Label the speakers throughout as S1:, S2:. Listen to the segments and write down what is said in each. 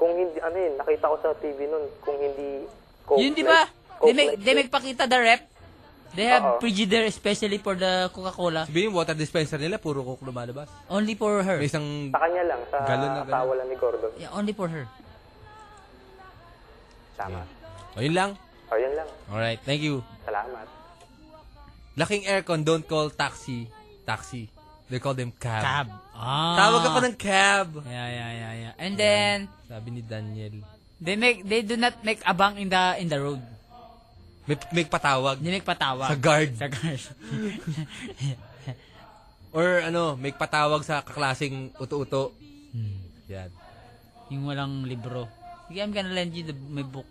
S1: Kung hindi, ano yun, nakita ko sa TV nun, kung hindi... Coke
S2: Yun, di ba?
S1: Light-
S2: They,
S1: Coke
S2: make,
S1: Light
S2: they
S1: yun.
S2: make pakita the rep. They have
S1: Oo.
S2: frigidaire especially for the Coca-Cola.
S3: Sabihin, water dispenser nila, puro coke lumalabas.
S2: Only for her.
S3: May isang...
S1: Sa kanya lang, sa
S4: Ah,
S3: Galon na galon.
S1: tawa lang ni Gordon.
S2: Yeah, only for her.
S1: Tama.
S3: O, Oh, yun lang.
S1: O, yun lang.
S3: Alright, thank you.
S1: Salamat.
S3: Laking aircon, don't call taxi. Taxi. They call them cab.
S2: Cab. Ah.
S3: Tawag ako ng cab.
S2: Yeah, yeah, yeah, yeah. And then
S3: Sabi ni Daniel.
S2: they make they do not make abang in the in the road.
S3: May, may patawag.
S2: They make patawa.
S3: Sa guard.
S2: Sa guard.
S3: Or ano, may patawag sa kaklasing uto-uto. Yan.
S2: Hmm. Yung walang libro. Okay, I'm gonna lend you the, my book.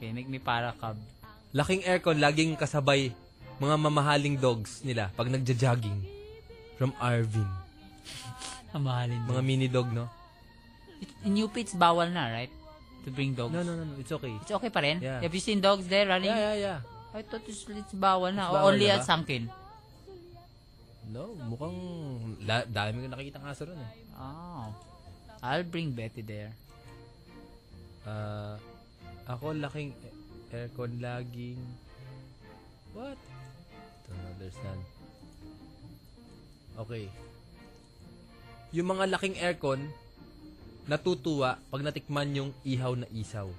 S2: Okay, make me para cab.
S3: Laking aircon, laging kasabay mga mamahaling dogs nila pag nagja-jogging. From Arvin.
S2: Ang mahalin
S3: Mga
S2: mo.
S3: mini dog, no?
S2: In UP, it's bawal na, right? To bring dogs.
S3: No, no, no, no. It's okay.
S2: It's okay pa rin?
S3: Yeah.
S2: Have you seen dogs there running?
S3: Yeah, yeah, yeah.
S2: I thought it's, it's bawal na.
S3: It's bawal
S2: Only
S3: na
S2: at
S3: ba?
S2: Sangkin.
S3: No, mukhang la, dami ko nakikita ng aso ron eh.
S2: Oh. I'll bring Betty there.
S3: Ah, ako laking a- aircon laging What? Don't understand. Okay. Yung mga laking aircon natutuwa pag natikman yung ihaw na isaw.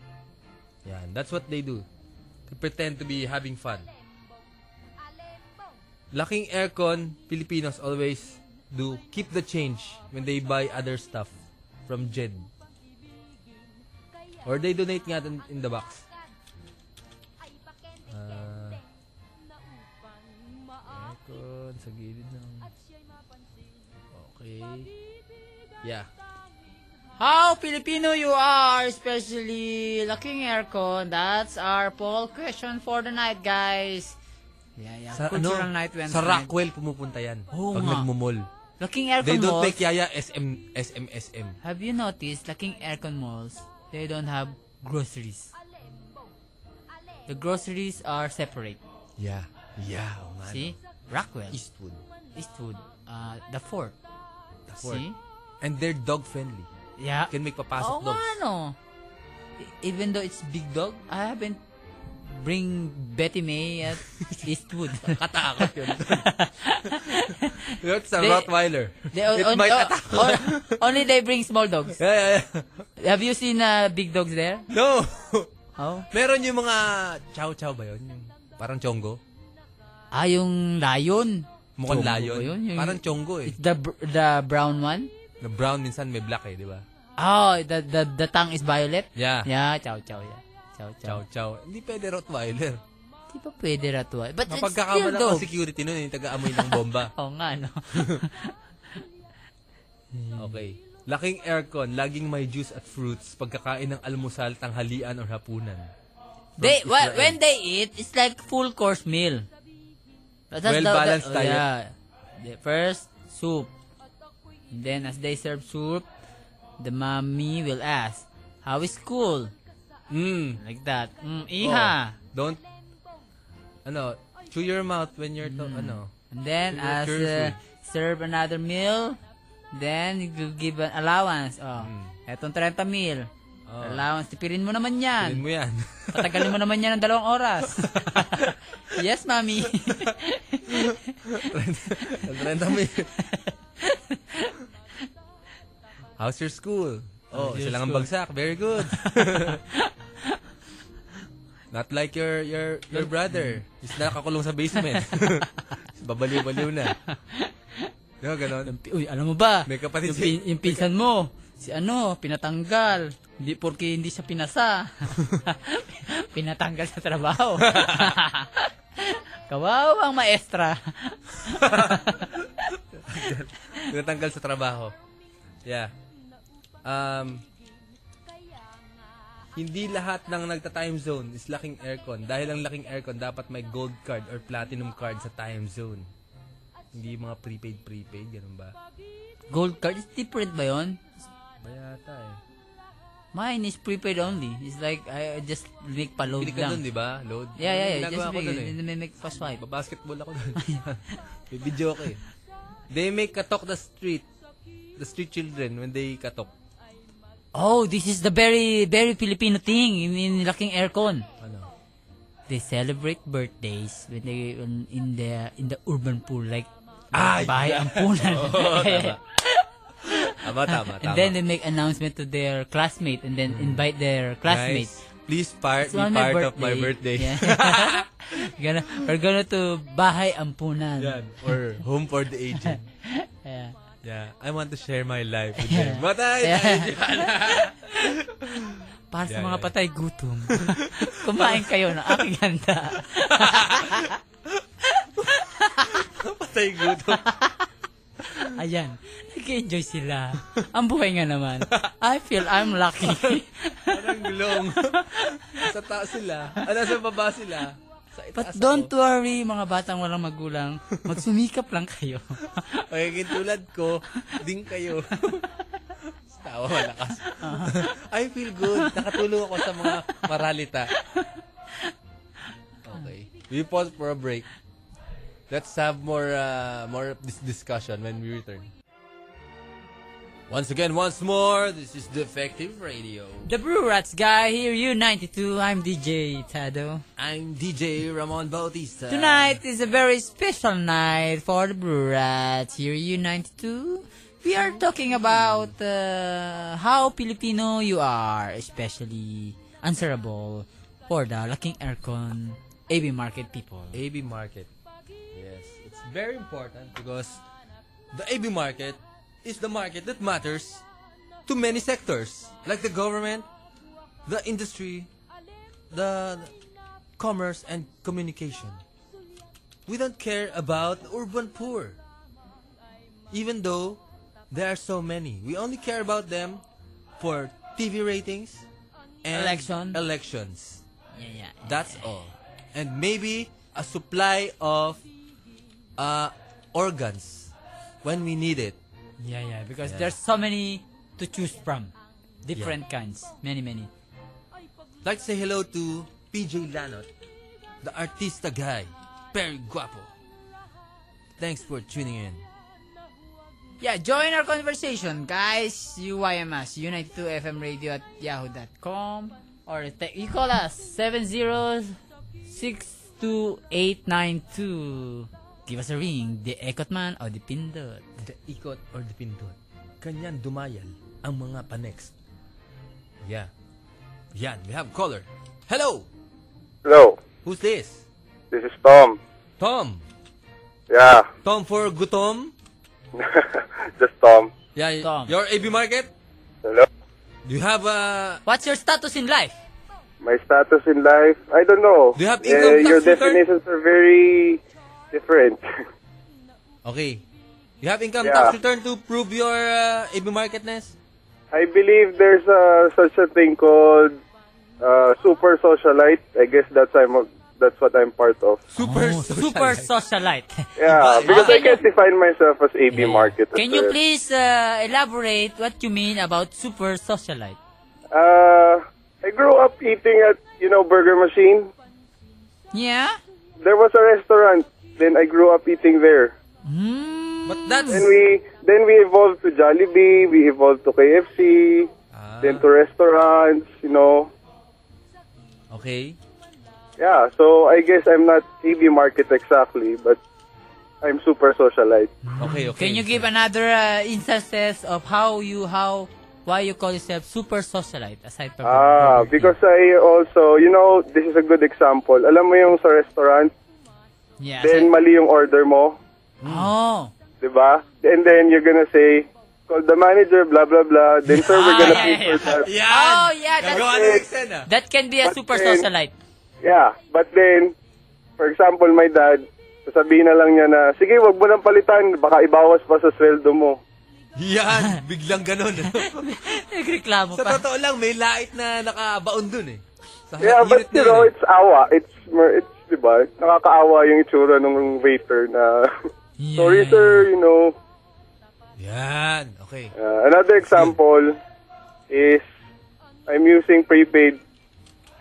S3: Yan, that's what they do. To pretend to be having fun. Laking aircon, Filipinos always do keep the change when they buy other stuff from Jed. Or they donate nga dun in the box. Ah. aircon, sa gilid ng... Okay. Yeah.
S2: How Filipino you are, especially looking aircon. That's our poll question for the night, guys. Yeah, yeah. Cultural night Wednesday.
S3: ano? sa Rockwell pumupunta yan.
S2: Oo
S3: pag
S2: nga.
S3: nagmumol.
S2: Looking aircon
S3: They don't
S2: malls.
S3: make yaya SM, SM, SM.
S2: Have you noticed, looking aircon malls, they don't have groceries. The groceries are separate.
S3: Yeah. Yeah, o nga.
S2: See? oh, Rockwell,
S3: Eastwood.
S2: Eastwood, uh, the fort.
S3: The fort.
S2: See?
S3: And they're dog friendly.
S2: Yeah. Oh,
S3: Can make papasok
S2: Oo
S3: dogs.
S2: nga, no. E- Even though it's big dog, I haven't bring Betty May at Eastwood.
S3: Katakot yun. That's a
S2: They-
S3: Rottweiler.
S2: They on-
S3: It
S2: on-
S3: might
S2: on-
S3: attack.
S2: on- only they bring small dogs.
S3: yeah, yeah, yeah.
S2: Have you seen uh, big dogs there?
S3: No!
S2: Oh.
S3: Meron yung mga chow-chow ba yun? Yung Parang chongo.
S2: Ah, yung lion.
S3: Mukhang
S2: Chongo
S3: layon.
S2: ba yun? Yung-
S3: Parang chongo eh.
S2: It's the br- the brown one.
S3: Na brown minsan may black eh, di ba?
S2: Oh, the the the tongue is violet.
S3: Yeah.
S2: Yeah, chow chow yeah. Chow chow.
S3: Chow-chow. Hindi pwede Rottweiler.
S2: Di ba pwede ratwa? But it's still
S3: Mapagkakamala
S2: dog.
S3: ko security nun, eh, yung taga-amoy ng bomba.
S2: Oo nga, no?
S3: Okay. Laking aircon, laging may juice at fruits, pagkakain ng almusal, tanghalian, or hapunan.
S2: they,
S3: From
S2: well,
S3: Israel.
S2: when they eat, it's like full course meal. But that's the-
S3: Well-balanced
S2: the- oh,
S3: diet.
S2: Yeah. The first, soup. And then as they serve soup, the mommy will ask, How is school?
S3: Mm.
S2: Like that. Mm,
S3: Oh,
S2: iha.
S3: don't, ano, chew your mouth when you're, to, ano.
S2: Mm. And then
S3: Your
S2: as uh,
S3: curfew.
S2: serve another meal, then you will give an allowance. Oh, etong 30 meal.
S3: Hmm. Oh.
S2: Allowance, tipirin mo naman yan.
S3: Tingin mo yan.
S2: Patagalin mo naman yan ng dalawang oras. yes, mami.
S3: Renta mo yun. How's your school? Oh,
S2: How's
S3: isa
S2: your
S3: lang ang
S2: school?
S3: bagsak. Very good. Not like your your your brother. Is nakakulong sa basement. Babaliw-baliw na. Di ba ganon?
S2: Uy, alam mo ba?
S3: May kapatid
S2: yung, pin- yung pinsan mo, si ano, pinatanggal. Hindi, porque hindi siya pinasa. pinatanggal sa trabaho. Kawawang maestra.
S3: Tinatanggal sa trabaho. Yeah. Um, hindi lahat ng nagta-time zone is laking aircon. Dahil ang laking aircon, dapat may gold card or platinum card sa time zone. Hindi mga prepaid-prepaid, ganun ba?
S2: Gold card, is different ba yun?
S3: Bayata eh.
S2: Mine is prepaid only. It's like, I I just make
S3: Pili
S2: pa-load
S3: ka
S2: lang.
S3: dun, di ba? Load.
S2: yeah, yeah, yeah.
S3: Ginagawa
S2: Just
S3: ko
S2: make,
S3: dun eh.
S2: may make pa-swipe.
S3: Babasketball ako dun. May video ko eh. They make katok the street, the street children when they katok.
S2: Oh, this is the very, very Filipino thing in, in laking aircon.
S3: Ano?
S2: They celebrate birthdays when they in, in the in the urban pool like
S3: Ah,
S2: bahay
S3: yeah.
S2: ang punan.
S3: Oo, tama. Tama, tama, tama. Mm.
S2: and then they make announcement to their classmate and then invite their classmates.
S3: Guys, please part,
S2: It's
S3: be
S2: on
S3: part of my birthday.
S2: Yeah. gonna, we're gonna to Bahay Ampunan.
S3: Yan. Or home for the aged.
S2: Yeah.
S3: Yeah. I want to share my life with them. But I, I-
S2: Para sa
S3: Yeah,
S2: mga
S3: yeah.
S2: patay gutom, kumain kayo ng aking handa.
S3: patay gutom.
S2: Ayan, nag-enjoy sila. Ang buhay nga naman. I feel I'm lucky.
S3: Parang gulong. sa taas sila. Ano, sa baba sila. Sa
S2: But
S3: itaas
S2: don't
S3: ako.
S2: worry, mga batang walang magulang. Magsumikap lang kayo.
S3: Magiging tulad ko, din kayo. Tawa malakas. I feel good. Nakatulong ako sa mga maralita. Okay. We pause for a break. Let's have more uh, more of this discussion when we return. Once again, once more, this is Defective Radio.
S2: The Brew Rats guy, here you 92. I'm DJ Tado.
S3: I'm DJ Ramon Bautista.
S2: Tonight is a very special night for the Brew Rats. Here you 92. We are talking about uh, how Filipino you are, especially answerable for the lacking aircon AB market people.
S3: AB market. Yes, it's very important because the AB market is the market that matters to many sectors like the government, the industry, the commerce and communication. We don't care about urban poor. Even though there are so many, we only care about them for TV ratings and
S2: Election.
S3: elections.
S2: Yeah, yeah.
S3: That's all. And maybe a supply of uh, organs when we need it.
S2: Yeah, yeah, because
S3: Yeah.
S2: there's so many to choose from. Different kinds. Many, many.
S3: I'd like to say hello to PJ Lanot, the artista guy. Very guapo. Thanks for tuning in.
S2: Yeah, join our conversation, guys. UYMS, U92 FM Radio at yahoo.com. Or te- you call us 7062892. Give us a ring. The Ekotman or the Pindot.
S3: The ikot or the pindot. Kanyan dumayal ang mga panext. Yeah. Yan, we have caller. Hello!
S5: Hello,
S3: Who's this?
S5: this is Tom.
S3: Tom.
S5: Yeah,
S3: Tom for Gutom?
S5: just Tom.
S3: Yeah, y-
S2: Tom.
S3: your AB market?
S5: Hello.
S3: Do you have a
S2: What's your status in life?
S5: My status in life, I don't know.
S3: Do you have
S5: Yeah,
S3: income tax
S5: Your
S3: return?
S5: definitions are very different.
S3: Okay. You have income
S5: Yeah.
S3: tax return to prove your uh, AB marketness?
S5: I believe there's uh, such a thing called uh, super socialite. I guess that's I'm that's what I'm part of.
S3: Super
S2: Oh, diba?
S3: social
S2: super
S3: life.
S2: socialite.
S5: Yeah, because I can't define myself as AB market.
S2: Can you please uh, elaborate what you mean about super socialite?
S5: Uh, I grew up eating at you know Burger Machine.
S2: Yeah?
S5: There was a restaurant. Then I grew up eating there.
S3: But that's
S5: Then we then we evolved to Jollibee, we evolved to KFC,
S3: Ah.
S5: then to restaurants, you know.
S3: okay.
S5: Yeah, so I guess I'm not AB market exactly, but I'm super socialite.
S3: Okay, okay.
S2: Can you give another uh, instances of how you how why you call yourself super socialite aside from
S5: Ah, because I also, you know, this is a good example. Alam mo yung sa restaurant,
S2: yeah
S5: then mali yung order mo,
S2: oh
S5: 'di ba? And then you're gonna say, call the manager, blah blah blah. Then sir, we're gonna
S2: Ah,
S5: pay for
S2: yeah,
S5: that.
S3: Yeah.
S2: Oh, yeah, that's-
S3: Nagawa ng ah. eksena.
S2: that can be a
S5: But
S2: super
S5: then-
S2: socialite
S5: Yeah, but then, for example, my dad, sasabihin na lang niya na, sige, wag mo nang palitan, baka ibawas pa sa sweldo mo.
S3: Yan, biglang ganun.
S2: nagreklamo
S3: Sa
S2: pa
S3: totoo lang, may lait na nakabaon dun eh. Sa
S5: Yeah,
S3: init
S5: but
S3: na
S5: you
S3: yun
S5: know,
S3: eh.
S5: it's awa. It's, mer- it's diba, nakakaawa yung itsura ng waiter na, sorry
S2: Yeah.
S5: sir, you know.
S3: Yan, okay.
S5: Uh, another example is, I'm using prepaid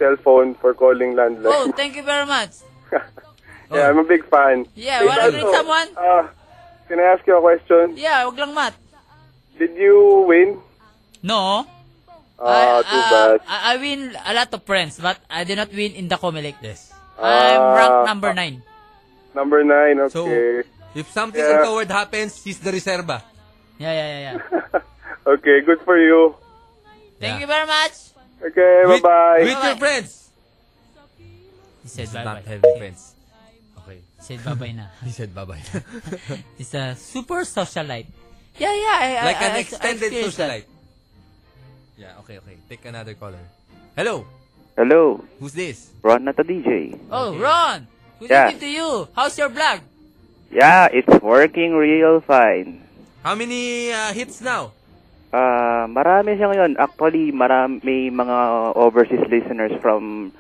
S5: cell phone for calling
S2: oh
S5: landline.
S2: thank you very much
S5: yeah,
S3: oh.
S5: I'm a big fan.
S2: Yeah, wanna
S5: It's
S2: greet
S5: also-
S2: someone?
S5: Uh, can I ask you a question?
S2: yeah wag lang mat
S5: Did you win?
S2: no
S5: Ah, too
S2: uh,
S5: bad.
S2: I, I win a lot of friends, but I did not win in the Comelec.
S3: Yes.
S2: I'm
S5: Ah.
S2: ranked number 9.
S5: Number nine,
S3: So,
S5: okay.
S3: if something
S5: Yeah.
S3: untoward happens, he's the reserva.
S2: Yeah, yeah, yeah, yeah.
S5: okay, good for you.
S2: Thank
S3: Yeah.
S2: you very much.
S5: Okay,
S3: With-
S5: bye-bye.
S3: With your
S2: Bye-bye.
S3: friends.
S2: He said
S3: Not
S2: bye-bye.
S3: having friends. Okay.
S2: He said bye-bye na.
S3: He said bye-bye.
S2: He's a super socialite. Yeah, yeah. I, I-
S3: like
S2: I,
S3: an
S2: I- I
S3: extended
S2: experienced that.
S3: socialite. Yeah, okay, okay. Take another caller. Hello.
S4: Hello,
S3: Who's this?
S4: Ron Nata DJ.
S2: Oh,
S3: Okay.
S2: Ron! Good
S4: Yeah.
S2: evening to you. How's your vlog?
S4: Yeah, it's working real fine.
S3: How many uh, hits now?
S4: Ah, marami siya ngayon. Actually, marami, may mga overseas listeners from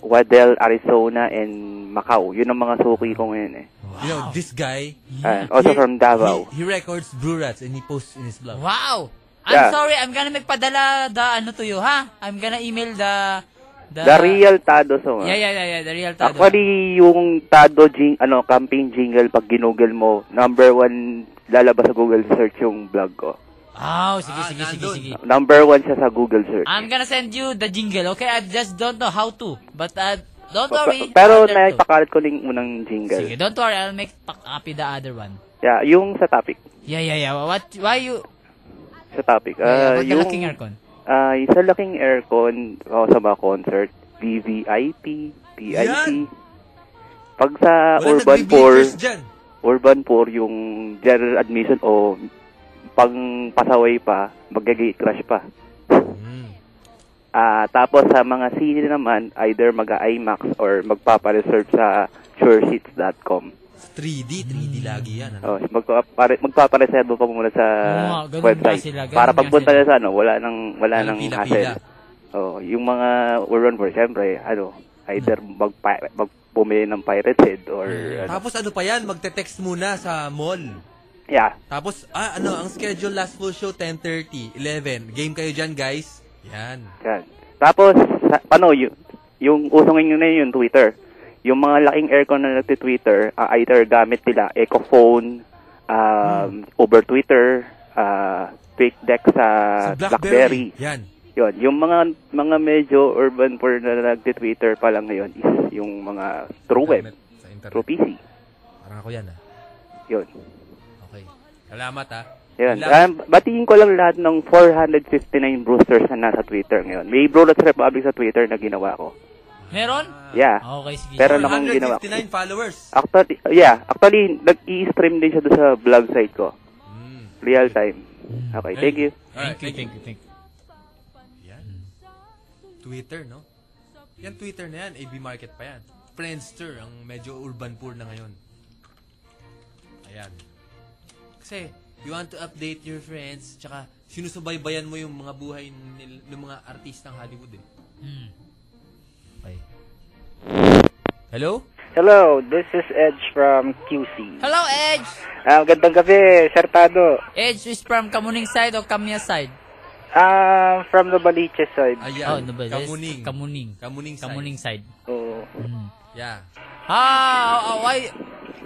S4: Waddell, Arizona, and Macau. Yun ang mga suki ko ngayon eh.
S3: You know, this guy.
S4: Ah, also
S3: he-
S4: from Davao.
S3: He, he records Brew Rats and he posts in his blog.
S2: Wow!
S4: Yeah.
S2: I'm sorry, I'm gonna magpadala the ano to you, ha? I'm gonna email the... The,
S4: The real Tado song. ah.
S2: Yeah, yeah, yeah, yeah, the real Tado.
S4: Actually, yung Tado jing, ano, campaign jingle, pag ginugol mo, number one lalabas sa Google search yung vlog ko.
S2: Oh, sige,
S3: Ah,
S2: sige, sige,
S3: nandun.
S2: sige. Ah,
S4: Number one siya sa Google search.
S2: I'm gonna send you the jingle, okay? I just don't know how to. But uh, don't
S4: Pa-
S2: worry.
S4: pa- Pero
S2: I'll learn to.
S4: naipakalat ko lang yung unang jingle.
S2: Ah, Sige, don't worry. I'll make pa- copy the other one.
S4: Yeah, yung sa topic.
S2: Yeah, yeah, yeah. What? Why you?
S4: Sa topic.
S2: yeah,
S4: Ah,
S2: yeah,
S4: yung,
S2: yung... aircon.
S4: ah, yung sa laking aircon, oh, sa mga concert, VVIP, PIP.
S3: Yan!
S4: Pag sa
S3: Wala
S4: Urban Poor,
S3: nagbibigay dyan.
S4: Urban Poor, yung general admission o pang pasaway pa, magagate crash pa.
S3: Mm.
S4: Ah, tapos sa mga sili naman, either mag-IMAX or magpapareserve sa sureseats.com.
S3: 3D, 3D
S2: Hmm.
S3: lagi yan. Ano?
S4: Oh, magpapare magpapareserve pa muna sa
S2: Oo nga, ganun
S4: website.
S2: nga sila, ganun
S4: para
S2: nga
S4: pagpunta
S2: sila.
S4: na sa ano, wala nang wala
S3: Walang
S4: nang
S3: pila-pila.
S4: hassle. Oh, yung mga urban for syempre, ano, either mag magbumili ng Pirates Head or ano.
S3: Hmm. Tapos ano pa yan, magte-text muna sa mall.
S4: Yeah.
S3: Tapos, ah, ano, ang schedule last full show, 10.30, 11. Game kayo dyan, guys. Yan.
S4: Yan. Tapos sa, ano, yung, yung uso ngayon na yun, yung Twitter. Yung mga laking aircon na nagti-Twitter, ah, either gamit nila Ecophone, um, over Twitter, ah, Tweet Deck sa,
S3: Hmm. Sa Blackberry.
S4: Blackberry.
S3: Yan.
S4: Yun, yung mga mga medyo urban for na nag-Twitter pa lang ngayon is yung mga true web,
S3: Internet, Sa internet.
S4: true PC.
S3: Parang ako yan, ah.
S4: Yun.
S3: Okay. Salamat, ah.
S4: Yun.
S3: Ilang-
S4: Um, batiin ko lang lahat ng 459 Brewsters na nasa Twitter ngayon. May Brewsters Republic sa Twitter na ginawa ko.
S2: Meron?
S4: Yeah.
S2: Okay, sige.
S4: Pero na- akong ginawa.
S3: 159 followers.
S4: Actually, yeah, actually nag-i-stream din siya doon sa vlog site ko.
S2: Hmm.
S3: Mm.
S4: Real time. Okay, thank you.
S3: Alright,
S2: Thank you, thank you, thank you.
S3: Yan. Twitter, no? Yan Twitter na yan. AB Market pa yan. Friendster, ang medyo urban poor na ngayon. Ayan. Kasi, you want to update your friends, tsaka sinusubaybayan mo yung mga buhay nil- ng mga artistang Hollywood eh.
S2: Hmm.
S3: Okay. Hello?
S6: Hello, this is Edge from QC.
S2: Hello, Edge!
S6: Ah, gandang gabi, Sir Tado.
S2: Edge is from Kamuning side o Kamya side?
S6: Ah, from the Baliches side.
S3: Ayan.
S2: Oh, no ba? Yes,
S3: Kamuning.
S2: Kamuning.
S3: Kamuning side.
S2: Kamuning side.
S6: Oo.
S2: Hmm.
S3: Yeah.
S2: Ah, oh, oh, why?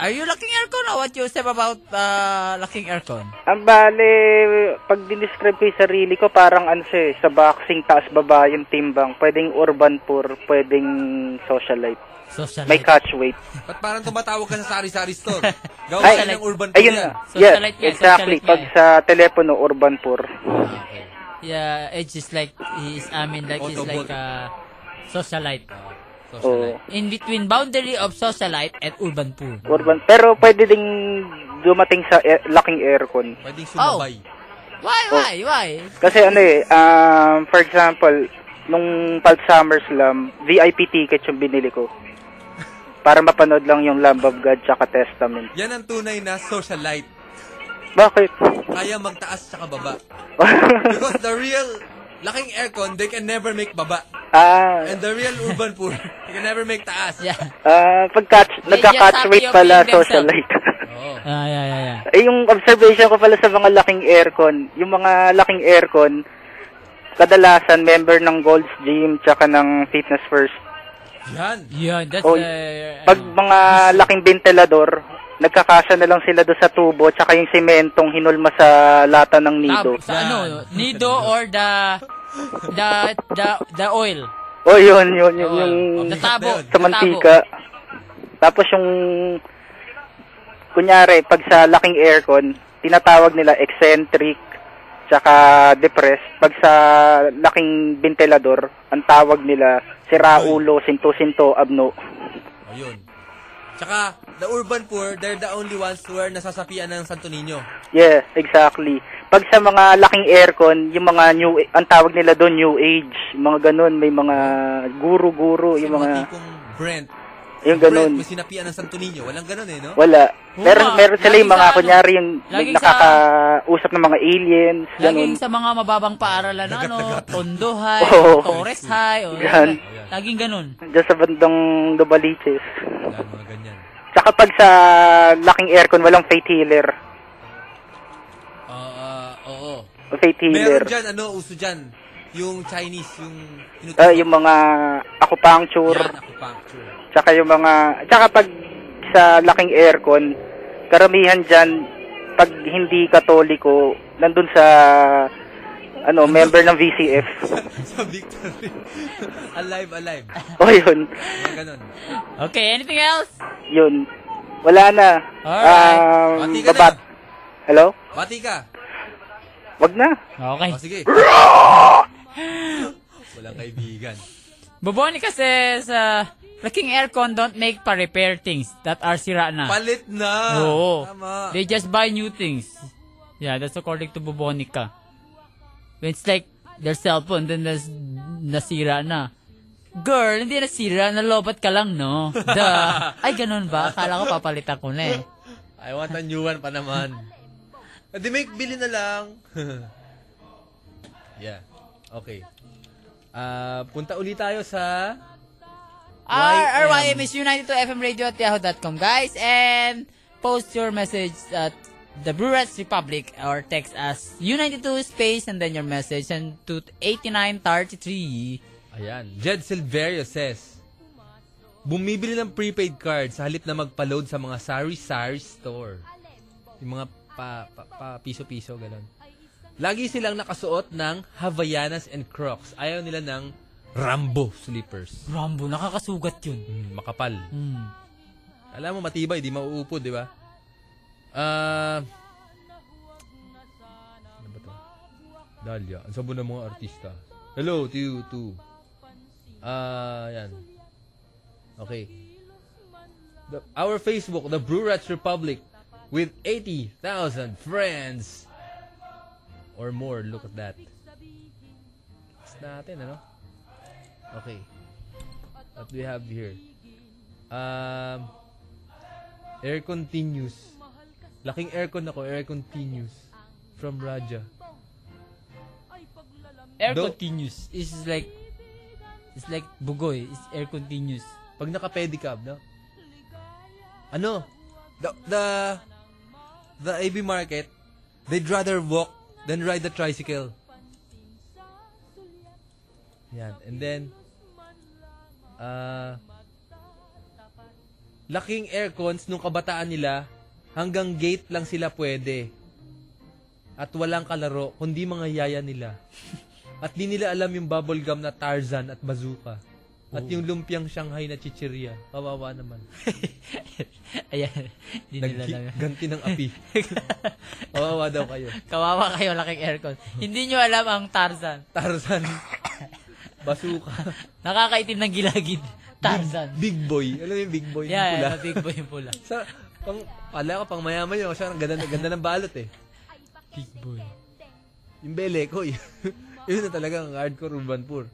S2: Are you locking aircon or what you said about uh, locking aircon?
S6: Ang Ah, bale, pag dinescribe ko yung sarili ko, parang ano siya eh, sa boxing, taas-baba yung timbang. Pwedeng urban poor, pwedeng socialite.
S2: Socialite.
S6: May catch weight.
S3: Ba't parang tumatawag ka sa sari-sari store? Gawin
S6: Ay,
S3: ka ng urban poor
S6: Ayun
S3: yan.
S6: na. Yes,
S2: Socialite nga,
S6: exactly.
S2: socialite nga
S6: Pag
S2: eh.
S6: sa telepono, urban poor.
S3: Ah, okay.
S2: Yeah, Edge is like, he is, I mean, like, he's
S3: Autobot.
S2: like a socialite.
S3: Socialite.
S2: In between boundary of socialite and urban poor.
S6: Urban. Pero pwede ding dumating sa air, laking aircon.
S3: Pwedeng sumabay.
S2: Oh. Why, why, why?
S6: Kasi ano eh, um, for example, nung Pulp Summer Slam, VIP ticket yung binili ko. Para mapanood lang yung Lamb of God tsaka Testament.
S3: Yan ang tunay na socialite.
S6: Bakit?
S3: Kaya magtaas tsaka baba. Because the real laking aircon, they can never make baba.
S6: ah,
S3: And the real urban poor, they can never make taas.
S2: Yeah.
S6: ah, pag catch,
S2: They just
S6: nagka-catch
S2: happy
S6: weight
S2: of
S6: pala
S2: being
S6: socialite.
S3: Oo.
S2: Ah, yeah, yeah, yeah.
S6: eh, yung observation ko pala sa mga laking aircon, yung mga laking aircon, kadalasan member ng Gold's Gym tsaka ng Fitness First.
S3: Yan.
S2: Yun, that's
S6: Oh,
S2: the...
S6: Pag mga laking bentalador, nagkakasya na lang sila doon sa tubo tsaka yung sementong hinulma sa lata ng nido.
S2: Sa ano, nido or the The, the, the oil.
S6: Oh, yun, yun, yun,
S2: Oil.
S6: yung
S2: The Oh, tabo.
S6: sa
S2: the
S6: mantika. Tapos yung, kunyari, pag sa laking aircon, tinatawag nila eccentric, tsaka depressed. Pag sa laking ventilador, ang tawag nila siraulo, sinto-sinto, abno.
S2: Oh,
S3: Ayun. Tsaka, the urban poor, they're the only ones who are nasasapian ng Santo Niño.
S6: Yeah, exactly. Pag sa mga laking aircon, yung mga new, ang tawag nila doon, new age, yung mga ganun, may mga guru-guru,
S3: Kasi
S6: yung mga,
S3: tipong Brent.
S6: yung
S3: Brent,
S6: ganun.
S3: may sinapian ng Santo Niño. Walang ganun eh, no?
S6: Wala. Meron,
S2: Wala.
S6: meron sila yung
S2: Laging
S6: mga,
S2: sa ano,
S6: kunyari, yung
S2: laging sa-
S6: nakakausap ng mga aliens,
S2: Tabo.
S6: ganun.
S2: Laging sa mga mababang paaralan, ano, Tondo High,
S6: Oo.
S2: Torres High, o,
S6: Yan.
S2: laging ganun.
S6: Diyan sa bandang Dubaliches.
S3: Wala, mga ganyan.
S6: Tsaka pag sa laking aircon, walang faith healer.
S3: Oo, ah, oo.
S6: Faith healer.
S3: Meron dyan, ano, uso dyan. Yung Chinese, yung tinutukan.
S6: Ah, yung mga acupuncture.
S3: Yan, acupuncture.
S6: Tsaka yung mga, tsaka pag sa laking aircon, karamihan dyan, pag hindi katoliko, nandun sa, ano, member ng VCF.
S3: sa victory. alive, alive.
S6: O Oh, yun,
S3: Mga ganun.
S2: Okay, anything else?
S6: yun. Wala na.
S2: Alright.
S6: Um,
S3: Pati ka
S6: babat.
S3: na.
S6: Hello?
S3: Pati ka.
S6: Wag na.
S2: Okay.
S3: O, sige. Walang kaibigan.
S2: Boboni kasi sa laking aircon don't make pa repair things that are sira na.
S3: Palit na.
S2: Oo.
S3: Tama.
S2: They just buy new things. Yeah, that's according to Bobonica. When it's like their cellphone, then nas nasira na. Girl, hindi nasira, nalobat ka lang, no? Duh. Ay, ganun ba? Akala ko papalitan ko na eh.
S3: I want a new one pa naman. Eh, Di make bili na lang. yeah. Okay. Ah, punta ulit tayo sa
S2: R-
S3: YM.
S2: RYM is united to FM Radio at yahoo.com, guys. And post your message at the Brewers Republic or text us united to space and then your message and to 8933.
S3: Ayan. Jed Silverio says, Bumibili ng prepaid card sa halip na magpa-load sa mga sari-sari store. Yung mga pa, pa, pa piso-piso, ganun. Lagi silang nakasuot ng Havaianas and Crocs. Ayaw nila ng Rambo slippers.
S2: Rambo, nakakasugat yun.
S3: Mm, makapal.
S2: Hmm.
S3: Alam mo, matibay, di mauupo, di ba? Ah... ano ba to? Dahlia, ang sabo ng mga artista. Hello to you too. Ah, yan. Okay. The- our Facebook, The Brew Rats Republic, with 80,000 friends. Or more, look at that. Mas natin, ano? Okay. What do we have here? Um, air continues. Laking aircon ako, air continues. From Raja.
S2: Air
S3: Do-
S2: continuous is like it's like bugoy, it's air continuous.
S3: Pag naka-pedicab, no? Ano? The, the, the AB market, they'd rather walk than ride the tricycle. Yan. And then, ah, laking aircons nung kabataan nila, hanggang gate lang sila pwede. At walang kalaro, kundi mga yaya nila. At di nila alam yung bubblegum na Tarzan at Bazooka. At yung lumpiang Shanghai na chichirya. Kawawa naman.
S2: Ayan, di nila alam yan.
S3: Nagganti ng api. Kawawa daw kayo.
S2: Kawawa kayo laking aircon. Hindi nyo alam ang Tarzan.
S3: Tarzan. Bazooka.
S2: Nakakaitim ng gilagid. Tarzan.
S3: Big boy. Alam mo yung big boy? Yung
S2: Yeah,
S3: pula.
S2: yeah, big boy yung pula.
S3: Sa, pang, pala ko, pang mayaman yun. Kasi ang ganda, ang ganda ng balot eh.
S2: Big boy.
S3: Yung bele ko, yun, yun na talagang hardcore urban poor.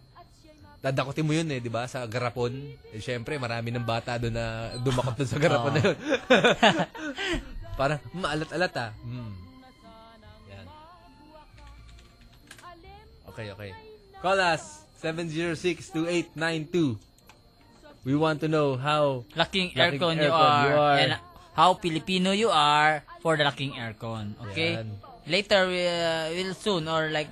S3: Dadakotin mo yun eh, di ba? Sa garapon. Eh, syempre, marami ng bata doon na dumakot doon sa garapon na yun. Parang, maalat-alat ah. Hmm. Yan. Okay, okay. Call us, 706-2892. We want to know how
S2: Laking
S3: Laking
S2: aircon you
S3: aircon
S2: are.
S3: you are.
S2: And how Filipino you are for the laking aircon. Okay?
S3: Yan.
S2: Later, we, uh, we'll soon or like,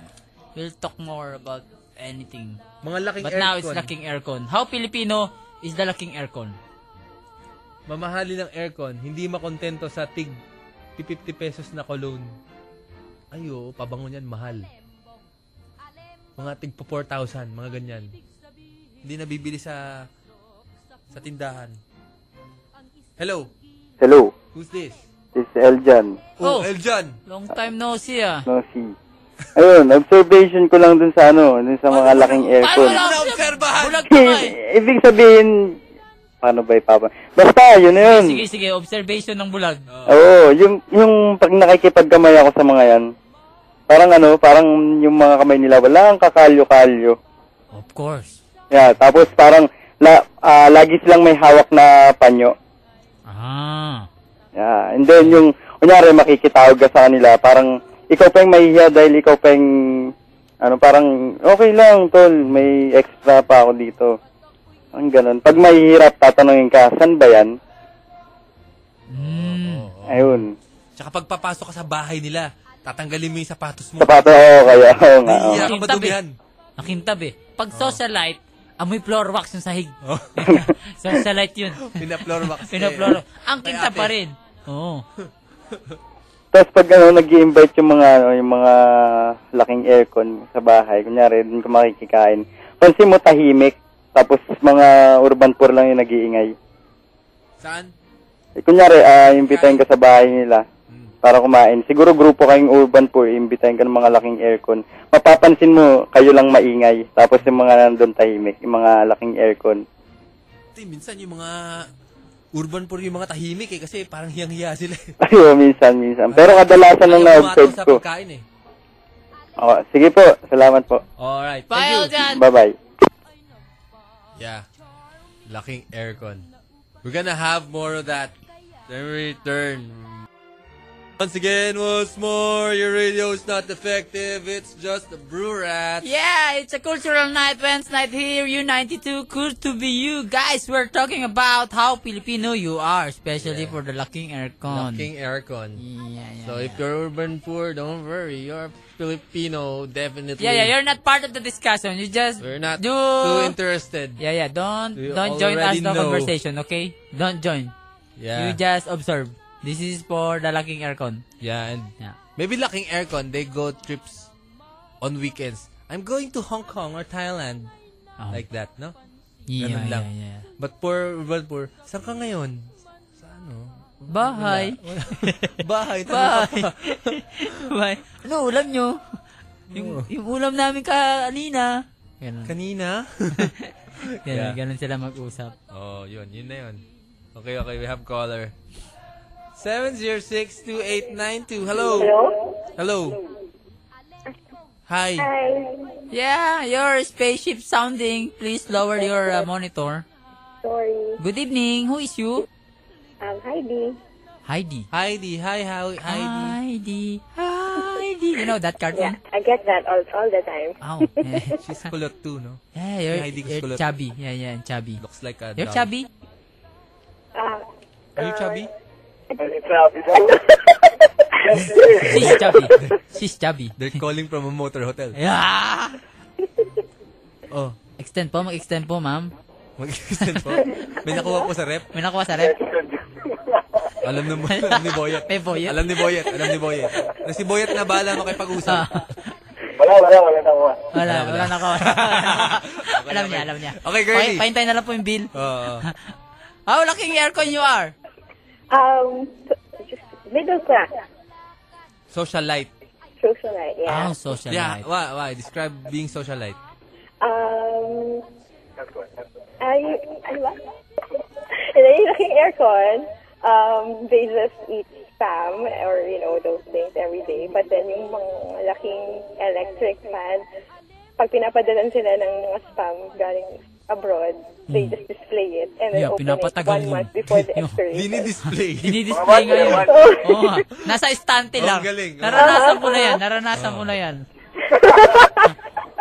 S2: we'll talk more about anything.
S3: mga laking
S2: But
S3: aircon.
S2: now it's laking aircon. How Filipino is the laking aircon?
S3: Mamahali ng aircon, hindi makontento sa tig 50 pesos na cologne. Ay, oo, pabango niyan, mahal. Mga tigpo 4,000, mga ganyan. Hindi nabibili sa sa tindahan. Hello,
S7: Hello,
S3: who's this?
S7: this is Eljan.
S3: Oh, Eljan.
S2: Long time no see ah.
S7: No, si. Ayun, observation ko lang dun sa ano, dun sa mga laking aircon.
S2: Wala
S3: Wala
S2: akong
S3: obserbahan.
S2: Bulag ka nga eh.
S7: Ibig sabihin, paano ba ipapa? Basta, yun na yun. Oh,
S2: Sige, sige. Observation ng bulag.
S7: Oo, yung, yung pag nakikipagkamay ako sa mga yan, parang ano, parang yung mga kamay nila, walang kakalyo-kalyo.
S2: Of course.
S7: Yeah, tapos parang la, ah, lagi silang may hawak na panyo.
S2: Ah.
S7: Yeah, and then yung, kunyari makikitawag ka sa kanila, parang ikaw pa yung mahihiya dahil ikaw pa yung, ano, parang okay lang, tol, may extra pa ako dito. Ang ganun. Pag mahihirap, tatanungin ka, saan ba yan?
S2: Mm.
S7: Ayun.
S3: Tsaka pagpapasok ka sa bahay nila, tatanggalin mo yung sapatos mo.
S7: Sapato, oo, kaya, oo nga, oo.
S3: Nahihiya ka
S2: Yung tabi.
S3: madumihan.
S2: Nakintab eh. Pag socialite, amoy floor wax yung sahig.
S3: Oh.
S2: socialite yun.
S3: Pina-floor wax. eh.
S2: Pinaflor. Ang
S3: Kay
S2: kintab
S3: ate.
S2: pa rin. Oh. Oo.
S7: Tapos pag ano, nag invite yung mga, ano, yung mga laking aircon sa bahay, kunyari, dun ka makikikain. Pansin mo, tahimik. Tapos mga urban poor lang yung nag-iingay.
S3: Saan?
S7: Eh, kunyari, ah, imbitahin ka sa bahay nila
S3: Hmm.
S7: para kumain. Siguro grupo kayong urban poor, imbitahin ka ng mga laking aircon. Mapapansin mo, kayo lang maingay. Tapos yung mga nandun tahimik, yung mga laking aircon.
S3: Ate, minsan yung mga urban poor yung mga tahimik eh kasi parang hiyang-hiya sila. eh.
S7: Ayun, minsan, minsan. oh, Pero kadalasan nung
S3: Ayaw bumataw
S7: na-observe
S3: sa
S7: ko.
S3: pagkain eh.
S7: Oh, sige po, salamat po.
S3: Alright, thank you.
S2: Bye, Eljan!
S7: Bye-bye.
S3: Yeah. Laking aircon. We're gonna have more of that. Then we return. Once again, once more, your radio is not effective. It's just a brew rat.
S2: Yeah, it's a cultural night, Wednesday night here, U92. Cool to be you. Guys, we're talking about how Filipino you are, especially for the locking aircon.
S3: Laking aircon.
S2: Yeah, yeah,
S3: So
S2: yeah.
S3: if you're urban poor, don't worry. You're Filipino, definitely.
S2: yeah, yeah, you're not part of the discussion. You just
S3: We're not
S2: do.
S3: too interested.
S2: yeah, yeah. Don't
S3: You
S2: don't join us
S3: already
S2: the
S3: know.
S2: conversation, okay? Don't join.
S3: Yeah.
S2: You just observe. This is for the locking aircon.
S3: yeah, and
S2: Yeah.
S3: maybe laking aircon, they go trips on weekends. I'm going to Hong Kong or Thailand.
S2: Oh.
S3: Like that, no?
S2: yeah,
S3: ganun lang.
S2: yeah, yeah.
S3: But poor, urban poor, saan ka ngayon? Sa ano?
S2: Bahay.
S3: Bahay.
S2: Bye. Bye. Ano ulam nyo?
S3: Oh.
S2: Yung, yung ulam namin kanina. Ganun.
S3: Kanina?
S2: Ganun,
S3: Yeah.
S2: ganun sila mag-usap.
S3: oh, yun. Yun na yun. Okay, okay. We have caller. 706-2892. Hello. Hello. Hello. Hi.
S2: Yeah, your spaceship sounding. Please lower your uh, monitor.
S8: Sorry.
S2: Good evening. Who is you?
S8: Um, hi, D.
S2: Heidi.
S3: Heidi. Hi, how Heidi.
S2: Heidi. Heidi. You know that
S8: Yeah,
S2: cartoon?
S8: I get that all, all the time.
S2: Ow. Yeah.
S3: She's kulot too, no?
S2: yeah, you're,
S3: Heidi ko
S2: you're
S3: sulat.
S2: chubby. Yeah, yeah, chubby.
S3: Looks like a
S2: You're
S3: dog.
S2: chubby?
S8: Uh,
S3: Are you chubby?
S2: She's chubby. She's chubby.
S3: They're calling from a motor hotel.
S2: Yeah!
S3: Oh.
S2: Extend po, mag-extend po, ma'am.
S3: Mag-extend po. May nakuha po sa rep.
S2: May nakuha sa rep.
S3: Alam na mo. Alam ni Boyet.
S2: May Boyet.
S3: Alam ni Boyet. Alam ni Boyet. Na si Boyet na bahala makipag-usap.
S2: Ah. Wala,
S3: Wala,
S2: wala
S3: wala.
S2: na ako.
S3: Okay,
S2: alam
S3: okay.
S2: niya, alam niya.
S3: Okay, girly.
S2: Pa- pahintay na lang po yung bill.
S3: Oo.
S2: How lucky yung aircon you are.
S8: um, just middle class.
S3: socialite.
S8: Socialite, yeah.
S2: Oh, social
S3: Yeah,
S2: life.
S3: why, why? Describe being socialite.
S8: Um, ay, ano ba? And then yung laking aircon, um, they just eat spam or, you know, those things every day. But then yung mga laking electric fan, pag pinapadalan sila ng mga spam galing abroad, they just display it and then
S2: Hmm. Yeah,
S8: open it
S2: pinapatagal
S8: one
S2: yun.
S8: month before the
S2: Yeah.
S8: expiration.
S3: Dinidisplay.
S2: Dinidisplay ngayon. Oo. nga. Nasa estante
S3: Oh,
S2: lang.
S3: galing. Oh.
S2: Naranasan mo na yan. Naranasan mo na yan.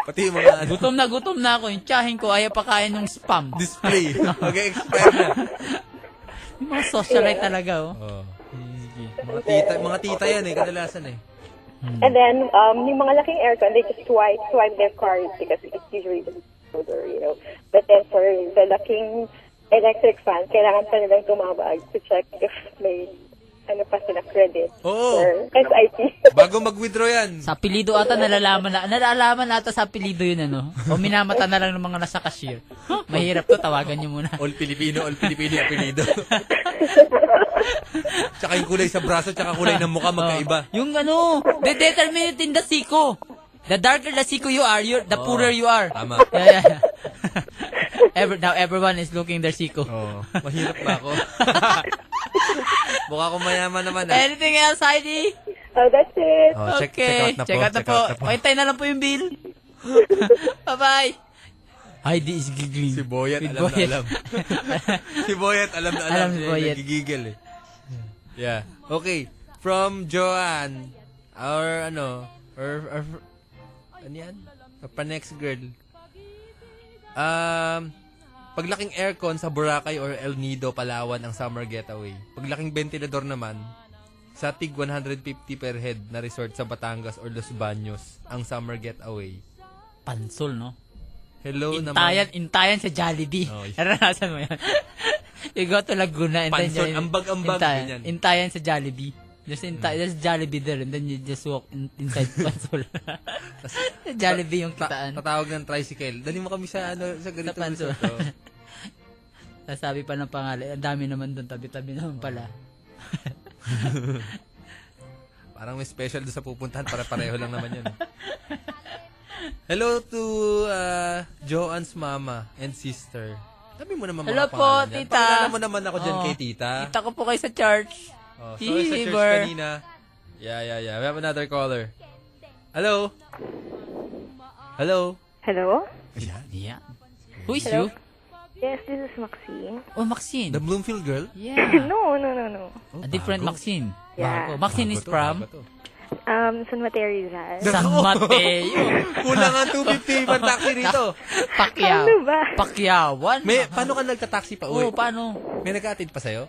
S3: Pati yung mga ano,
S2: Gutom na gutom na ako. Yung tsahin ko ayaw pa kain ng spam.
S3: display. Mag-expire na.
S2: Yung mga socialite talaga, oh.
S3: Oh. Mga tita, mga tita yan eh, kadalasan eh.
S8: And then, um, yung mga laking aircon, they just swipe, swipe their cards because it's usually the older, you know. But then for the laking electric fan, kailangan pa nilang tumawag to check if may ano pa sila credit
S3: Oo.
S8: or SIP.
S3: Bago mag withdraw yan.
S2: Sa apelido ata nalalaman na, nalalaman ata sa apelido yun ano. O minamata na lang ng mga nasa cashier. Huh, Mahirap to, tawagan nyo muna.
S3: All Filipino, all Filipino yung apelido. tsaka yung kulay sa braso, tsaka kulay ng mukha magkaiba.
S2: Yung ano, the determinate in the siko. The darker the siko you are, you're, the
S3: Oo.
S2: poorer you are.
S3: Oh, Tama.
S2: Yeah, yeah, yeah. Every, now everyone is looking their siko.
S3: Oh, Mahirap ba ako? Mukha ko mayaman naman ah.
S2: Anything else, Heidi?
S8: Oh, that's it.
S3: Oh, check,
S2: okay.
S3: check out na po.
S2: Check out na po. Pahintay na lang po yung bill. Bye-bye. Heidi is giggling.
S3: Si Boyet,
S2: With
S3: alam na alam. si Boyet, alam na alam.
S2: Alam si
S3: Siya yung
S2: Boyet.
S3: Nagigigil eh. Yeah. Okay. From Joanne, our ano, or, or ano yan? Or pa next girl. Um, paglaking aircon sa Boracay or El Nido, Palawan ang summer getaway. Paglaking ventilador naman, sa tig 150 per head na resort sa Batangas or Los Baños ang summer getaway.
S2: Pansol, no?
S3: Hello
S2: Intayan, intayan sa Jollibee.
S3: Oh, yeah.
S2: Naranasan mo yun. you go to Laguna and
S3: Pansol,
S2: then you-
S3: ambag-ambag,
S2: Intayan,
S3: ganyan. Hmm.
S2: intayan sa Jollibee. There's, inta- there's Jollibee there and then you just walk in- inside Pansol. Jollibee yung
S3: Ta-
S2: kitaan.
S3: tatawag ng tricycle. Dali mo kami sa ano sa ganito.
S2: Sa panso.
S3: resort, oh.
S2: Sasabi pa ng pangalan. Ang dami naman doon. Tabi-tabi
S3: Oh.
S2: naman pala.
S3: Parang may special doon sa pupuntahan. Pare-pareho lang naman yan. Hello to uh, Joanne's mama and sister. Sabi mo naman
S2: Hello
S3: mga
S2: po,
S3: pangalan niya.
S2: tita.
S3: Pakilala mo naman ako dyan
S2: Oo.
S3: kay tita.
S2: Kita ko po kayo sa church.
S3: Oh, so, sa church
S2: Fever.
S3: kanina. Yeah, yeah, yeah. We have another caller. Hello? Hello?
S9: Hello?
S2: Yeah. Who is you?
S9: Yes, this is Maxine.
S2: Oh, Maxine.
S3: The Bloomfield girl?
S2: Yeah.
S9: no, no, no, no.
S3: Oh,
S2: A different
S3: bago.
S2: Maxine.
S9: Yeah.
S2: Bago. Maxine
S3: Bago
S2: is
S3: to,
S2: from
S3: bago to.
S9: Um, San Mateo Rizal.
S2: San Mateo.
S3: Kulang ang 250 per taxi rito.
S2: Pacquiao.
S9: Ano ba?
S2: Pakyawan.
S3: May, paano ka nagtataxi pa?
S2: Oo,
S3: Uy,
S2: paano?
S3: may nag-attend pa sa'yo?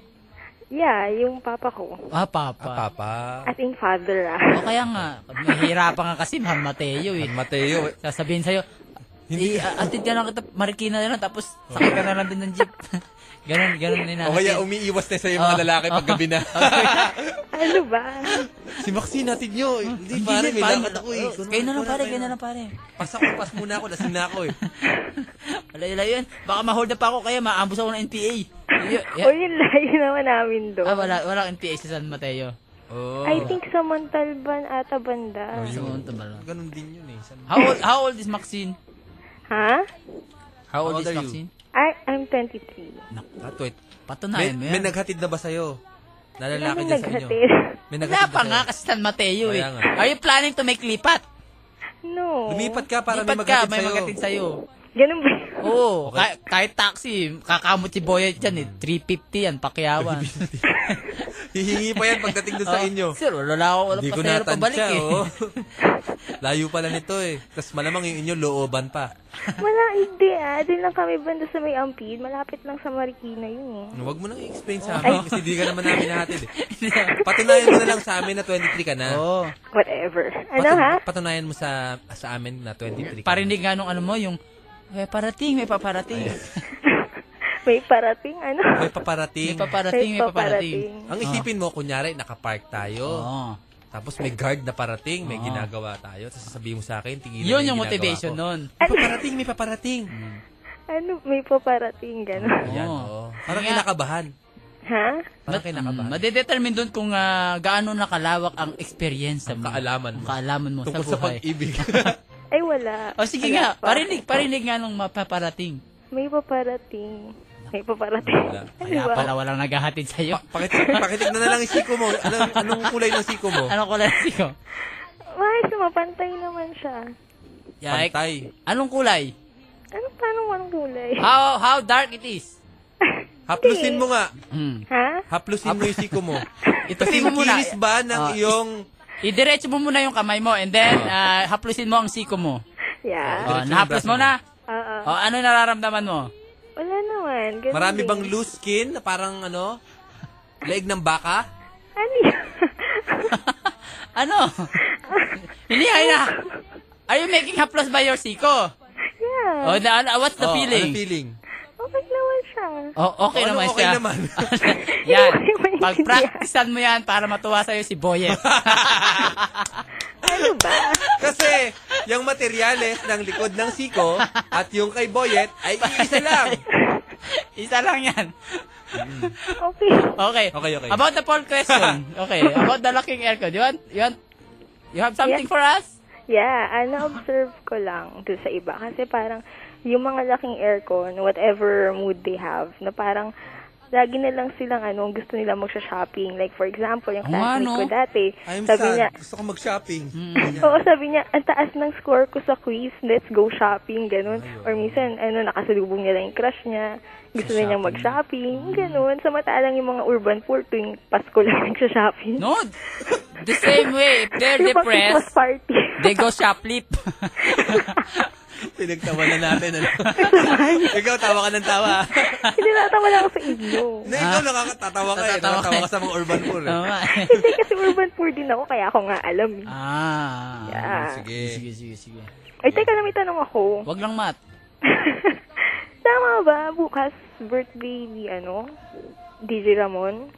S9: Yeah, yung papa ko.
S2: Ah, papa.
S3: Ah, papa.
S9: As in father,
S2: O
S9: ah.
S2: Oh, kaya nga, mahirapan nga kasi, Han Mateo eh.
S3: San Mateo.
S2: Sasabihin sa'yo, hindi, atid ka lang kita, Marikina na lang, tapos sakay ka na lang din ng jeep. ganon, ganon din
S3: O kaya umiiwas na sa'yo yung mga
S2: Oh.
S3: lalaki pag gabi na.
S9: Ano ba?
S3: si Maxine, natin nyo. eh. Hindi, pare,
S2: Hmm. Pare,
S3: may lakad ako eh.
S2: Kayo na lang pare, kayo na lang pare.
S3: Pas ako, pas muna ako, lasing na ako eh.
S2: Layo-layo yan. Baka ma-hold up ako, kaya maambos ako ng NPA. Layo,
S9: O
S2: yeah.
S9: yun layo naman namin doon.
S2: Ah, wala, wala NPA sa San Mateo.
S3: Oh.
S9: I think sa Montalban ata banda.
S2: Sa Montalban.
S3: Ganun din yun eh. San-
S2: Diba? How old, how old is Maxine?
S9: Ha?
S2: How
S3: How
S2: old,
S3: old
S2: is
S3: are you?
S2: Maxine?
S9: I, I'm 23.
S3: Ah, wait. May,
S2: Patunayan mo yan.
S3: may naghatid na ba sa'yo? Na lalaki
S9: Anong
S3: dyan sa inyo?
S9: naghatid?
S3: May
S2: Wala
S3: naghatid
S2: pa
S3: na
S2: nga
S3: sa'yo?
S2: kasi San Mateo eh.
S3: Kaya nga.
S2: Are you planning to make lipat?
S9: No.
S3: Lumipat ka para
S2: Lipat
S3: may
S2: ka,
S3: maghatid
S2: may
S3: sa'yo.
S2: magatid sa'yo.
S9: Ganun ba?
S2: Oo,
S3: Okay.
S2: ka- kahit taxi, kakamot si Boyet dyan eh. 350 yan, pakiyawan.
S3: Hihingi pa yan pagdating doon sa
S2: Oh,
S3: inyo.
S2: Sir, wala ako, wala
S3: Hindi
S2: pa
S3: ko
S2: sa'yo, pabalik
S3: natansya,
S2: eh.
S3: oh. Layo pala nito eh. Tapos malamang yung inyo, looban pa.
S9: Wala, hindi ah. Doon lang kami banda sa may Ampid. Malapit lang sa Marikina yun eh.
S3: Ano, Huwag mo nang i-explain sa amin kasi hindi ka naman namin nahatid eh. Patunayan mo na lang sa amin na 23 ka na.
S2: Oo.
S9: Whatever. Ano
S3: Patun-
S9: ha?
S3: Patunayan mo sa sa amin na 23 ka
S2: Parinig nga nung ano mo, yung, may paparating, may paparating.
S9: May parating ano?
S3: na. May paparating.
S2: May paparating, may paparating. Oh.
S3: Ang isipin mo, kunyari, nakapark tayo.
S2: Oo.
S3: Tapos may guard na parating, may ginagawa tayo. Tapos sasabihin mo sa akin, tingilan
S2: Oh.
S3: na
S2: Yun yung
S3: ginagawa
S2: motivation
S3: ko.
S2: nun. Mm.
S3: May paparating, may paparating.
S9: Ano? May paparating gano'n.
S3: Ayan,
S2: Oo.
S3: oo. Parang
S2: Oh. Kaya-
S3: kinakabahan.
S9: Ha?
S3: Parang kinakabahan.
S2: Mm, madedetermine doon kung ah, gaano nakalawak ang experience mo.
S3: kaalaman mo.
S2: Ang kaalaman mo sa
S3: Tungkol sa
S2: buhay.
S3: pag-ibig.
S9: Ay wala.
S2: O Oh, sige
S9: Wala
S2: nga,
S9: pa.
S2: parinig, parinig nga nung mapaparating.
S9: May paparating. May paparating.
S3: Wala.
S9: Ano
S2: Kaya
S9: ba?
S2: pala walang naghahatid sa'yo.
S3: Pa- pakitig, pakitig na na lang yung siko mo. Anong, anong kulay ng siko mo?
S2: Anong kulay ng siko?
S9: Why? Sumapantay naman siya.
S2: Yike.
S3: Pantay.
S2: Anong kulay?
S9: Ano paano anong kulay?
S2: How how dark it is?
S3: Haplusin mo nga.
S2: Mm.
S9: Ha?
S3: Haplusin mo yung siko mo. Kasi
S2: Ituloy mo muna.
S3: kinis ba ng
S2: Ah,
S3: iyong...
S2: Idiretso mo muna yung kamay mo and then ah, haplusin mo ang siko mo.
S9: Yeah. Ah,
S2: Oh,
S3: Diretso
S2: nahaplos
S3: yung braso
S2: mo na.
S9: Oo.
S2: Oh, ano nararamdaman mo?
S9: Wala naman. Ganun
S3: Marami
S9: din.
S3: bang loose skin na parang ano? Leeg ng baka?
S9: Ano yun?
S2: ano? Hinihay na. Are you making haplos by your siko?
S9: yeah.
S2: Oh, na, ano- what's the
S3: Oh,
S2: feeling?
S3: Ano feeling?
S9: Okay naman siya.
S2: Oh, okay
S3: Oh, ano,
S2: naman
S3: okay
S2: siya.
S3: naman.
S2: yan.
S9: Hindi ko maintindihan.
S2: Pag-practicean mo yan para matuwa sa'yo si Boyet.
S9: Ay,
S8: Ano ba?
S3: Kasi, yung materyales ng likod ng siko at yung kay Boyet ay iisa lang.
S2: Isa lang yan.
S8: Okay.
S2: Okay.
S3: Okay, okay.
S2: About the poll question. Okay. About the locking aircon. You want, you want, you have something
S8: Yes.
S2: for us?
S8: Yeah, ah, na-observe ko lang dun sa iba. Kasi parang yung mga laking aircon, whatever mood they have, na parang lagi na lang silang ano, gusto nila magsha-shopping. Like for example, yung
S2: Oo nga,
S8: classmate
S2: no?
S8: ko dati,
S3: Oh, ano? I'm
S8: sabi
S3: sad.
S8: niya,
S3: Gusto ko mag-shopping.
S2: Hmm.
S8: Oo, sabi niya, ang taas ng score ko sa quiz, let's go shopping, ganun. Or minsan, ano, nakasalubong niya lang yung crush niya, gusto
S2: Sa
S8: na niyang mag-shopping, ganun. Samatalang yung mga urban poor tuwing Pasko lang nagsha-shopping.
S2: No. The same way. If they're
S8: Yung pag Christmas
S2: depressed,
S8: party.
S2: they go shoplift.
S3: Pinagtawanan natin. Ano? ikaw, tawa ka ng tawa.
S8: Hindi natawa lang ako sa inyo.
S3: Na, ikaw nakakatawa ka eh.
S2: Ah. Natatawa ka eh.
S3: Nakatawa ka sa mga urban poor. Eh.
S2: Tama.
S8: Hindi kasi urban poor din ako, kaya ako nga alam. eh.
S2: ah.
S8: Yeah.
S3: Sige.
S2: Sige, sige, sige.
S8: Ay, teka na may tanong ako.
S2: Wag lang mat.
S8: Tama ba, bukas birthday ni ano, DJ Ramon?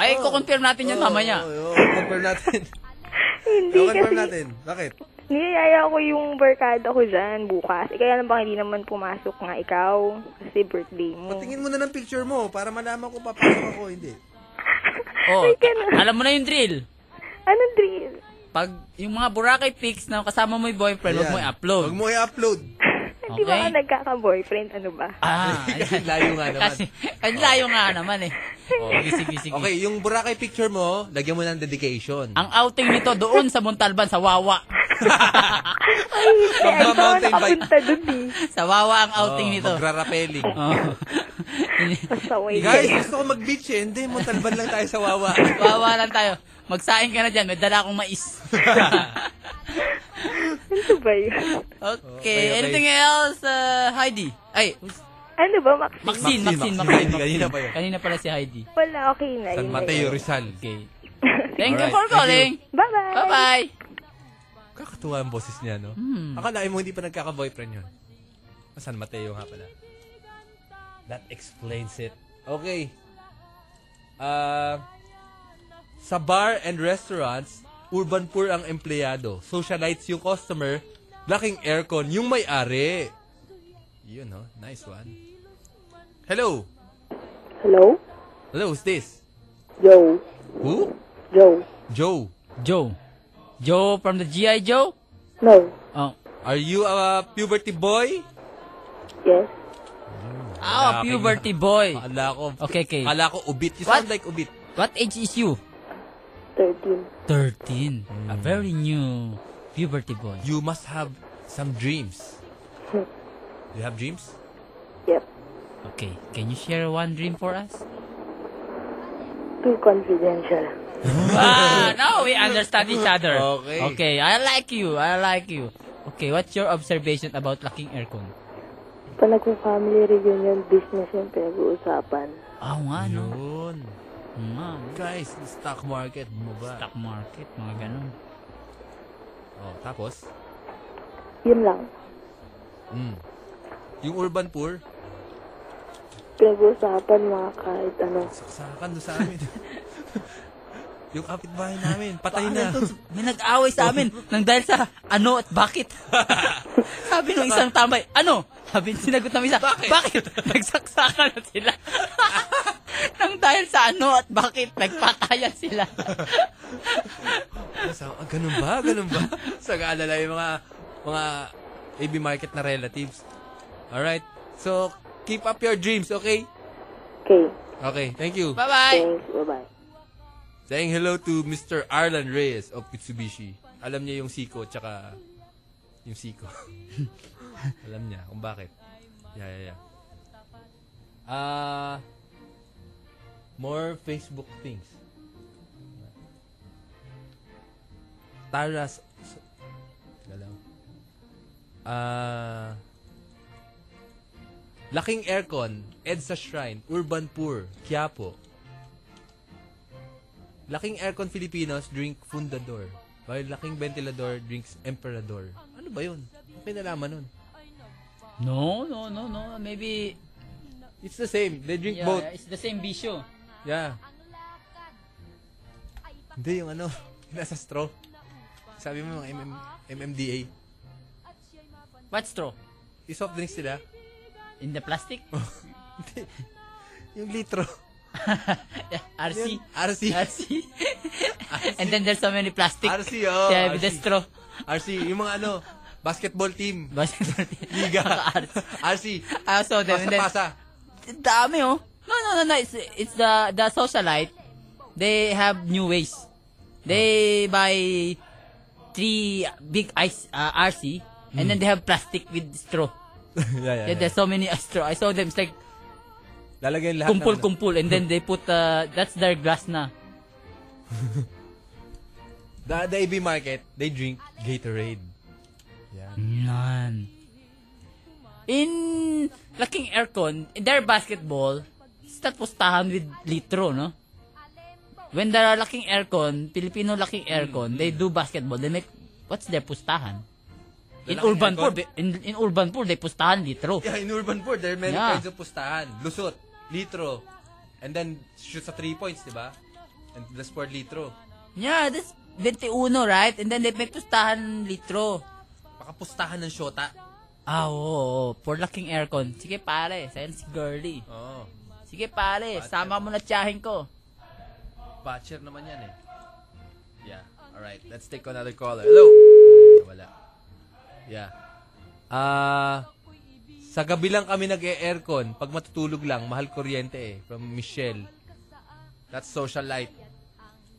S2: Ay, kukonfirm natin
S3: Oh,
S2: yan mamaya.
S3: Oo, oo, confirm natin.
S8: Hindi
S3: Oo, confirm
S8: kasi
S3: natin. Bakit?
S8: niyayaya ko yung barkada ko dyan bukas. Eh, kaya lang ba hindi naman pumasok nga ikaw kasi birthday mo.
S3: Patingin mo na ng picture mo para malaman ko papasok ako o hindi.
S2: Oh,
S8: Ay, ganun.
S2: alam mo na yung drill.
S8: Ano, drill?
S2: Pag yung mga Boracay pics na kasama mo yung boyfriend, huwag mo
S3: Ayan.
S2: i-upload.
S3: Huwag mo i-upload.
S8: Hindi ba ka nagkaka-boyfriend? Ano ba?
S2: Ah, ayan.
S3: Layo nga naman.
S2: Kasi, ang layo nga naman eh. Sige, sige, sige.
S3: Okay, yung Boracay picture mo, lagyan mo ng dedication.
S2: Ang outing nito doon sa Montalban, sa Wawa.
S8: Ay, hindi.
S3: Magma-
S8: Ay, ito ako
S3: mountain bike.
S8: nakapunta dun eh.
S2: sa Wawa ang
S3: Oh,
S2: outing nito.
S3: Magrarapeling.
S2: Oh.
S8: Pasaway.
S3: Guys, gusto ko mag-beach eh. Hindi, Montalban lang tayo sa Wawa.
S2: Wawa lang tayo. Magsaing ka na dyan, may dala akong mais.
S8: Ano ba yun?
S2: okay.
S3: Okay, okay.
S2: anything else, uh, Heidi? Ay,
S8: Ano ba, Max?
S2: Maxine,
S3: Maxine,
S2: Maxine, Maxine.
S3: Maxine.
S2: Maxine.
S3: Kanina pa yun.
S2: Kanina pala si Heidi.
S8: Wala, okay na.
S3: San
S8: yun na
S3: Mateo
S8: yun.
S3: Rizal.
S2: Okay. Thank you
S3: Alright,
S2: for
S3: thank you.
S2: calling.
S8: Bye-bye.
S2: Bye-bye.
S3: Kakatuwa ang boses niya, no?
S2: Hmm.
S3: Akalain mo hindi pa nagkaka-boyfriend yun. Ah, San Mateo nga pala. That explains it. Okay. Ah, sa bar and restaurants, urban poor ang empleyado. Socialites yung customer. Laking aircon yung may-ari. Yun, no? Nice one. Hello.
S10: Hello?
S3: Hello, who's this?
S10: Joe.
S3: Who?
S10: Joe.
S3: Joe.
S2: Joe. Joe from the G.I. Joe?
S10: No.
S2: Oh.
S3: Are you a puberty boy?
S10: Yes.
S2: Ah,
S3: Laki
S2: puberty boy.
S3: Akala ko.
S2: Okay, okay.
S3: Akala ko ubit. You
S2: What?
S3: sound like ubit.
S2: What age is you?
S10: 13.
S2: 13. A very new puberty boy.
S3: You must have some dreams. You have dreams?
S10: Yep.
S2: Okay. Can you share one dream for us?
S10: Too confidential.
S2: ah, now we understand each other.
S3: Okay.
S2: Okay. I like you. I like you. Okay, what's your observation about locking aircon?
S10: Pag nagpa-family reunion, business yung pinag-uusapan.
S2: Ah, nga, no?
S3: Yun.
S2: Nga.
S3: Guys, the stock market mo ba?
S2: Hmm. Stock market, mga ganun.
S3: Oh, tapos?
S10: Yun lang.
S3: Mm. Yung urban poor,
S10: Pinag-uusapan mga kahit ano.
S3: saksakan doon sa amin. yung kapitbahay namin, patay na.
S2: Paano to? May nag-away sa amin
S3: Oh.
S2: nang dahil sa ano at bakit. Sabi nung isang tambay, ano? Sabi sinagot namin isa, bakit? Nagsaksakan na sila. nang dahil sa ano at bakit nagpatayan sila.
S3: Sa- ah, ganun ba? Ganun ba? sa kaalala yung mga, mga AB market na relatives. Alright. So, keep up your dreams, okay?
S10: Okay.
S3: Okay, thank you.
S2: Bye-bye.
S10: Thanks. Bye-bye.
S3: Saying hello to Mr. Arlan Reyes of Mitsubishi. Alam niya yung siko tsaka yung siko. Alam niya kung bakit. Yeah, yeah, yeah. Ah, more Facebook things. Taras Galaw. Ah, Laking Aircon, EDSA Shrine, Urban Poor, Quiapo. Laking aircon Filipinos drink fundador. While laking ventilador drinks emperador. Ano ba yun? May nalaman nun.
S2: No, no, no, no. Maybe
S3: It's the same. They drink
S2: yeah,
S3: both.
S2: it's the same bisyo.
S3: Yeah. Hindi yung ano. Nasa straw. Sabi mo mga MM, MMDA.
S2: What's true?
S3: Yung soft drinks nila,
S2: In the plastic?
S3: yung litro.
S2: RC?
S3: Yun, RC.
S2: RC? And then there's so many plastic.
S3: RC, oh,
S2: Yeah,
S3: RC.
S2: with the straw.
S3: RC, yung mga ano, basketball team.
S2: Basketball team.
S3: Liga.
S2: RC.
S3: RC.
S2: I saw them. and then,
S3: Pasa-pasa.
S2: Dami, oh. No, no, no, no. It's, it's the, the socialite. They have new ways. They buy three big ice, uh, RC. And then they have plastic with straw.
S3: Mm. yeah, yeah,
S2: Yeah, there's so many uh, straw. I saw them. It's like,
S3: Lalagay lahat ng- ano.
S2: kumpul-kumpul. And then they put, uh, that's their glass na.
S3: The, the AB market, they drink Gatorade. Yeah.
S2: Yan. In laking aircon, in their basketball, it's not pustahan with litro, no? When there are laking aircon, Filipino laking aircon, they do basketball, they make, what's their pustahan? In
S3: Laking
S2: urban
S3: aircon?
S2: pool, they- in, in urban pool, they pustahan litro.
S3: Yeah, in urban poor, there are many
S2: Yeah.
S3: kinds of pustahan. Lusot, litro, and then shoot sa three points, di ba? And the sport litro.
S2: Yeah, that's 21, right? And then they make pustahan litro.
S3: Baka pustahan ng shota.
S2: Ah, oo, oo. For laking aircon. Sige pare, sayan si girly.
S3: Oo. Oh,
S2: Sige pare, sama mo na tiyahin ko.
S3: Butcher naman yan eh. Yeah. Alright, let's take another caller. Hello! Yeah, wala. Yeah. Ah... sa gabi lang kami nag-aircon. Pag matutulog lang, mahal kuryente eh. From Michelle. That's social life.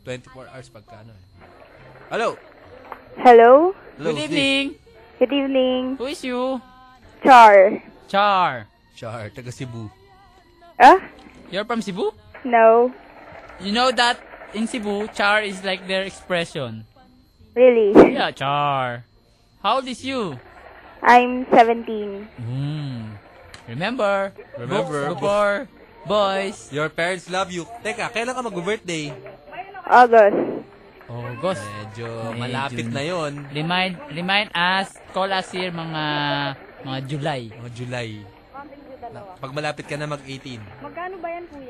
S3: 24 hours pagkano eh. Hello!
S9: Hello?
S3: Hello,
S2: Good
S3: who's
S2: evening.
S9: Good evening.
S2: Who is you?
S9: Char.
S2: Char.
S3: this? Char, taga Cebu.
S9: Ah?
S2: You're from Cebu?
S9: No.
S2: You know that in Cebu, char is like their expression.
S9: Really?
S2: Yeah, char. How old is you?
S9: I'm 17.
S2: Hmm. Remember,
S3: Remember.
S2: books before boys.
S3: Your parents love you. Teka, kailan ka mag-birthday?
S9: August.
S2: Oh, August.
S3: Medyo
S2: Medyo.
S3: Oh, malapit na yon.
S2: Remind, remind us, call us here mga, mga July.
S3: Mga July. Pag malapit ka na mag-18.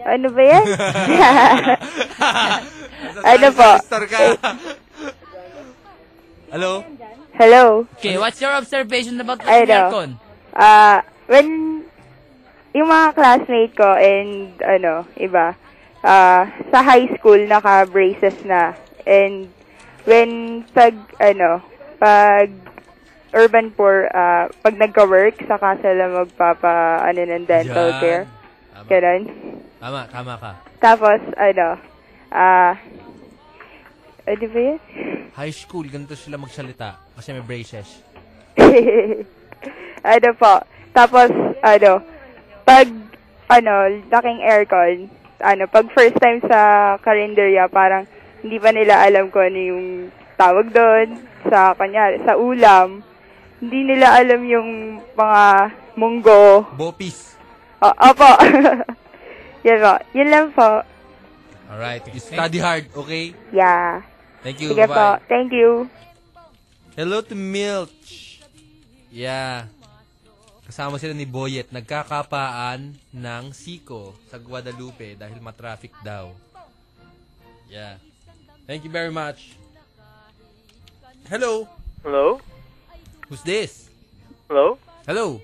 S9: Ano ba yan? Ano po?
S3: Star ka. Hello?
S9: Hello?
S2: Okay,
S3: Ano?
S2: what's your observation about
S9: I
S2: the
S9: know.
S2: aircon?
S9: Ano Ah, when yung mga classmate ko and ano, iba, ah, sa high school naka-braces na. And when pag ano, pag urban poor, ah, pag nagka-work, saka sila magpapa ano ng dental
S3: Yan.
S9: care.
S3: Tama.
S9: Ganun.
S3: Tama, tama ka.
S9: Tapos ano, ah, ano ba yun?
S3: High school, ganito sila magsalita. Kasi may braces.
S9: ano po. Tapos, ano, pag, ano, laking aircon, ano, pag first time sa karinderya, parang hindi pa nila alam kung ano yung tawag doon, sa kanya, sa ulam. Hindi nila alam yung mga munggo.
S3: Bopis.
S9: O, opo. Yan po. Yun lang po.
S3: Alright, you study hard, okay?
S9: Yeah.
S3: Thank you,
S9: Sige po.
S3: bye.
S9: Thank you.
S3: Hello to Milch. Yeah. Kasama sila ni Boyet. Nagkakapaan ng Siko sa Guadalupe dahil matraffic daw. Yeah. Thank you very much. Hello.
S1: Hello?
S3: Who's this?
S1: Hello?
S3: Hello.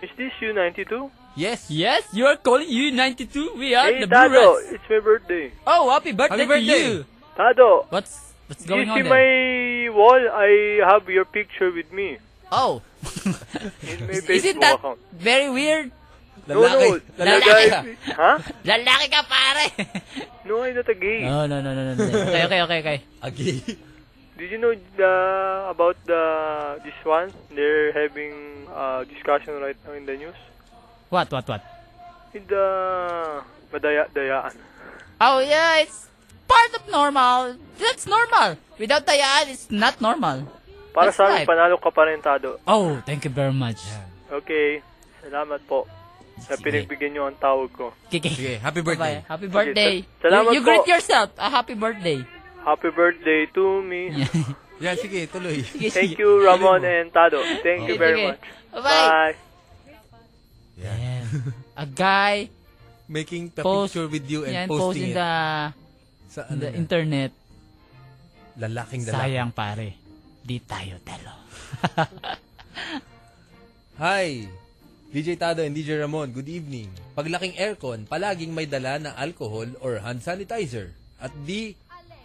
S1: Is this you 92?
S3: Yes.
S2: Yes, you are calling you 92. We are
S1: Hey,
S2: the Blue
S1: Tado,
S2: Rats.
S1: it's my birthday.
S2: Oh, happy birthday,
S3: Happy birthday.
S2: to you.
S1: Tado,
S2: What's what's
S1: you
S2: going on
S1: see
S2: there?
S1: my wall? I have your picture with me.
S2: Oh.
S1: In my
S2: Isn't
S1: Facebook
S2: that
S1: account.
S2: very weird?
S1: No, no,
S3: Lalaki.
S1: talaga,
S2: Lalaki.
S1: I- Ha?
S2: Lalaki ka pare!
S1: No, I'm not a gay.
S2: no, no, no, no, no. Okay, okay, okay, okay.
S3: Agi.
S1: Did you know the, about the this one? They're having uh, discussion right now in the news.
S2: What, what, what?
S1: In the madaya-dayaan.
S2: Oh, yeah, it's part of normal. That's normal. Without tayaan, it's not normal.
S1: Para
S2: That's
S1: sa amin,
S2: right.
S1: panalo ka pa rin, Tado.
S2: Oh, thank you very much.
S1: Okay. Salamat po. Sa
S2: Sige.
S1: pinagbigyan nyo ang tawag ko.
S2: Kiki.
S3: Sige, happy birthday.
S2: Bye. Happy birthday.
S1: sal- salamat
S2: you, you
S1: po.
S2: greet yourself. A happy birthday.
S1: Happy birthday to me.
S3: Yeah, sige, tuloy.
S1: Thank you, Ramon and Tado. Thank you
S2: Sige,
S1: very
S2: sige.
S1: much.
S2: Bye.
S1: Bye.
S2: Yeah. A guy
S3: Making the
S2: Post.
S3: picture with you and
S2: yan post
S3: posting it.
S2: in the,
S3: Sa
S2: in
S3: ano
S2: the
S3: na,
S2: internet.
S3: lalaking lalaki.
S2: Sayang pare. Di tayo talo.
S3: Hi! DJ Tado and DJ Ramon, good evening. Paglaking aircon, palaging may dala na alcohol or hand sanitizer. At di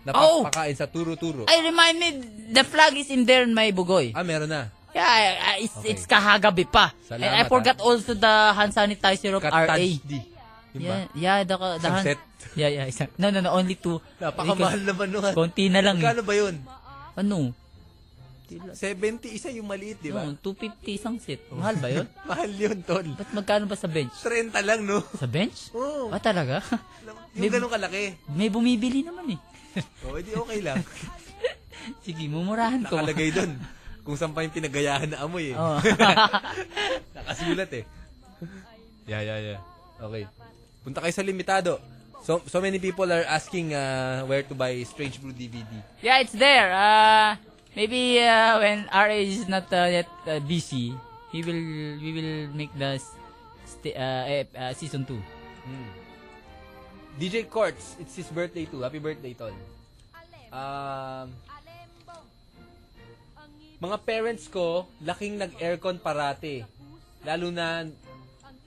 S3: napapakain sa turo-turo.
S2: I remind me, the flag is in there in my bugoy.
S3: Ah, meron na.
S2: Yeah, I- I- it's, it's kahagabi pa. And
S3: Salamat,
S2: I
S3: ah.
S2: forgot also the hand sanitizer of
S3: Katouch
S2: RA.
S3: D. Yun ba?
S2: Yeah, yeah, the, the hand...
S3: Sunset.
S2: Yeah, yeah, isang, no, no, no, only two.
S3: Napakamahal naman nun.
S2: Konti na lang eh.
S3: Magkano ba yun?
S2: Ano?
S3: 70 isa yung maliit, di ba? Oh.
S2: Yung 250 isang set. Mahal ba yun?
S3: Mahal yun, tol.
S2: Ba't magkano ba sa bench?
S3: 30 lang, no?
S2: Sa bench?
S3: Oo.
S2: Ah, talaga?
S3: Yung ganun kalaki.
S2: May bumibili naman eh.
S3: O, Oh, edi okay lang.
S2: Sige, mumurahan ko.
S3: Nakalagay dun. Kung saan pa yung pinagayahan na amoy, eh.
S2: Oo.
S3: Nakasulat, eh. Yeah, yeah, yeah. Okay. Punta kayo sa limitado. So, so many people are asking uh, where to buy Strange Brew DVD.
S2: Yeah, it's there. Uh, maybe uh, when RA is not uh, yet uh, busy, he will we will make the s- sti- uh, ep- uh, season 2.
S3: Hmm. DJ Courts, it's his birthday too. Happy birthday, tol. Um, mga parents ko, laking nag-aircon parate. Lalo na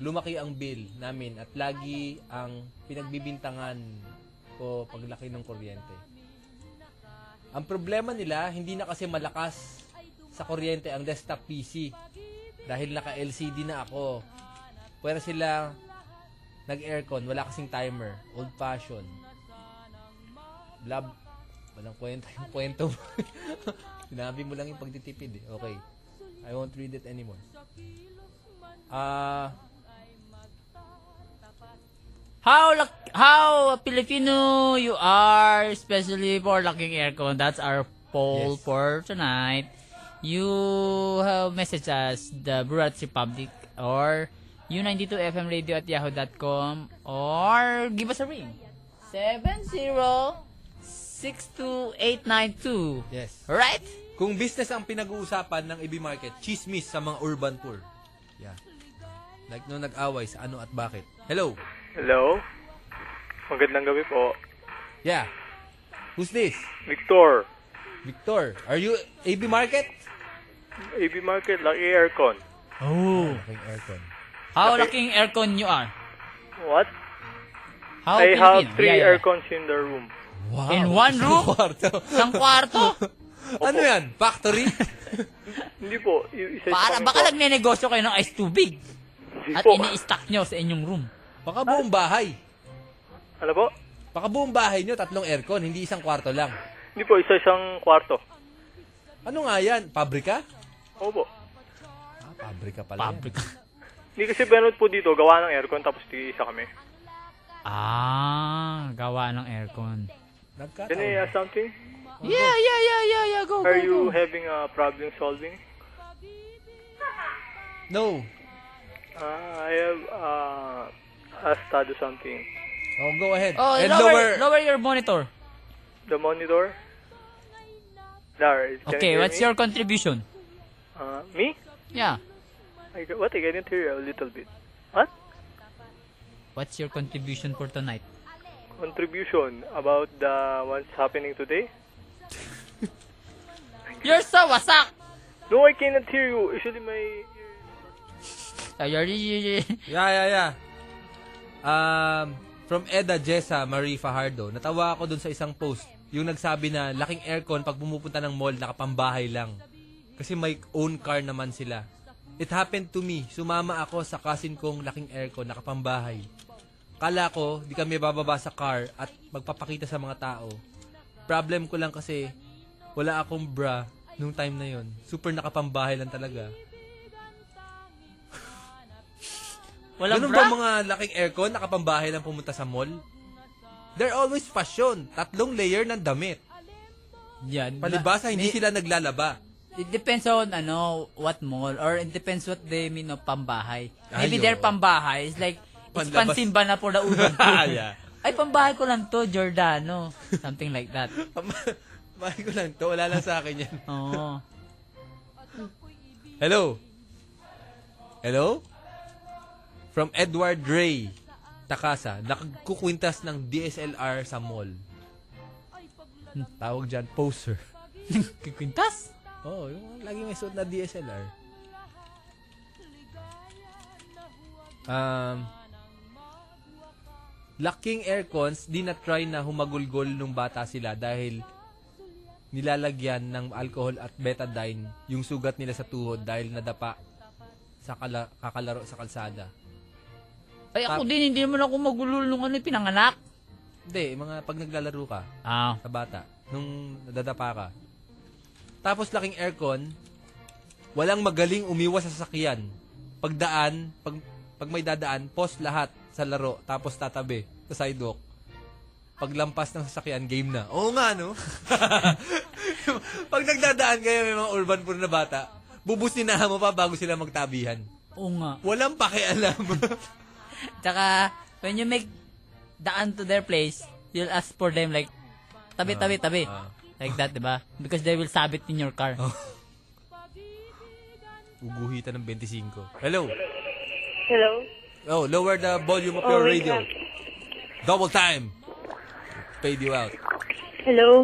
S3: lumaki ang bill namin at lagi ang pinagbibintangan ko paglaki ng kuryente. Ang problema nila, hindi na kasi malakas sa kuryente ang desktop PC dahil naka-LCD na ako. Pwera sila nag-aircon, wala kasing timer, old fashion. Blab, walang kwenta yung kwento mo. Sinabi mo lang yung pagtitipid eh. Okay. I won't read it anymore. Ah,
S2: How luck- how Filipino you are, especially for locking aircon. That's our poll
S3: Yes.
S2: for tonight. You have message us the Brats Republic or U92FM Radio at yahoo.com Um, or give us a ring. 7062892.
S3: yes.
S2: Right?
S3: Kung business ang pinag-uusapan ng EB Market, chismis sa mga urban poor. Yeah. Like no nag-away sa ano at bakit. Hello.
S1: Hello? Magandang gabi po.
S3: Yeah. Who's this?
S1: Victor,
S3: Victor. Are you AB Market?
S1: AB Market, laki aircon.
S2: Oh.
S3: Aking aircon.
S2: How locking aircon you are?
S1: What?
S2: How
S1: I have
S2: Filipino?
S1: three
S2: Yeah, yeah.
S1: aircons in the room.
S3: Wow.
S2: In one room?
S3: Kwarto.
S2: Isang kwarto?
S3: ano yan? Factory?
S1: Hindi po, i- isa
S2: Para,
S1: sa
S2: baka nagnenegosyo kayo ng ice tubig.
S1: Hindi
S2: At
S1: po.
S2: ini-stock nyo sa inyong room.
S3: Baka buong bahay.
S1: Ano po?
S3: Baka buong bahay nyo, tatlong aircon, hindi isang kwarto lang.
S1: Hindi po, isa isang kwarto.
S3: Ano nga yan? Pabrika?
S1: Opo.
S3: Ah, pabrika pala yan.
S2: Fabric.
S1: Hindi kasi benot po dito, gawa ng aircon tapos tiisa kami.
S2: ah, gawa ng aircon.
S3: Nagkataon.
S1: Can I ask something?
S2: Yeah, yeah, yeah, yeah, yeah. Go,
S1: Are
S2: go,
S1: you
S2: go.
S1: having a problem solving?
S3: No.
S1: Uh, I have uh, asked Tado something.
S3: Oh, go ahead.
S2: Oh,
S3: And
S2: lower, lower your monitor.
S1: The monitor? There, can you
S2: Okay,
S1: hear
S2: what's
S1: me?
S2: your contribution?
S1: Uh, me?
S2: Yeah.
S1: I, ca- what, I can hear you a little bit. What?
S2: What's your contribution for tonight?
S1: Contribution about the what's happening today?
S2: You're so wasak!
S1: No, I cannot hear you. Usually my...
S2: Ah, You're, you're, you're-
S3: Yeah, yeah, yeah. Um, from Eda Jessa Marie Fajardo, natawa ako dun sa isang post. Yung nagsabi na laking aircon pag pumupunta ng mall, nakapambahay lang. Kasi may own car naman sila. It happened to me. Sumama ako sa kasin kong laking aircon, nakapambahay. Kala ko, di kami bababa sa car at magpapakita sa mga tao. Problem ko lang kasi, wala akong bra nung time na yon. Super nakapambahay lang talaga.
S2: walang
S3: Ganun
S2: bra?
S3: ba mga laking aircon nakapambahay lang pumunta sa mall? They're always fashion. Tatlong layer ng damit.
S2: Yan.
S3: Palibasa, hindi sila naglalaba.
S2: It depends on ano what mall or it depends what they mean of pambahay. Maybe
S3: Ay,
S2: their
S3: oo.
S2: pambahay is like it's
S3: Panlabas.
S2: pansimba na for the urban
S3: Ah, yeah.
S2: Ay pambahay ko lang to Giordano, something like that.
S3: Mahal ko lang to. Wala lang sa akin yan.
S2: Oo.
S3: Hello? Hello? From Edward Ray Takasa. Nakagkukwintas ng DSLR sa mall. Tawag dyan, poser.
S2: Kikwintas?
S3: Oo, oh, yung lagi may suot na DSLR. Um, laking aircons, di na try na humagulgol nung bata sila dahil nilalagyan ng alcohol at betadine yung sugat nila sa tuhod dahil nadapa sa kala- kakalaro sa kalsada.
S2: Ay, ako
S3: Tap-
S2: din, hindi naman ako magulol nung ano, pinanganak.
S3: Hindi, mga pag naglalaro ka
S2: Ah.
S3: sa bata, nung nadadapa ka. Tapos laking aircon, walang magaling umiwas sa sasakyan. Pagdaan, pag, pag may dadaan, post lahat sa laro, tapos tatabi sa sidewalk. Paglampas ng sasakyan, game na. Oo nga, no? pag nagdadaan kayo may mga urban poor na bata, bubusinahan mo pa bago sila magtabihan.
S2: Oo nga.
S3: Walang pakialam.
S2: Tsaka, when you make daan to their place, you'll ask for them like, tabi,
S3: Ah,
S2: tabi, tabi.
S3: ah. Oh.
S2: Like that, di ba? Because they will sabit in your car.
S3: Uguhitan ng 25. Hello?
S11: Hello?
S3: Oh, lower the volume of your
S11: Oh my
S3: radio.
S11: God.
S3: Double time. Fade you out.
S11: Hello?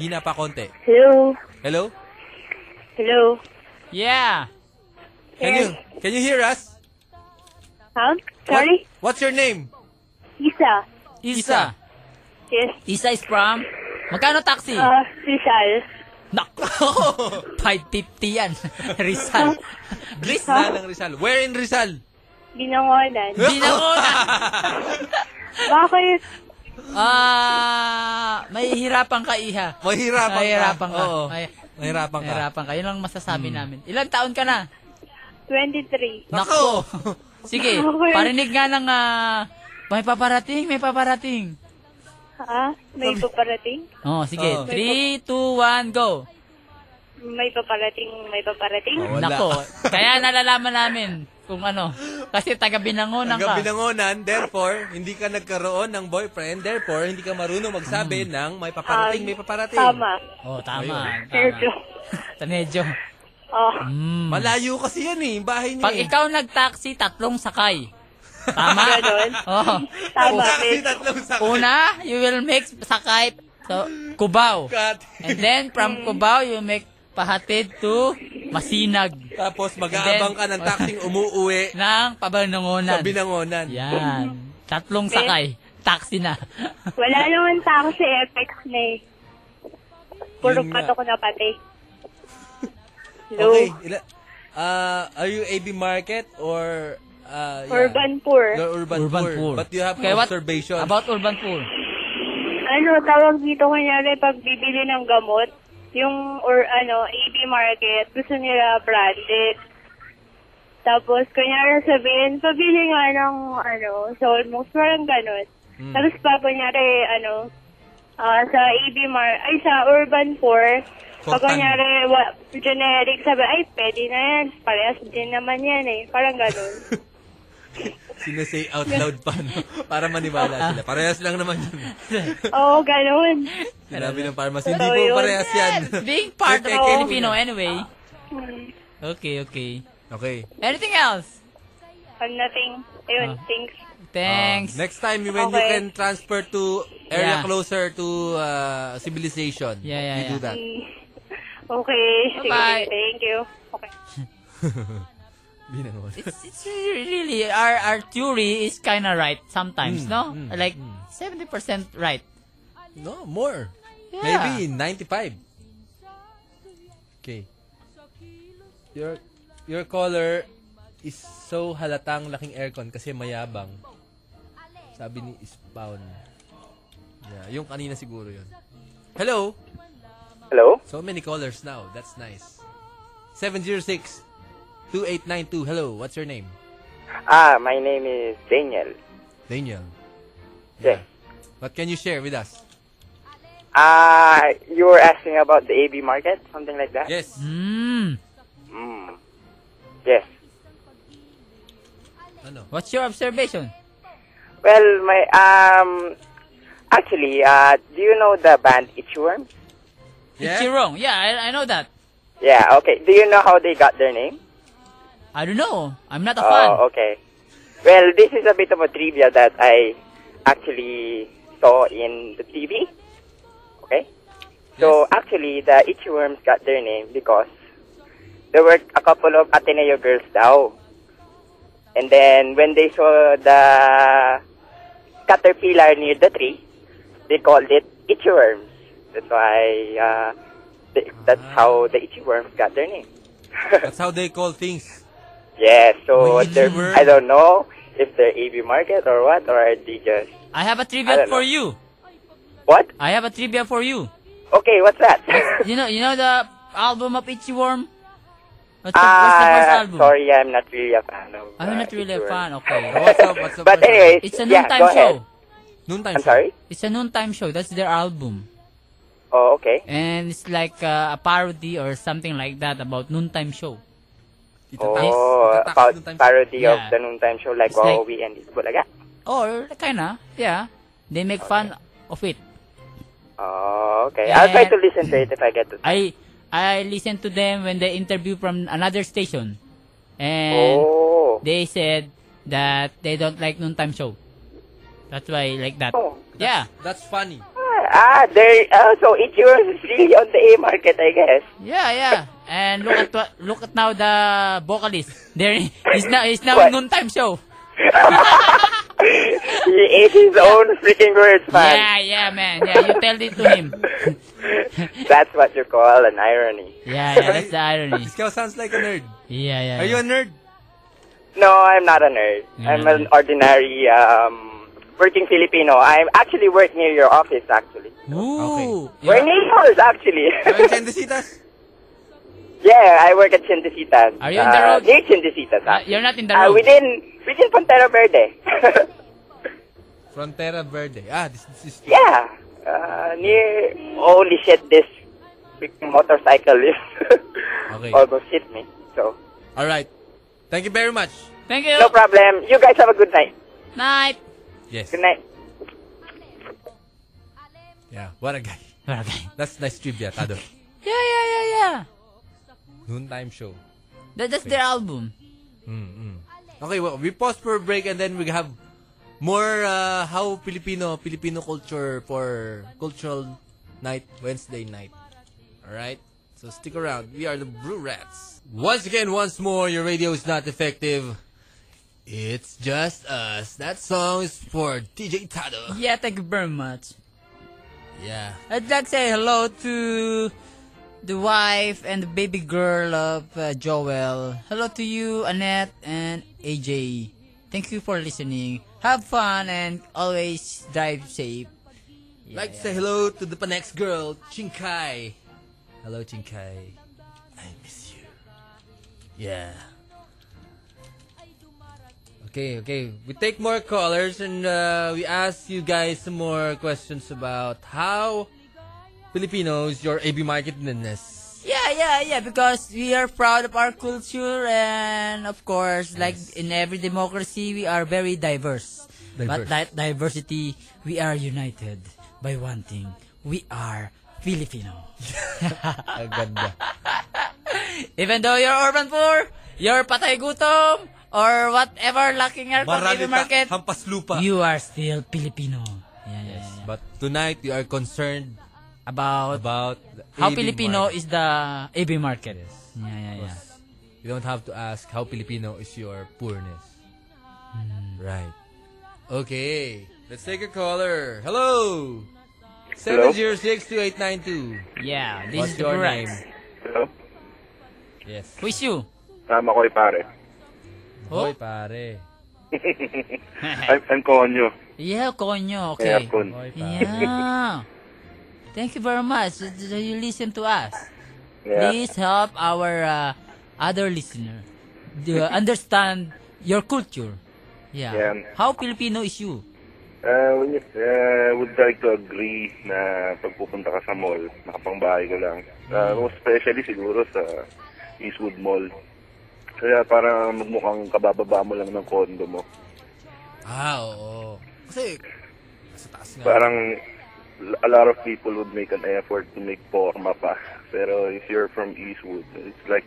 S3: Hina pa konti.
S11: Hello?
S3: Hello?
S11: Hello?
S2: Yeah!
S3: Can you can you hear us?
S11: Huh? Sorry?
S3: What's your name?
S11: Isa.
S2: Isa!
S11: Yes.
S2: Isa is from? Magkano taxi?
S11: Uh, Rizal.
S2: Nako! 550 yan. Rizal.
S3: Gitna ng Rizal. Where in Rizal?
S11: Binangonan.
S2: Binangonan!
S11: Bakit?
S2: Ah, may hirapan ka, Iha.
S3: Mahirapan ka.
S2: Mahirapan ka.
S3: Oo.
S2: May-
S3: Mahirapan ka. Hmm.
S2: Hirapan ka. Yun lang masasabi namin. Ilang taon ka na?
S11: 23.
S3: Nako!
S2: Sige,
S11: Okay.
S2: parinig nga ng ah, may paparating, may paparating.
S11: Ha? May paparating?
S2: Oh, sige.
S3: Oo.
S2: 3, 2, 1, go.
S11: May paparating, may paparating?
S3: Oh, Wala.
S2: Nako. Kaya nalalaman namin kung ano. Kasi taga Binangonan
S3: Hanggang
S2: ka.
S3: binangonan, therefore, hindi ka nagkaroon ng boyfriend, therefore, hindi ka marunong magsabi ng may paparating,
S11: Um,
S3: may paparating.
S11: Tama.
S2: Hmm. Oh, tama.
S11: Medyo.
S2: tama. Tanedyo.
S11: Oh.
S2: Mm.
S3: Malayo kasi yan eh, yung bahay niya
S2: Pag
S3: eh.
S2: ikaw nagtaxi, tatlong sakay. Tama?
S11: Ganon.
S2: Oh.
S11: Tama.
S3: Taxi,
S11: Med-
S3: tatlong sakay.
S2: Una, you will make sakay so Cubao.
S3: Cut.
S2: And then
S11: Mm.
S2: from Cubao, you make pahatid to Masinag.
S3: Tapos mag-aabang ka ng taxing umuuwi
S2: ng pabanungunan.
S3: sa binangonan.
S11: Mm.
S2: Yan. Tatlong sakay. Taxi na.
S11: Wala naman tao si FX na eh. Puro
S3: Yun nga.
S11: pato ko na pati. Hello?
S3: Okay. Ila- ah, are you AB Market or uh, yeah.
S11: Urban poor.
S3: You're urban,
S2: Urban
S3: poor.
S2: poor.
S3: But you have
S2: Okay, what
S3: observation.
S2: about urban pool?
S11: ano, tawag dito kunyari pag bibili ng gamot, yung or ano, AB market, gusto nila branded. Tapos kunyari sabihin, pabili nga ng ano, Solmox, parang ganun. Tapos pa kunyari ano, ah, sa AB Mar, ay sa Urban 4, pag
S3: Sortan.
S11: kunyari wa, generic, sabi, ay pwede na yan, parehas din naman yan eh, parang ganun.
S3: Sinasay out loud pa, no? Para
S2: Ah.
S3: maniwala sila. Parehas lang naman yun.
S11: Oo, ganun.
S3: Sinabi ng pharmacy, hindi po
S11: Totoo yun.
S3: parehas yan.
S2: Being part of
S3: Okay, okay.
S2: Filipino anyway. Okay, okay.
S3: Okay.
S2: Anything else?
S11: Ang Uh, nothing, ayun,
S2: Ah.
S11: thanks.
S2: Thanks.
S3: Uh, next time, when you
S11: Okay.
S3: can transfer to area
S2: Yeah.
S3: closer to uh, civilization,
S2: Yeah, yeah,
S3: you do
S2: yeah.
S3: that.
S11: Okay, sige,
S2: Bye-bye.
S11: thank you. Okay.
S3: Binangon.
S2: It's, it's really, our, our theory is kind of right sometimes,
S3: Mm,
S2: no?
S3: mm,
S2: like, 70% right.
S3: No, more.
S2: Yeah.
S3: Maybe 95. Okay. Your your caller is so halatang laking aircon kasi mayabang. Sabi ni Spawn. Yeah, yung kanina siguro yun. Hello?
S4: Hello?
S3: So many callers now. That's nice. 706-2892. Hello, what's your name?
S4: Ah, my name is Daniel.
S3: Daniel.
S4: Yeah.
S3: What can you share with us?
S4: Ah, you were asking about the AB market, something like that?
S3: Yes.
S2: Mm.
S4: Mm. Yes.
S3: Ano?
S2: What's your observation?
S4: Well, my um actually, uh do you know the band Itchworm?
S2: It's you
S3: Yeah?
S2: wrong. Yeah, I, I know that.
S4: Yeah, okay. Do you know how they got their name?
S2: I don't know. I'm not a fan.
S4: Oh, okay. Well, this is a bit of a trivia that I actually saw in the TV. Okay?
S12: So actually, the Itchyworms got their name because there were a couple of Ateneo girls daw. And then when they saw the caterpillar near the tree, they called it Itchyworms. That's why uh, they, that's
S2: Ah.
S12: how the Itchyworms got their name.
S3: That's how they call things.
S12: Yeah, so
S3: Wait,
S12: they're,
S3: Itchyworm?
S12: I don't know if they're AB market or what, or they just
S2: I have a
S12: I
S2: trivia
S12: don't
S2: for
S12: know.
S2: you.
S12: What?
S2: I have a trivia for you.
S12: Okay, what's that?
S2: you know, you know the album of Itchy Worm. What's the, what's the first
S12: Ah,
S2: album?
S12: sorry, I'm not really a fan of.
S2: I'm not really a fan. Okay.
S12: What's up, what's up, But what's up? anyways,
S2: it's a
S12: yeah,
S2: noontime
S12: go
S2: show.
S12: ahead.
S3: Noontime
S12: I'm sorry.
S2: It's a noontime show. That's their album.
S12: Oh, okay.
S2: And it's like uh, a parody or something like that about noontime show.
S12: Oh, about parody of
S2: Yeah.
S12: the noontime show like
S2: It's like-
S12: Wawawi and Isbulaga.
S2: Or kinda, yeah. They make fun of it.
S12: Oh, okay. I'll try to listen to it if I get to.
S2: I I listen to them when they interview from another station, and
S12: Oh.
S2: they said that they don't like noontime show. That's why like that. yeah.
S3: That's funny.
S12: Ah, there. Oh, so it yours is really on the A market, I guess.
S2: Yeah, yeah. And look at what, look at now the vocalist. There he's now he's now
S12: What?
S2: noontime show.
S12: He ate his own freaking words, man.
S2: Yeah, yeah, man. Yeah, you tell it to him.
S12: That's what you call an irony.
S2: Yeah, yeah. That's the irony.
S3: This guy sounds like a nerd.
S2: Yeah, yeah.
S3: Are you a nerd?
S12: No, I'm not a nerd. I'm an ordinary um, working Filipino. I'm actually work near your office, actually.
S2: Ooh.
S12: We're neighbors, actually.
S3: Chendecitas?
S12: yeah, I work at Chendecitas.
S2: Are you on the
S12: Uh,
S2: road?
S12: Near Chendecitas, actually.
S2: You're not in the
S12: Uh,
S2: room.
S12: within, within Pontero Verde.
S3: Frontera Verde. Ah, this, this is...
S12: yeah. Uh, near, holy shit, this freaking motorcycle is
S3: Okay.
S12: almost hit me. So,
S3: Alright. Thank you very much.
S2: Thank you.
S12: no problem. You guys have a good night.
S2: Night.
S3: Yes.
S12: Good night.
S3: Yeah, what a guy.
S2: What a guy.
S3: That's nice trivia, Tado.
S2: Yeah, yeah, yeah, yeah.
S3: Noontime show.
S2: That, that's their album.
S3: Mm-mm. Okay, well, we pause for a break and then we have more uh, how Filipino Filipino culture for cultural night Wednesday night. All right, so stick around. We are the Blue Rats. Once again, once more, your radio is not effective. It's just us. That song is for DJ Tado.
S2: Yeah, thank you very much.
S3: Yeah.
S2: I'd like to say hello to the wife and the baby girl of uh, Joel. Hello to you, Annette and AJ. Thank you for listening. Have fun and always drive safe.
S3: like to say hello to the next girl, Chinkai. Hello, Chinkai. I miss you. Yeah. Okay, okay. We take more callers and uh, we ask you guys some more questions about how Filipinos your AB marketedness.
S2: Yeah, yeah, yeah, because we are proud of our culture and of course, like in every democracy, we are very diverse. But
S3: Diverse.
S2: that diversity, we are united by one thing. We are Filipino.
S3: Ang ganda.
S2: Even though you're urban poor, you're patay gutom, or whatever lacking aircon
S3: Marami
S2: in the
S3: pa,
S2: market,
S3: hampas lupa.
S2: you are still Filipino. Yeah, yeah, yeah.
S3: But tonight we are concerned
S2: About
S3: about the
S2: how
S3: AB
S2: Filipino
S3: market.
S2: is the AB market. Yeah, yeah, yeah.
S3: Because You don't have to ask how Filipino is your poorness.
S2: Hmm.
S3: Right. Okay. Let's take a caller. Hello.
S13: Hello?
S3: Seven zero six two eight nine two.
S2: Yeah,
S3: What's
S2: this is the
S3: your
S2: Burex.
S3: name?
S13: Hello?
S3: Yes.
S2: Wish you.
S13: Tama ko eh, pare.
S3: Hoy
S2: Oh?
S3: pare.
S13: I'm, I'm Konyo.
S2: Yeah, konyo. Okay.
S13: Aircon.
S2: Yeah. Thank you very much. that- that You listen to us.
S13: Yeah.
S2: Please help our uh, other listener to understand your culture. Yeah.
S13: Yeah.
S2: How Filipino is you?
S13: Uh, would, you- uh, would like to agree na pag pupunta ka sa mall, nakapangbahay ka lang.
S2: Mm.
S13: Uh, most especially siguro sa Eastwood Mall. Kaya parang magmukhang kabababa mo lang ng kondo mo.
S3: Ah, oo. Kasi, nasa taas nga.
S13: Parang a lot of people would make an effort to make forma pa. Pero if you're from Eastwood, it's like,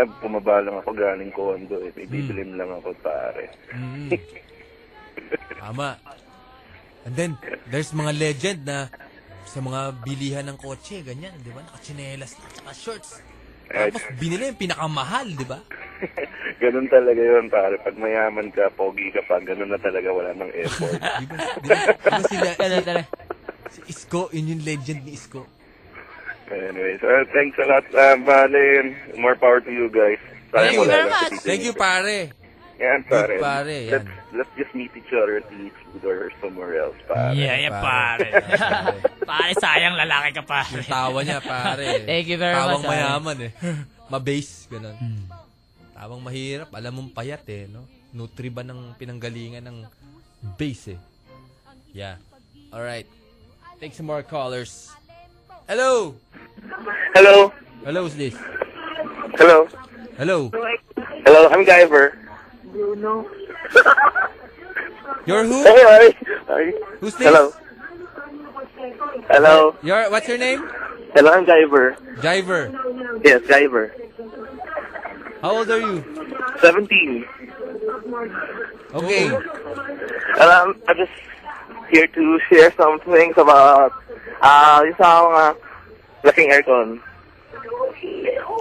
S13: eh, pumaba lang ako galing kondo eh.
S3: Hmm.
S13: May bibilim lang ako pare.
S3: Mm. Tama. And then, there's mga legend na sa mga bilihan ng kotse, ganyan, di ba? Nakachinelas, naka-shorts.
S13: Eh,
S3: Tapos binili yung pinakamahal, di ba?
S13: ganun talaga yun, pare. Pag mayaman ka, pogi ka pa, ganun na talaga wala ng effort.
S3: Tala, tala. eh, Si Isko, yun yung legend ni Isko.
S13: Anyways, uh, thanks a lot. Uh, bale, more power to you guys.
S3: Thank you
S13: wala
S3: very
S13: lang
S3: much.
S13: sa
S3: Thank you, pare.
S13: Yan, pare.
S3: Good, pare, yan.
S13: Let's, let's just meet each other at least or somewhere else, pare.
S2: Yeah, yeah, pare. pare, sayang lalaki ka, pare.
S3: Yung tawa niya, pare.
S2: Thank you very
S3: Tawang
S2: much. ah. Hmm.
S3: mayaman
S2: pare.
S3: eh. Mabase, ganun. Tawang mahirap, alam mong payat eh, no? Nutri ba ng pinanggalingan ng base eh? Yeah. Alright. Take some more callers. Hello!
S14: Hello.
S3: Hello, who's this?
S14: Hello.
S3: Hello.
S14: Hello, I'm Guyver.
S15: Bruno.
S3: You're who?
S14: Sorry, sorry.
S3: Who's this?
S14: Hello. Hello.
S3: Your, what's your name?
S14: Hello, I'm Guyver.
S3: Driver.
S14: Yes, Guyver.
S3: How old are you?
S14: 17.
S3: Okay.
S14: And um, I'm just here to share some things about uh, yung sa akong uh, laking aircon.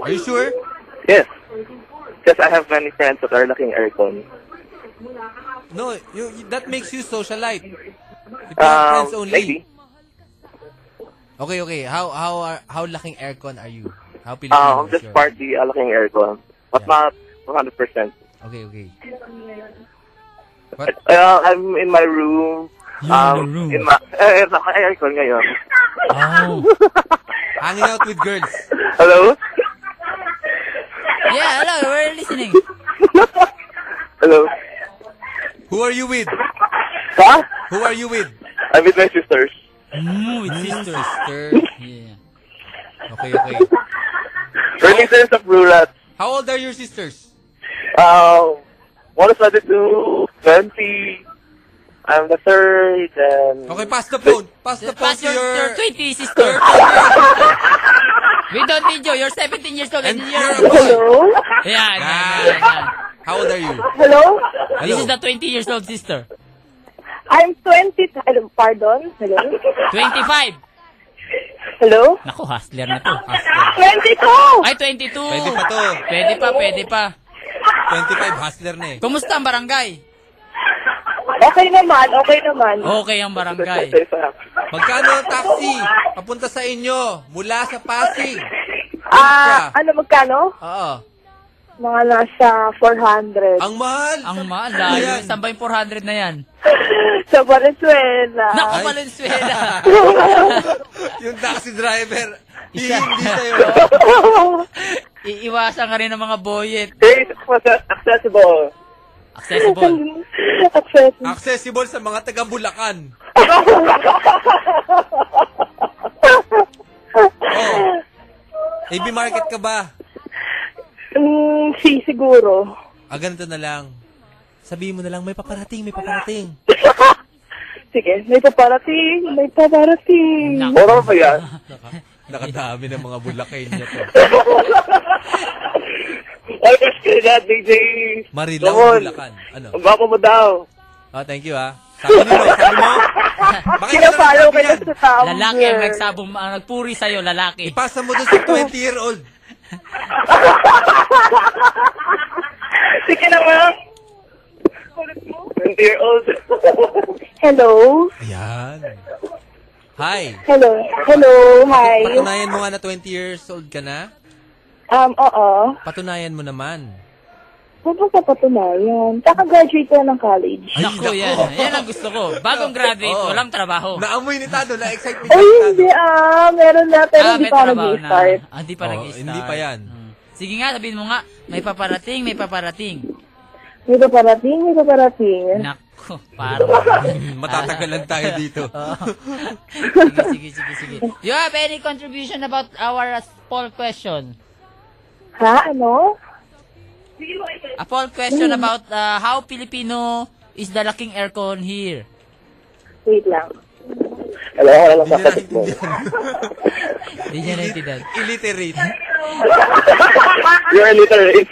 S3: Are you sure?
S14: Yes. Because I have many friends that are laking aircon.
S3: No, you, you- that makes you socialite. If you have
S14: Um,
S3: friends only.
S14: maybe.
S3: Okay, okay. How how are, how laking aircon are you? How Filipino
S14: Uh, I'm
S3: is
S14: just
S3: your-
S14: partly a laking aircon. But not 100%.
S3: Okay, okay.
S14: Uh, I'm in my room. um, In my, eh, naka-aircon ngayon.
S3: Oh. Hanging out with girls.
S14: Hello?
S2: Yeah, hello, we're listening.
S14: Hello?
S3: Who are you with?
S14: Huh?
S3: Who are you with?
S14: I'm with my sisters.
S2: Mm, with
S3: sisters.
S2: Yeah.
S3: Okay, okay.
S14: We're listeners of Rurat.
S3: How old are your sisters?
S14: Um, one is added to 20. I'm the third, and...
S3: Okay, pass the phone. Pass the phone
S2: Pass
S3: to
S2: your,
S3: your...
S2: your 20, sister. We don't need you. You're 17 years old and, you're...
S15: Hello?
S2: Yeah, yeah, yeah, yeah.
S3: How old are you?
S15: Hello?
S2: This is the 20 years old sister.
S15: I'm 20. Hello, pardon? Hello?
S2: 25.
S15: Hello?
S2: Naku, hustler na to.
S15: 22!
S2: Ay, 22.
S3: Pwede pa to.
S2: Pwede pa, pwede pa.
S3: 25, hustler na eh.
S2: Kumusta ang barangay?
S15: Okay naman, okay naman.
S2: Okay ang barangay.
S3: Magkano ang taxi? Papunta sa inyo. Mula sa Pasig.
S15: Ah, ano magkano?
S3: Oo.
S15: Mga nasa 400.
S3: Ang mahal.
S2: Ang mahal. Layo. Saan ba yung 400 na yan?
S15: Sa Valenzuela.
S2: Naku, Valenzuela.
S3: Yung taxi driver. Hindi sa'yo.
S2: Iiwasan ka rin ng mga boyet.
S14: accessible.
S2: Accessible.
S3: Accessible sa mga taga Bulacan. oh. AB Market ka ba?
S15: Mm, si siguro.
S3: Ah, ganito na lang. Sabihin mo na lang, may paparating, may paparating.
S15: Sige, may paparating, may paparating.
S14: Oral ba yan?
S3: Nakadami ng mga Bulacan niya to.
S14: Ay, kasi na, DJ.
S3: Marilaw,
S14: Come on.
S3: Bulacan. Ano?
S14: Ang bako mo daw.
S3: Oh, thank you ah. Sabi mo, sabi mo. Bakit ka
S15: Pinapalo
S3: nagsabi
S15: ka na
S3: yan?
S15: sa tao.
S2: Lalaki ang nagsabong, ang nagpuri sa'yo, lalaki.
S3: Ipasa mo dun sa 20-year-old.
S14: Sige na, ma'am. oh. 20 year old.
S15: Hello?
S3: Ayan. Hi.
S15: Hello? Hello? Hi?
S3: Patunayan mo nga na 20 years old ka na.
S15: Um, oo.
S3: Patunayan mo naman.
S15: Huwag mo papatunayan. Kaka-graduate ko ng college.
S2: Naku, yan. Yan ang gusto ko. Bagong graduate,
S3: Oo.
S2: walang trabaho.
S3: Naamoy ni Tado, na-excite ni
S15: Ay,
S3: Tado.
S15: hindi ah. Meron na, pero
S2: Ah,
S15: hindi
S2: may
S15: pa ako
S2: trabaho na.
S15: nag-start.
S2: Ah, hindi pa
S3: Oo,
S2: nag-start. Hmm.
S3: Hindi pa yan.
S2: Sige nga, sabihin mo nga, may paparating, may paparating.
S15: May paparating, may paparating.
S2: Naku, parang.
S3: Matatagalan tayo dito.
S2: sige, sige, sige, sige. You have any contribution about our uh, poll question?
S15: Ha? Ano?
S2: A poll question about uh, how Filipino is the lacking aircon here.
S15: Wait lang.
S14: Hello, wala lang sa kapit mo.
S2: Hindi niya naintindihan.
S3: Illiterate.
S14: You're illiterate.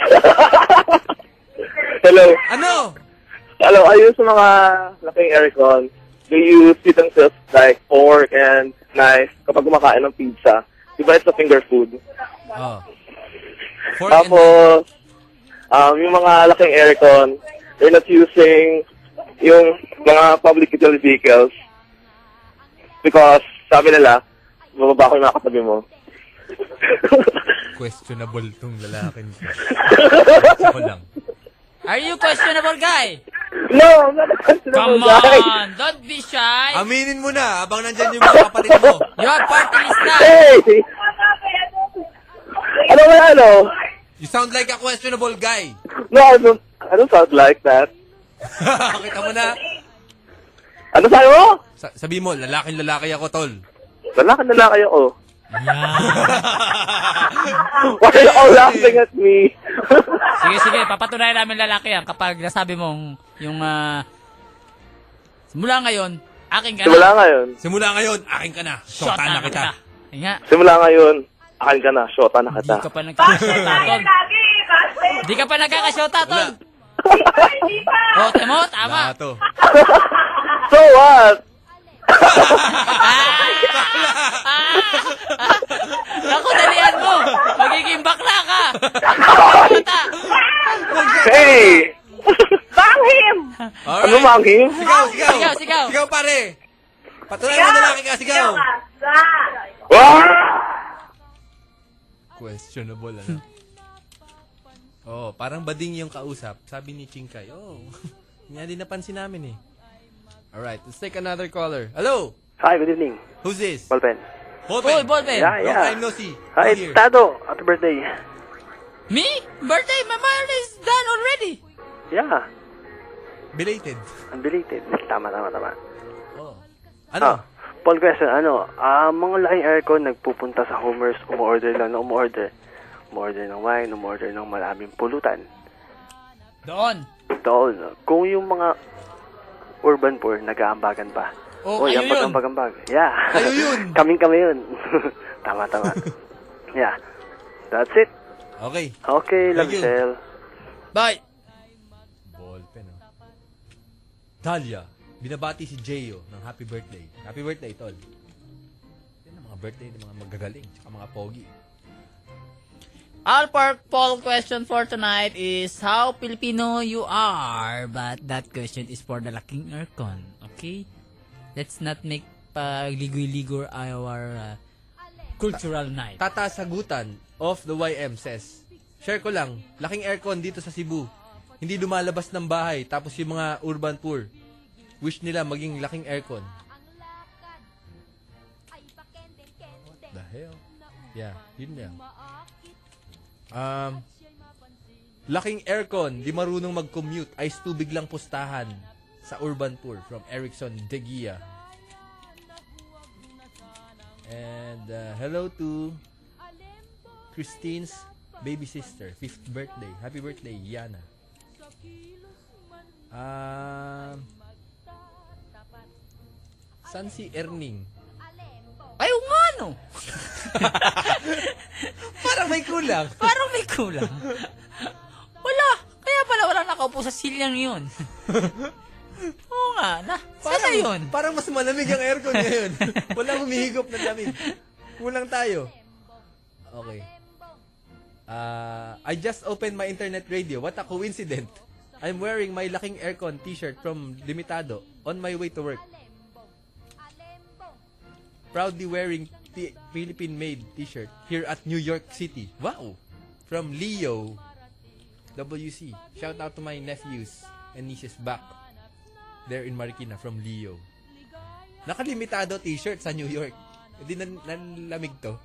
S14: Hello.
S3: Ano?
S2: Ano?
S14: Hello, ayun sa mga laking aircon. they use utensils like fork and knife kapag kumakain ng pizza. Di ba it's a finger food?
S3: Oh.
S14: Tapos, um, yung mga laking aircon, they're not using yung mga public utility vehicles because sabi nila, bababa ko yung mga katabi mo.
S3: Questionable tong lalaking. Ako lang.
S2: Are you questionable guy?
S14: No, I'm not a
S2: Come
S3: questionable guy.
S2: on, don't be shy.
S3: Aminin mo na, abang nandyan yung mga kapatid mo.
S2: Your party is na.
S14: Hey! Ano ba ano?
S3: You sound like a questionable guy.
S14: No, I don't, I don't sound like that.
S3: Kita mo na.
S14: Ano sabi mo?
S3: Sa- sabi mo, lalaking lalaki ako, tol.
S14: Lalaki na lang kayo, oh. Why are you all laughing at me?
S2: Sige, sige, papatunayan namin lalaki yan kapag nasabi mong yung ah, simula ngayon, akin ka na.
S14: Simula ngayon.
S3: Simula ngayon, akin ka na.
S2: Shot
S3: Shotan na kita.
S2: Ayun nga.
S14: Simula ngayon, akin ka na, shota na kita.
S2: Hindi ka pa nagkakashota, Tol. Hindi ka pa nagkakashota, Tol. O, tama, tama.
S14: So what?
S2: Ah! Naku, Ah! dalian mo. Magiging bakla ka.
S14: Hey!
S2: Banghim!
S14: Ano manghim?
S3: Sigaw, sigaw.
S2: Sigaw, sigaw.
S3: Sigaw, pare. Patuloy mo na laki ka, sigaw. Questionable, ano? Oo, oh, parang bading yung kausap. Sabi ni Chinkay, oh, nga din napansin namin eh. Alright, let's take another caller. Hello?
S16: Hi, good evening.
S3: Who's this?
S16: Ballpen.
S3: Bolpen.
S16: Yeah, yeah.
S3: Long time no see.
S16: Hi, it's
S3: Here.
S16: Tado. Happy birthday.
S2: Me? Birthday, my birthday is done already.
S16: Yeah.
S3: Belated.
S16: Belated. Tama, tama, tama.
S3: Oh.
S16: Ano? Paul question, ano? Ah, mga laking aircon nagpupunta sa homers, umu-order lang na umu-order. Umu-order ng wine, umu-order ng maraming pulutan.
S2: Doon.
S16: Doon. Kung yung mga urban poor, nag-aambagan pa.
S2: Oh,
S16: Oy,
S2: ayun
S16: ambag,
S2: yun.
S16: ambag, ambag. Yeah. Ayun yun. Kaming kami yun. tama, tama. yeah. That's it.
S3: Okay.
S16: Okay, love
S3: Thank you.
S16: Sel.
S2: Bye.
S3: Ballpen, oh. Talia, binabati si Jeyo ng happy birthday. Happy birthday, tol. Yan ang mga birthday ng mga magagaling, tsaka mga pogi.
S2: Our park poll question for tonight is how Filipino you are, but that question is for the laking aircon. Okay? Let's not make pagligoy-ligoy our uh, cultural night.
S3: Tatasagutan of the YM says, Share ko lang, laking aircon dito sa Cebu. Hindi lumalabas ng bahay, tapos yung mga urban poor. Wish nila maging laking aircon. What the hell? Yeah, yun lang. Um, laking aircon, di marunong mag-commute, ice tubig lang pustahan sa urban poor from Erickson Deguia. And uh, hello to Christine's baby sister, fifth birthday. Happy birthday, Yana. Um, san si Erning?
S2: Ayaw nga, no?
S3: Parang may kulang.
S2: Parang may kulang. Wala. Kaya pala walang nakaupo sa silyang yun. Oo nga, na. Sana
S3: Parang-
S2: yun.
S3: Parang mas malamig ang aircon ngayon. Walang humihigop na lamig. Kulang tayo. Okay. Ah, I just opened my internet radio. What a coincidence. I'm wearing my laking aircon t-shirt from Limitado on my way to work. Proudly wearing t- Philippine made t-shirt here at New York City. Wow! From Leo WC. Shout out to my nephews and nieces back there in Marikina from Leo. Nakalimitado t-shirt sa New York. Hindi na nanlamig to.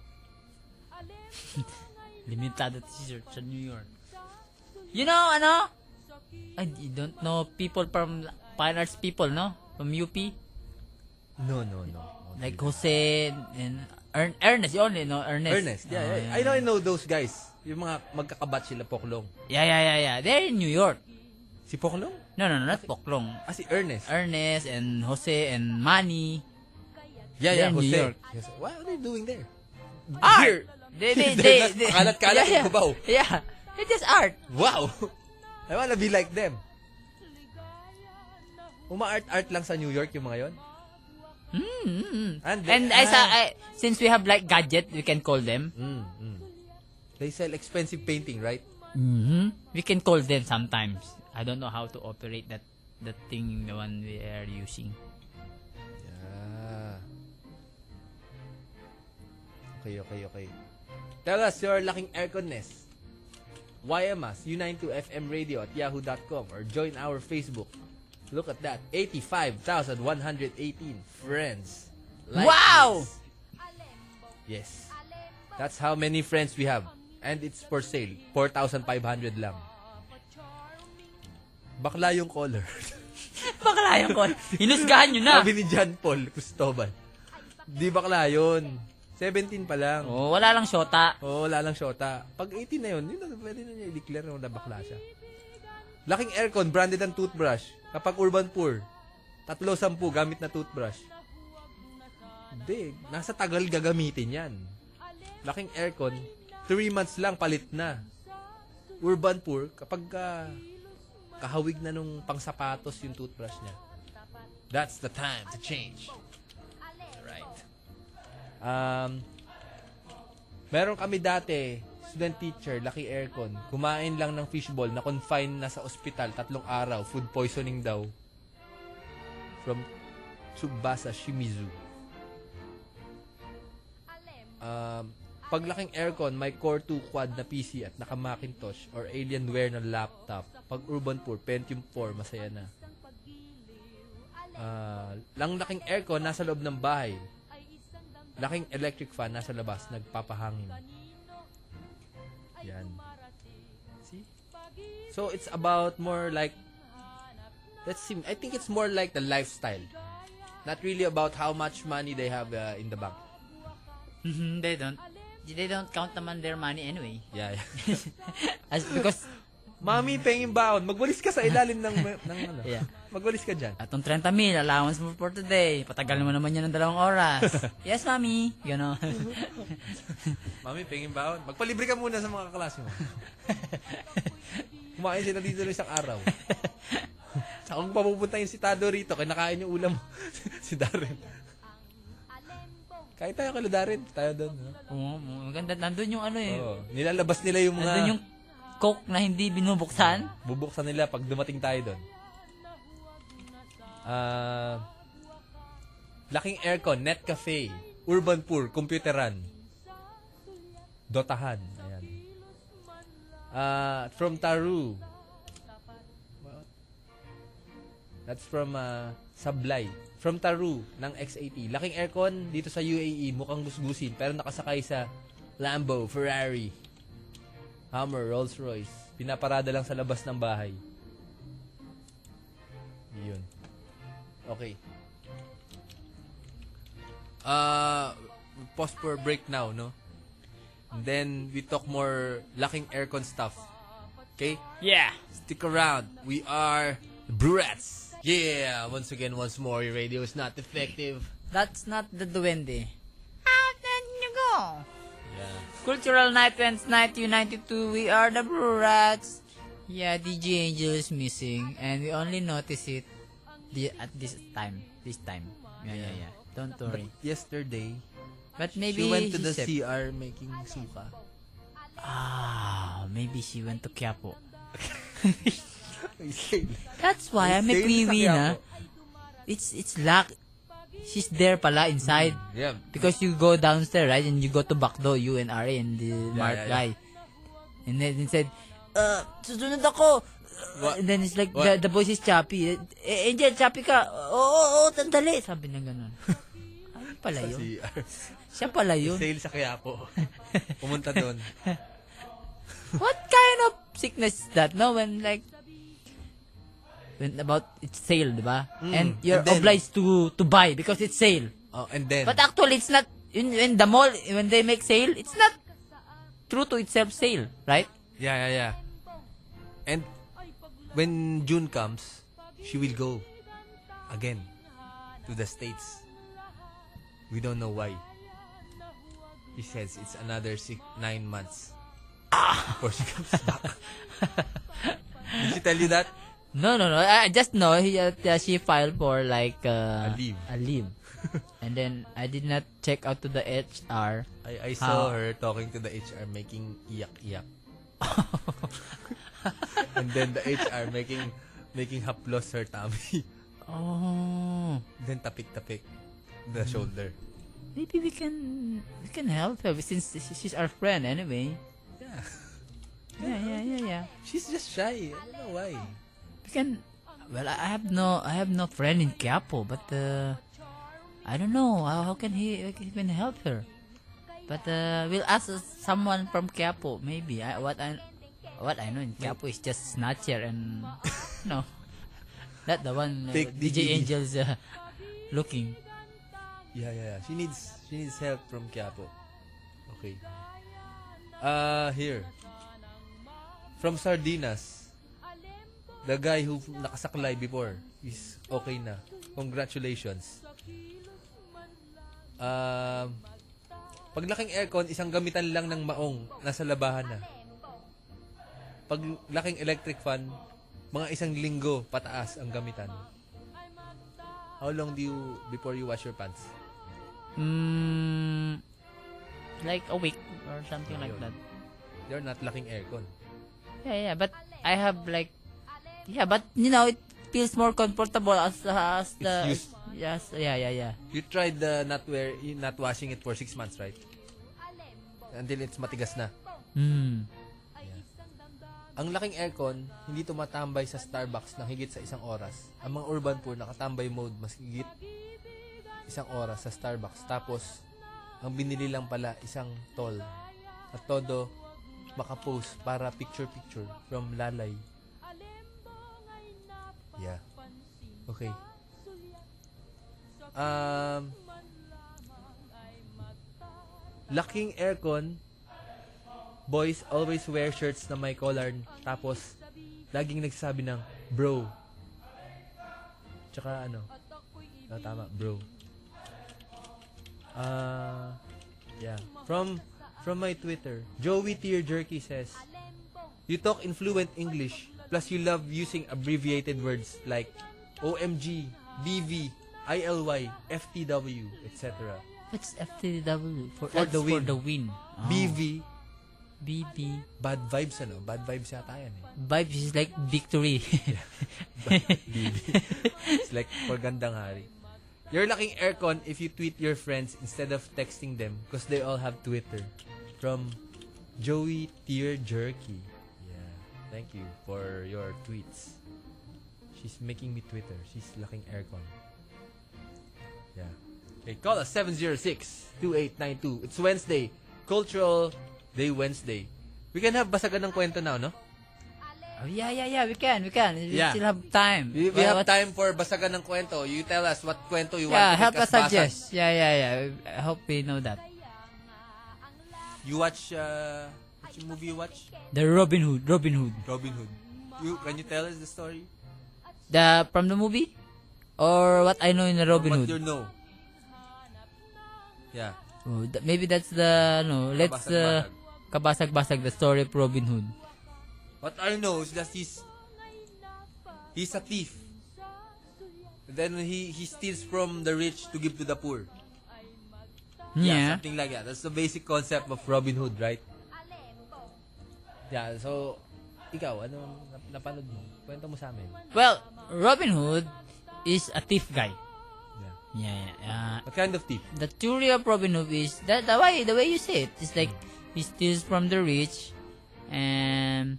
S2: Limitado t-shirt sa New York. You know, ano? I you don't know people from fine arts people, no? From UP?
S3: No, no, no.
S2: Like Jose and Ern- Ernest, you only know Ernest.
S3: Ernest. Yeah,
S2: Oh,
S3: yeah. I know, I know those guys. Yung mga magkakabat sila Poklong.
S2: Yeah, yeah, yeah, yeah. They're in New York.
S3: Si Poklong?
S2: No, no, no, not Poklong.
S3: Ah, si Ernest.
S2: Ernest and Jose and Manny.
S3: Yeah,
S2: They're
S3: yeah,
S2: in New
S3: Jose.
S2: York.
S3: Yes. What are they doing there?
S2: Art! They, they, they,
S3: They're not
S2: they-
S3: kalat-kalat
S2: yeah, yeah.
S3: yung kubaw.
S2: Yeah. It is art.
S3: Wow! I wanna be like them. Uma-art-art lang sa New York yung mga yon.
S2: Mm.
S3: And,
S2: And I sa I, since we have like gadget, we can call them.
S3: Mm, They sell expensive painting, right?
S2: hmm We can call them sometimes. I don't know how to operate that that thing, the one we are using.
S3: Yeah. Okay, okay, okay. Tell us your laking airconness. YM us, U92FM Radio at yahoo.com or join our Facebook. Look at that, 85,118 friends. Like
S2: Wow!
S3: this. Yes. That's how many friends we have. And it's for sale. 4,500 lang. Bakla yung caller.
S2: bakla yung caller. Hinusgahan nyo na.
S3: Sabi ni John Paul Cristobal. Di bakla yun. 17 pa lang.
S2: Oh, wala lang shota.
S3: Oo, wala lang shota. Pag 18 na yun, yun na, pwede na niya i-declare na bakla siya. Laking aircon, branded ang toothbrush. Kapag urban poor, tatlo sampu gamit na toothbrush. Hindi, nasa tagal gagamitin yan. Laking aircon, 3 months lang palit na. Urban poor, kapag ah, kahawig na nung pangsapatos yung toothbrush niya, that's the time to change. Right. Um, meron kami dati, student teacher, laki aircon, kumain lang ng fishball na confine na sa ospital tatlong araw, food poisoning daw. From Tsubasa Shimizu. Um, paglaking aircon, may Core 2 quad na PC at naka Macintosh or Alienware na laptop. Pag urban poor, Pentium 4, masaya na. Ah, lang laking aircon nasa loob ng bahay. Laking electric fan nasa labas, nagpapahangin. Yan. See? So it's about more like let's see. I think it's more like the lifestyle. Not really about how much money they have uh, in the bank.
S2: Mhm, they don't they don't count naman their money anyway.
S3: Yeah. yeah.
S2: As because
S3: Mami, pengin baon. Magwalis ka sa ilalim ng ng ano.
S2: Yeah.
S3: Magwalis ka diyan.
S2: At 30 mil allowance mo for today. Patagal mo naman yan ng dalawang oras. yes, mami. Ganon.
S3: Mami, pengin baon. Magpalibre ka muna sa mga kaklase mo. Kumain sila dito ng isang araw. Sa kung papupunta yung si Tado rito, kinakain yung ulam mo. si Darren. Kain tayo kay Darren. Tayo doon. no?
S2: Oo, maganda. Nandun yung ano eh.
S3: Oo. Nilalabas nila yung mga...
S2: Nandun yung coke na hindi binubuksan.
S3: Bubuksan nila pag dumating tayo doon. Ah... laking aircon, net cafe, urban poor, computeran, dotahan. Ayan. Ah, from Taru. That's from ah, Sablay. From Taru ng X80. Laking aircon dito sa UAE. Mukhang gusgusin pero nakasakay sa Lambo, Ferrari, Hummer, Rolls Royce. Pinaparada lang sa labas ng bahay. Yun. Okay. Uh, pause for break now, no? And then we talk more laking aircon stuff. Okay?
S2: Yeah.
S3: Stick around. We are the Brats. Yeah. Once again, once more, your radio is not effective.
S2: That's not the duwende. How can you go?
S3: Yeah.
S2: Cultural Night Wednesday Night U92, we are the Blue Rats. Yeah, DJ Angel is missing and we only notice it the, at this time. This time. Yeah, yeah, yeah. Don't worry.
S3: But yesterday,
S2: But maybe
S3: she went to
S2: he
S3: the
S2: said-
S3: CR making suka.
S2: Ah, maybe she went to Quiapo.
S3: That's
S2: why I'm a Pwiwi na. It's it's luck. She's there pala inside.
S3: Mm, Yeah.
S2: Because you go downstairs, right? And you go to back door, you and Ari and the Mark
S3: yeah, yeah.
S2: guy. And then he said, uh, susunod ako.
S3: What?
S2: And then it's like,
S3: What?
S2: the, the voice is choppy. Eh, Angel, choppy ka. "Oh, Oo, oo, oo, tandali. Sabi na ganun. Ano pala
S3: Sa
S2: yun?
S3: CR.
S2: Siya pala yun.
S3: Sale sa Quiapo. Pumunta doon.
S2: What kind of sickness is that? No, when like, when about it's sale, di ba?
S3: Mm,
S2: And you're
S3: and then-
S2: obliged to to buy because it's sale.
S3: Oh, and then,
S2: But actually, it's not, in, in the mall, when they make sale, it's not true to itself sale, right?
S3: Yeah, yeah, yeah. And when June comes, she will go again to the States. We don't know why. He says it's another six, nine months before she comes back. Did she tell you that?
S2: No, no, no. I I just know he, uh, she filed for like, uh,
S3: A leave.
S2: A leave. And then, I did not check out to the HR.
S3: I, I saw her talking to the HR making iyak-iyak. And then the HR making making haplos her tummy.
S2: Oh.
S3: Then tapik-tapik the
S2: Hmm.
S3: shoulder.
S2: Maybe we can we can help her since she- she's our friend anyway. Yeah, yeah, yeah, yeah.
S3: She's just shy. I don't know why.
S2: We can. Well, I I have no I have no friend in Quiapo, but uh, I don't know how, how can he even help her. But uh, we'll ask someone from Quiapo maybe. I, what I what I know in Quiapo is just snatcher and no, not the one uh,
S3: Take the
S2: DJ
S3: gigi.
S2: Angels uh, looking.
S3: Yeah, yeah, yeah. She needs she needs help from Quiapo. Okay. Uh, here. From Sardinas. The guy who nakasaklay before is okay na. Congratulations. Um, paglaking aircon, isang gamitan lang ng maong. Nasa labahan na. Paglaking electric fan, mga isang linggo pataas ang gamitan. How long do you, before you wash your pants?
S2: Mm, like a week or something like
S3: Ayun.
S2: that.
S3: You're not lacking aircon.
S2: Yeah, yeah, but I have like, yeah, but you know, it feels more comfortable as as the
S3: It's used.
S2: yes, yeah, yeah, yeah.
S3: You tried the not wear, you not washing it for six months, right? Until it's matigas na.
S2: Hmm.
S3: Ang laking aircon, hindi tumatambay sa Starbucks ng higit sa isang oras. Ang mga urban poor, nakatambay mode, mas higit isang oras sa Starbucks. Tapos, ang binili lang pala, isang tall. At todo, makapost para picture-picture from Lalay. Yeah. Okay. Um, laking aircon, boys always wear shirts na may collar, tapos laging nagsasabi ng, bro. Tsaka ano, oh, tama, bro. Ah, yeah. From, from my Twitter, Joey Tear Jerky says, You talk in fluent English, plus you love using abbreviated words like OMG, BV, ILY, FTW, etc.
S2: What's FTW for,
S3: For
S2: that's
S3: the win.
S2: For the win. Oh.
S3: BV.
S2: BV.
S3: Bad vibes ano? Bad vibes yata yan eh.
S2: Vibes is like victory.
S3: BV. It's like pagandang hari. You're lacking aircon if you tweet your friends instead of texting them because they all have Twitter. From Joey Tear Jerky. Yeah. Thank you for your tweets. She's making me Twitter. She's lacking aircon. Yeah. Okay, call us 706-2892. It's Wednesday. Cultural Day Wednesday. We can have basagan ng kwento now, no?
S2: oh, yeah, yeah, yeah. We can, we can. We
S3: Yeah.
S2: still have time.
S3: We, we
S2: Well,
S3: have
S2: what-
S3: time for basagan ng kwento. You tell us what kwento you want
S2: Yeah,
S3: to
S2: help us
S3: make basan.
S2: suggest. Yeah, yeah, yeah. I hope we know that.
S3: You watch, uh, which movie you watch?
S2: The Robin Hood, Robin Hood.
S3: Robin Hood. You, can you tell us the story?
S2: The from the movie, or what I know in the Robin
S3: what you
S2: Hood.
S3: know? Yeah.
S2: Oh, th- maybe that's the no. Let's uh, kabasag-basag the story of Robin Hood.
S3: What I know is that he's, he's a thief. Then he, he steals from the rich to give to the poor.
S2: Hmm, Yeah.
S3: something like that. That's the basic concept of Robin Hood, right? Yeah, so, ikaw, ano nap- napanood mo? Kwento mo sa amin.
S2: Well, Robin Hood is a thief guy. Yeah, yeah. Uh,
S3: What kind of thief?
S2: The theory of Robin Hood is that the way the way you say it is like he steals from the rich, and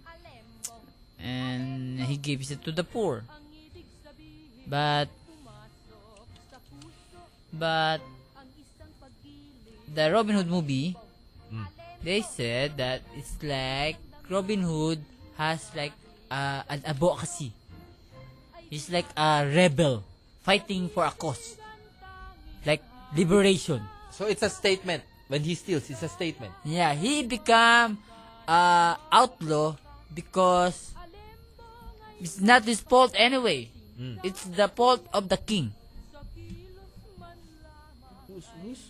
S2: and he gives it to the poor. But but the Robin Hood movie,
S3: Hmm.
S2: they said that it's like Robin Hood has like uh, an advocacy. He's like a rebel fighting for a cause, like liberation.
S3: So it's a statement. When he steals, it's a statement.
S2: Yeah, he become uh, outlaw because it's not his fault anyway.
S3: Mm.
S2: It's the fault of the king.
S3: Who's, who's?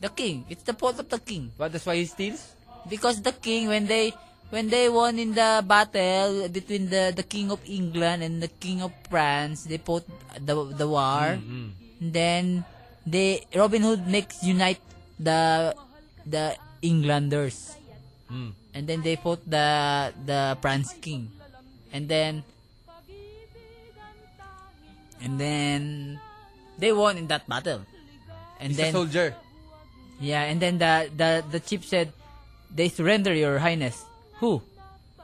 S2: The king. It's the fault of the king.
S3: But that's why he steals?
S2: Because the king, when they when they won in the battle between the the king of England and the king of France, they fought the the war.
S3: Mm, mm.
S2: And then they Robin Hood makes unite the the Englanders.
S3: Hmm.
S2: And then they fought the the France king. And then and then they won in that battle. And
S3: He's
S2: then
S3: a soldier.
S2: Yeah, and then the the the chief said they surrender your highness. Who?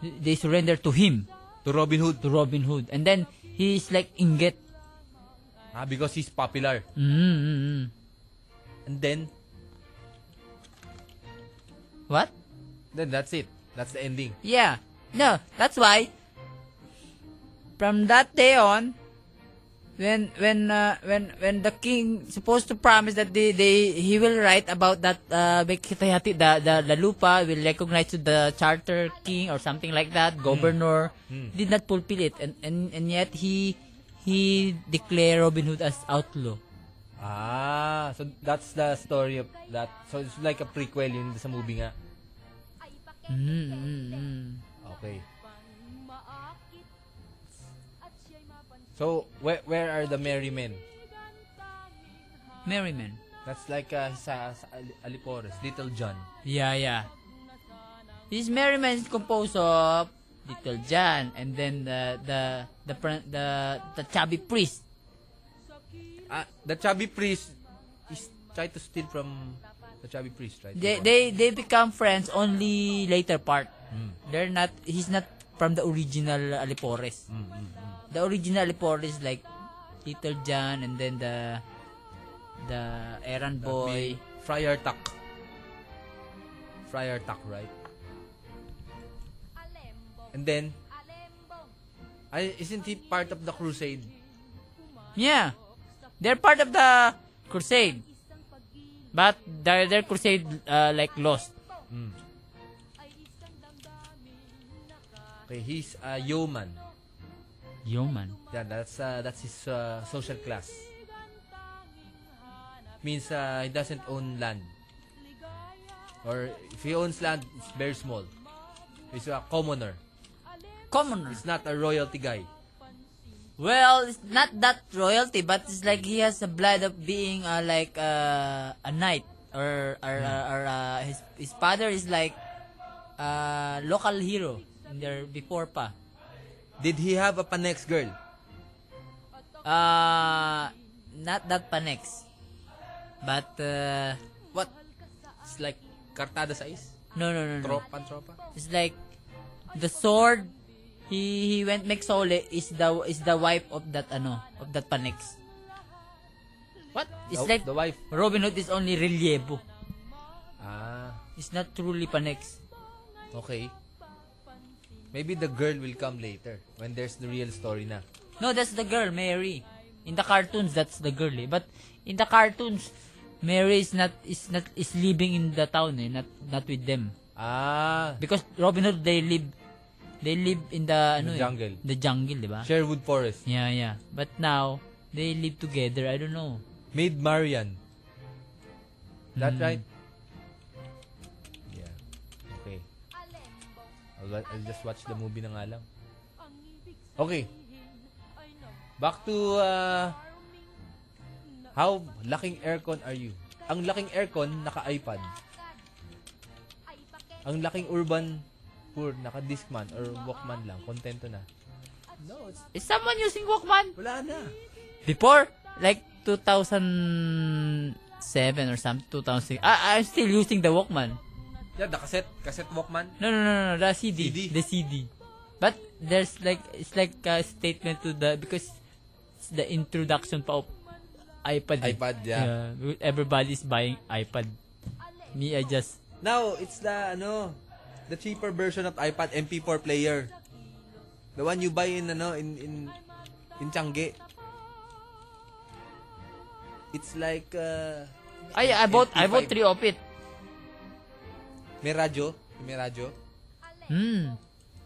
S2: They surrender to him.
S3: To Robin Hood.
S2: To Robin Hood. And then he's like inget.
S3: Ah, because he's popular.
S2: Mm-hmm.
S3: And then?
S2: What?
S3: Then that's it. That's the ending.
S2: Yeah. No, that's why from that day on when when uh, when when the king supposed to promise that they, they he will write about that uh Bekitayati, the, the the lupa will recognize to the charter king or something like that governor
S7: Mm.
S2: did not fulfill it and, and and yet he he declared Robin Hood as outlaw
S3: Ah, so that's the story of that. So it's like a prequel yun sa movie nga.
S2: mm, mm, mm.
S3: Okay. So, where, where are the merry men?
S2: merry men
S3: That's like uh, sa, sa Ali- Alipores, Little John.
S2: Yeah, yeah. This merriment is composed of Little John and then the the the pr- the, the chubby priest.
S3: Ah, the chubby priest is try to steal from the chubby priest, right? Diba?
S2: They they they become friends only later part. They're not he's not from the original Alipores. The original Alipores like Little John and then the the errand boy
S3: Friar Tuck. Friar Tuck, right? And then, ay, isn't he part of the crusade?
S2: Yeah. They're part of the crusade. But their, their crusade uh, like lost.
S3: Okay, he's a yeoman.
S2: Yeoman.
S3: Yeah, that's uh, that's his uh, social class. Means uh, he doesn't own land. Or if he owns land, it's very small. He's a commoner.
S2: Commoner.
S3: He's not a royalty guy.
S2: Well, it's not that royalty, but it's like he has the blood of being uh, like uh, a knight or or, or, or, uh, his his father is like uh, local hero in there before pa.
S3: Did he have a panex girl?
S2: Uh not that panex. But uh, what?
S3: It's like kartada size.
S2: No, no, no, no.
S3: Tropa, tropa.
S2: It's like the sword he he went make sole is the is the wife of that ano of that panex. What? It's
S3: The-
S2: like
S3: the wife.
S2: Robin Hood is only relyebo.
S3: Ah,
S2: It's not truly panex.
S3: okay. Maybe the girl will come later when there's the real story na.
S2: No, that's the girl, Mary. In the cartoons, that's the girl. Eh. But in the cartoons, Mary is not is not is living in the town, eh, not not with them.
S3: Ah.
S2: Because Robin Hood they live they live in the
S3: The
S2: ano eh,
S3: jungle.
S2: the jungle, di ba?
S3: Sherwood Forest.
S2: Yeah, yeah. But now they live together. I don't know.
S3: Maid Marian. That
S2: Mm.
S3: right? Yeah. Okay. I'll, wa- I'll just watch the movie na nga lang. Okay. Back to uh, how laking aircon are you? Ang laking aircon naka-iPad. Ang laking urban poor naka-discman or walkman lang. Kontento na. No, it's
S2: Is someone using Walkman?
S3: Wala na.
S2: Before, like 2007 or something, 2006. I, I'm still using the Walkman.
S3: Yeah, the cassette, cassette walkman.
S2: No, no, no, no, the CD, the CD. But there's like it's like a statement to the because it's the introduction pa of iPad. eh.
S3: iPad, yeah.
S2: yeah. Everybody's buying iPad. Me, I just
S3: Now, it's the, ano, the cheaper version of iPad MP4 player. The one you buy in, ano, in, in, in Changi. It's like, uh,
S2: I I bought I
S3: MP5.
S2: bought three of it.
S3: may radyo. May radyo.
S2: Hmm.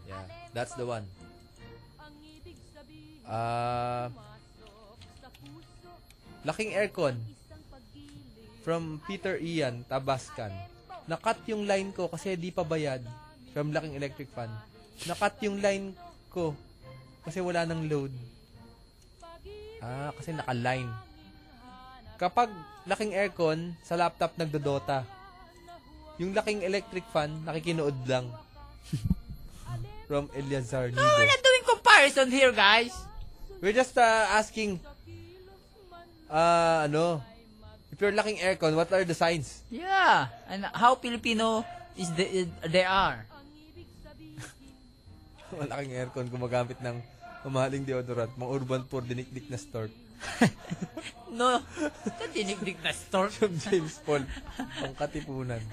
S3: Yeah, that's the one. Uh, laking aircon. From Peter Ian, Tabascan. Nakat yung line ko kasi di pa bayad. From laking electric fan. Nakat yung line ko kasi wala nang load. Ah, kasi naka-line. Kapag laking aircon, sa laptop nagdodota. Yung laking electric fan, nakikinood lang. From Eliazar Nido.
S2: We're not doing comparison here, guys.
S3: We're just uh, asking, ah, ano, if you're lacking aircon, what are the signs?
S2: Yeah. And how Filipino is the, they are.
S3: Malaking aircon gumagamit ng mamahaling deodorant, mga urban poor dinikdik na store.
S2: No. Sa dinikdik na store.
S3: James Paul, ang katipunan.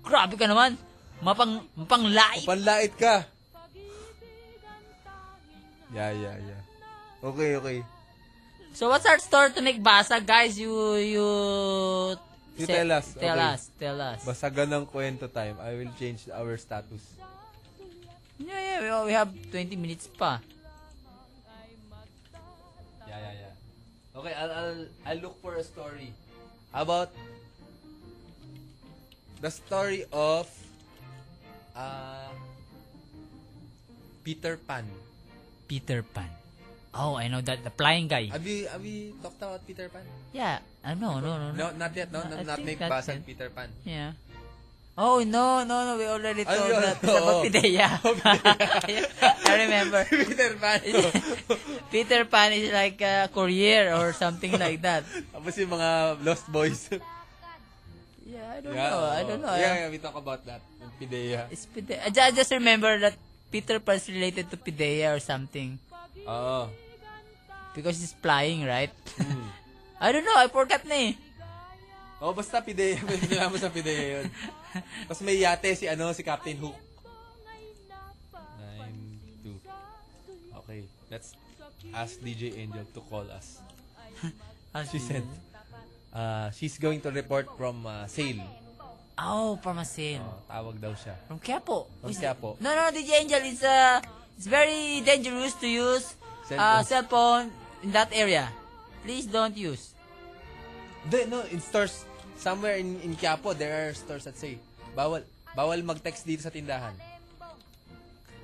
S2: Grabe ka naman. Mapang, mapanglait.
S3: Mapanglait ka. Yeah, yeah, yeah. Okay, okay.
S2: So what's our store to make basag, guys? You, you...
S3: You
S2: say-
S3: tell us.
S2: Tell
S3: okay.
S2: us, tell us.
S3: Basagan ng kwento time. I will change our status.
S2: Yeah, yeah, we, we have 20 minutes pa.
S3: Yeah, yeah, yeah. Okay, I'll, I'll, I'll look for a story. How about the story of uh, Peter Pan?
S2: Peter Pan. Oh, I know that. The flying guy.
S3: Have you, have you talked about Peter Pan?
S2: Yeah. I know, no, no, no.
S3: No, not yet. No,
S2: I
S3: no not
S2: think
S3: make
S2: that's
S3: Basan
S2: it.
S3: Peter Pan.
S2: Yeah. Oh, no, no, no. We already
S3: Ay,
S2: talked
S3: yun,
S2: that.
S3: oo.
S2: About Pidea. I remember.
S3: Peter Pan.
S2: Peter Pan is like a courier or something like that.
S3: Tapos yung mga Lost Boys.
S2: Yeah, I don't know. I don't know.
S3: Yeah, yeah, we talk about that. Yung Pidea.
S2: It's Pidea. I ju- I just remember that Peter Pan is related to Pidea or something.
S3: Oo.
S2: Oh. Because he's flying, right? I don't know. I forgot na eh.
S3: Oh, basta Pidea. May nalaman sa Pidea yun. Tapos may yate si ano, si Captain Hook. 9-2. Okay, let's ask DJ Angel to call us. she said, uh, she's going to report from uh, sale.
S2: Oh, from a sale.
S3: Oh, tawag daw siya.
S2: From Quiapo.
S3: From
S2: Is-
S3: Quiapo.
S2: No, no, DJ Angel, it's, uh, it's very dangerous to use uh,
S3: Cellphone.
S2: cell phone in that area. Please don't use.
S3: Hindi, no, in stores, somewhere in, in Quiapo, there are stores that say, bawal, bawal mag-text dito sa tindahan.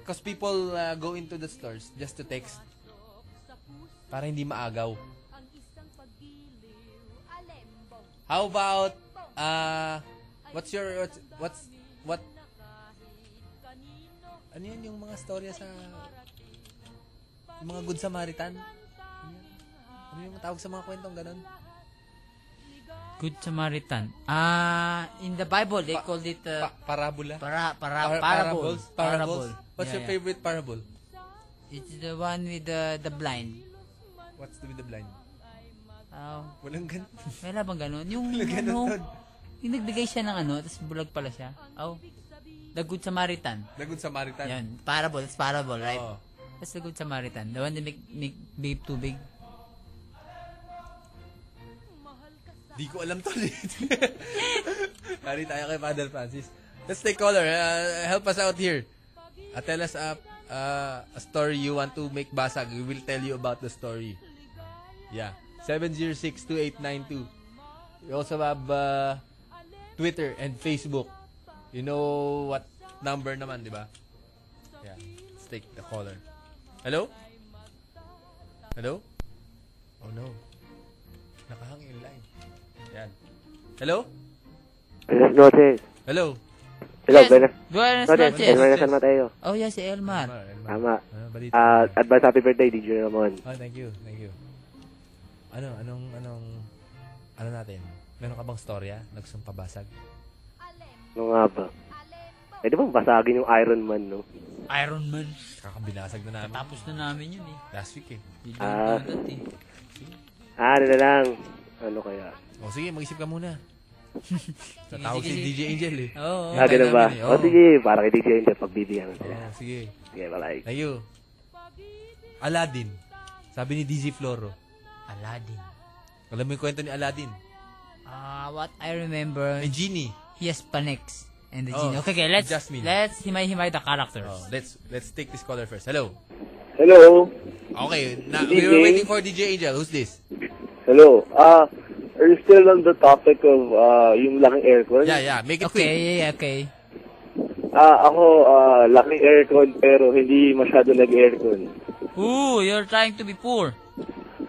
S3: Because people uh, go into the stores just to text. Para hindi maagaw. How about, uh, what's your, what's, what's what, ano yun yung mga storya sa, yung mga good Samaritan? Ano yun? Ano yung tawag sa mga kwentong ganun?
S2: Good Samaritan. Ah, in the Bible, they call it uh,
S3: parabola.
S2: Para, para,
S3: Par-
S2: parable.
S3: parables, parables. What's your favorite
S2: favorite?
S3: parable?
S2: It's the one with the the blind.
S3: What's the with the blind?
S2: Oh.
S3: Walang ganun.
S2: Wala bang ganun? Yung
S3: Walang ganun,
S2: ano,
S3: Tod.
S2: yung nagbigay siya ng ano, tapos bulag pala siya. Oh. The Good Samaritan.
S3: The Good Samaritan.
S2: Yan, parable. It's parable, right?
S3: Oo.
S2: That's the Good Samaritan. The one that make, make babe tubig.
S3: Di ko alam to. Sorry tayo kay Father Francis. Let's take caller. Uh, help us out here. Uh, tell us up uh, a story you want to make basag. We will tell you about the story. Yeah. 706-2892. We also have uh, Twitter and Facebook. You know what number naman, di ba? Yeah. Let's take the caller. Hello? Hello? Oh no. Nakahang yung line. Yan. Hello?
S7: Buenas noches.
S3: Hello?
S7: Hello,
S2: Yes,
S7: buenas,
S2: buenas noches.
S7: Buenas San Mateo.
S2: Oh, yeah, si Elmar.
S7: Tama.
S3: balita.
S7: Ah, advance happy birthday, DJ Ramon.
S3: Oh, thank you. Thank you. Ano, anong, anong, ano natin? Meron ka bang storya? Nagsumpabasag?
S7: Ano nga ba? Eh, di ba basagin yung Iron Man, no?
S2: Iron Man.
S3: Kakabinasag na namin.
S2: Tapos na namin yun eh.
S3: Last week eh.
S2: Hindi
S7: Ah.
S2: na natin eh.
S7: Ah, ano na lang. Ano kaya?
S3: O sige, mag-isip ka muna. Sa
S2: Sige,
S3: tawag
S2: sige.
S3: si DJ Angel eh.
S2: Oo, oo.
S7: Ah, ganun ba?
S3: Namin eh,
S7: O
S4: Oh,
S3: oo.
S7: sige, para kay DJ Angel, pagbibigyan ko sila.
S3: Oo, Ah, Oh, sige.
S7: Sige, bye-bye.
S3: Thank you. Aladdin. Sabi ni DJ Floro.
S2: Aladdin.
S3: Alam mo yung kwento ni Aladdin?
S2: Ah, what I remember.
S3: May genie.
S2: Yes, Panex. And the
S3: Oh,
S2: genie. Okay, okay, let's
S3: Jasmine.
S2: let's himay-himay the characters.
S3: Oh, let's let's take this caller first. Hello.
S14: Hello.
S3: Okay, na, we were
S14: DJ.
S3: waiting for DJ Angel. Who's this?
S14: Hello. Ah, are you still on the topic of ah, yung laking aircon?
S3: Yeah, yeah. Make it
S2: okay, yeah, yeah, okay.
S14: Ah, ako, ah, laking aircon pero hindi masyado nag-aircon.
S2: Ooh, you're trying to be poor.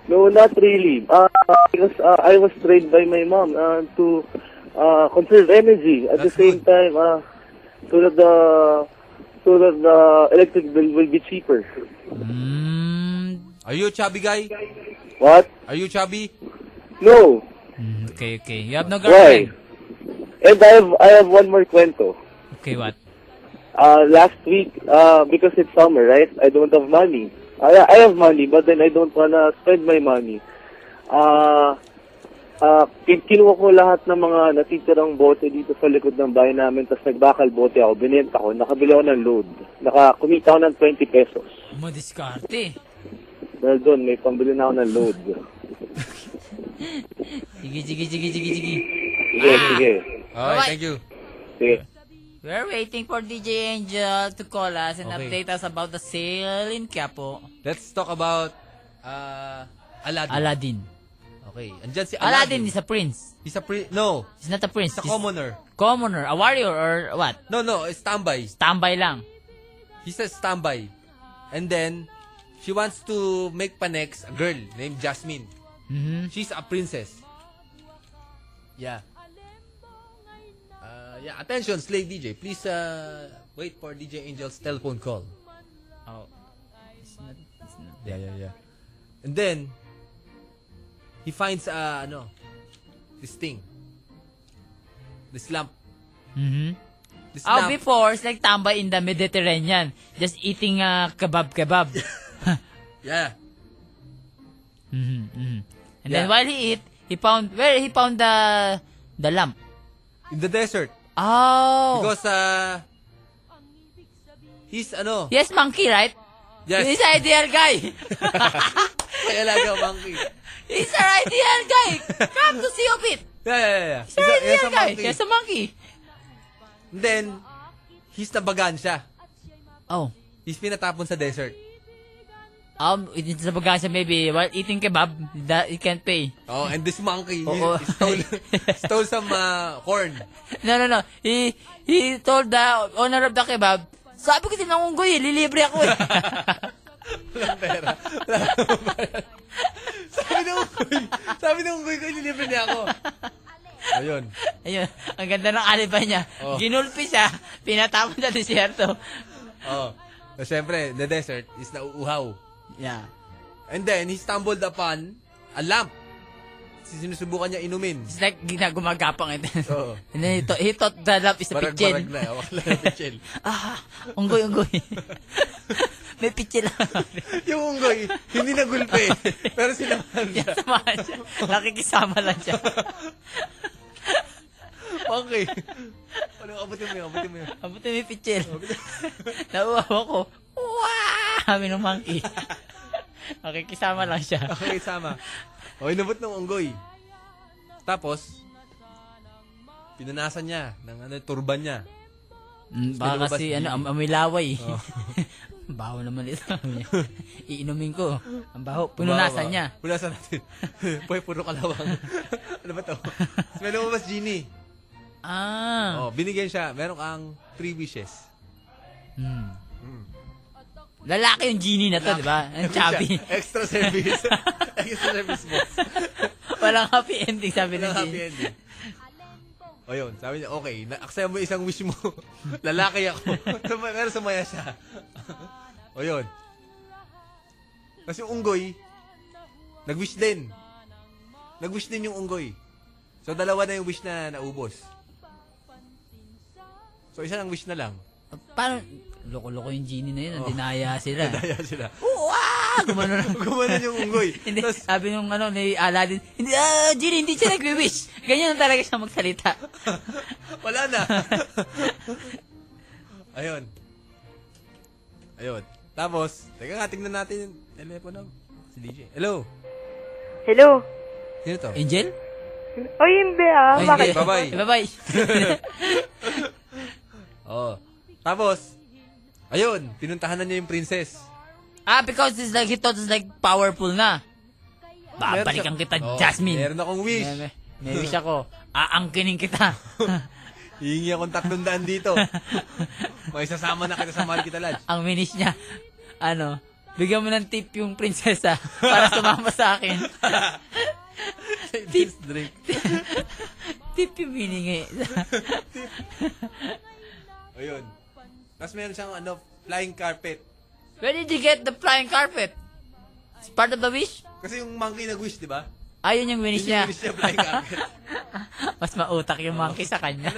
S14: No, not really. Uh, because uh, I was trained by my mom uh, to uh, conserve energy at the same time uh, so that the so that the electric bill will be cheaper.
S3: Are you a chubby guy?
S14: What?
S3: Are you chubby?
S14: No.
S2: Okay, okay. You have no
S14: Why?
S2: girlfriend?
S14: And I have I have one more cuento.
S2: Okay, what?
S14: Uh, last week, uh, because it's summer, right? I don't have money. I, I have money, but then I don't wanna spend my money. Ah, ah, kin- kinuha ko lahat ng mga natitirang bote dito sa likod ng bahay namin, tapos nagbakal bote ako, binenta ko, nakabili ako ng load. Naka, kumita ako ng 20 pesos.
S2: Madiskarte.
S14: Dahil doon, may pambili na ako ng load.
S2: Sige, sige, sige, sige, sige.
S14: Sige, sige.
S3: Alright, thank you.
S14: Sige.
S2: We're waiting for DJ Angel to call us and
S3: Okay.
S2: update us about the sale in Quiapo.
S3: Let's talk about uh, Aladdin.
S2: Aladdin.
S3: Okay, andyan si
S2: Aladdin
S3: Aladdin.
S2: is a prince.
S3: He's a prince. No.
S2: He's not a prince.
S3: He's a commoner.
S2: Commoner. A warrior or what?
S3: No, no. Standby.
S2: Standby lang.
S3: He says standby. And then, she wants to make Panex a girl named Jasmine.
S2: Mhm.
S3: She's a princess. Yeah. Uh, yeah, attention, Slay DJ. Please uh, wait for DJ Angel's telephone call.
S2: Oh. It's not, it's not.
S3: Yeah, yeah, yeah. And then, he finds, uh, ano, this thing. This lamp.
S2: Mm-hmm.
S3: This
S2: Oh,
S3: lamp.
S2: before, it's like tambay in the Mediterranean. Just eating uh, kebab-kebab.
S3: Yeah.
S2: mm-hmm, mm-hmm. And then
S3: Yeah.
S2: while he eat, he found, where he found the, the lamp?
S3: In the desert.
S2: Oh.
S3: Because, uh, he's, ano,
S2: Yes, monkey, right?
S3: Yes.
S2: He's an ideal guy.
S3: Kaya lagi ako monkey.
S2: He's an ideal guy. Come to see of it.
S3: Yeah, yeah, yeah, yeah.
S2: He's an
S3: He's a- he's
S2: ideal
S3: a
S2: guy.
S3: monkey.
S2: He's a eh. monkey.
S3: Then, he's nabagan siya.
S2: Oh.
S3: He's pinatapon sa desert.
S2: Um, it's sa bagansya maybe while eating kebab, that you can't pay.
S3: Oh, and this monkey, he,
S2: Oo.
S3: he stole, stole some uh, corn.
S2: No, no, no. He, he told the owner of the kebab, sabi ko tinanong ko eh, lilibre ako eh.
S3: Walang pera. Wala akong pera. sabi ng unggoy, sabi ng unggoy ko, nilibre niya ako. Ayun.
S2: Ayun, ang ganda ng alibi niya.
S3: Oh.
S2: Ginulpi siya, pinatapon sa desierto.
S3: Oh. So, syempre, the desert is nauuhaw.
S2: Yeah.
S3: And then, he stumbled upon a lamp. Sinusubukan niya inumin.
S2: It's like ginagumagapang ito.
S3: Oo.
S2: And then he, thought- he thought the lamp is a
S3: Barag-barag
S2: pichel.
S3: na, hawak lang yung pichel.
S2: ah, unggoy, unggoy. May pichel
S3: yung unggoy, hindi nagulpi. pero sinamahan
S2: niya. Sinamahan siya. Nakikisama lang siya.
S3: okay. Ano, abutin mo yun, abutin mo yun.
S2: Abutin mo yung pichel. Nauwawa ko. Wow! Kami ng monkey. Nakikisama lang siya.
S3: Okay, sama. O, inabot ng unggoy. Tapos, pinanasan niya ng ano, turban niya.
S2: Mm, baka
S3: Pinalabas
S2: kasi
S3: niya.
S2: ano, am- amoy laway.
S3: Oh.
S2: baho naman ito. Iinumin ko. Ang baho.
S3: Bawa,
S2: Pinunasan
S3: bawa.
S2: niya.
S3: Punasan natin. Puy, puro kalawang. ano ba to? May lumabas genie.
S2: Ah.
S3: Oh, binigyan siya. Meron kang three wishes.
S2: Mm.
S3: Hmm.
S2: Lalaki yung genie na to, di ba? Ang chubby.
S3: Extra service. Extra service boss.
S2: Walang happy ending, sabi ng
S3: Walang happy
S2: genie.
S3: ending. O yun, sabi niya, okay, na-accept mo isang wish mo. Lalaki ako. Sumaya, pero sumaya siya. o yun. Tapos yung unggoy, nag-wish din. Nag-wish din yung unggoy. So, dalawa na yung wish na naubos. So, isa ng wish na lang.
S2: Paano? Loko-loko yung genie na yun. ang Dinaya sila.
S3: Nadaya sila.
S2: Wow! Ah, Gumano na.
S3: Gumanon yung unggoy.
S2: hindi, sabi nung ano, ni Aladdin, hindi, ah, genie, hindi siya nagwi-wish. Ganyan na talaga siya magsalita.
S3: Wala na. Ayun. Ayun. Tapos, teka nga, tingnan natin yung telepono. Si DJ. Hello.
S8: Hello?
S3: Sino to?
S2: Angel?
S8: O hindi ah,
S3: Ay,
S8: bakit?
S3: hindi. Bye-bye.
S2: Bye-bye.
S3: Oo. Oh. Tapos, ayun, pinuntahan na niya yung princess.
S2: ah, because it's like, he thought it's like powerful na.
S3: Meron
S2: Babalikan
S3: siya-
S2: kita,
S3: Oo,
S2: Jasmine.
S3: Meron akong wish.
S2: May, may, may wish ako. Aangkinin kita.
S3: Hihingi akong tatlong daan dito. May sasama na kita sa mahal kita, Lodge.
S2: Ang minish niya, ano, Bigyan mo ng tip yung prinsesa para sumama sa akin. tip. tip yung hiningi.
S3: Ayun. Tapos meron siyang ano, flying carpet.
S2: Where did you get the flying carpet? It's part of the wish?
S3: Kasi yung monkey nag-wish, di ba?
S2: Ayun yung winish niya.
S3: Yung winish niya, ah. flying carpet.
S2: Mas mautak yung monkey sa kanya.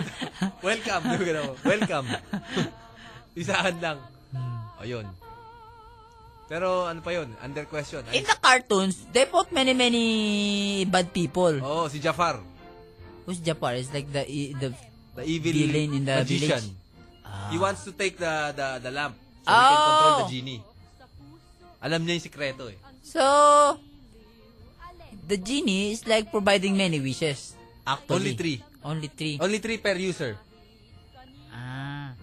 S3: Welcome. Yung gano'n mo. Welcome. Isahan lang.
S2: Hmm.
S3: Ayun. Pero ano pa yun? Under question.
S2: In the cartoons, they put many many bad people.
S3: Oh, si Jafar.
S2: Who's Jafar? It's like the e- the
S3: The evil
S2: villain in the
S3: magician.
S2: village. Ah.
S3: He wants to take the the the lamp so he can
S2: Oh!
S3: control the genie. Alam niya yung sikreto eh.
S2: So the genie is like providing many wishes.
S3: Only
S2: Actually,
S3: three.
S2: Only three.
S3: Only three per user.
S2: Ah.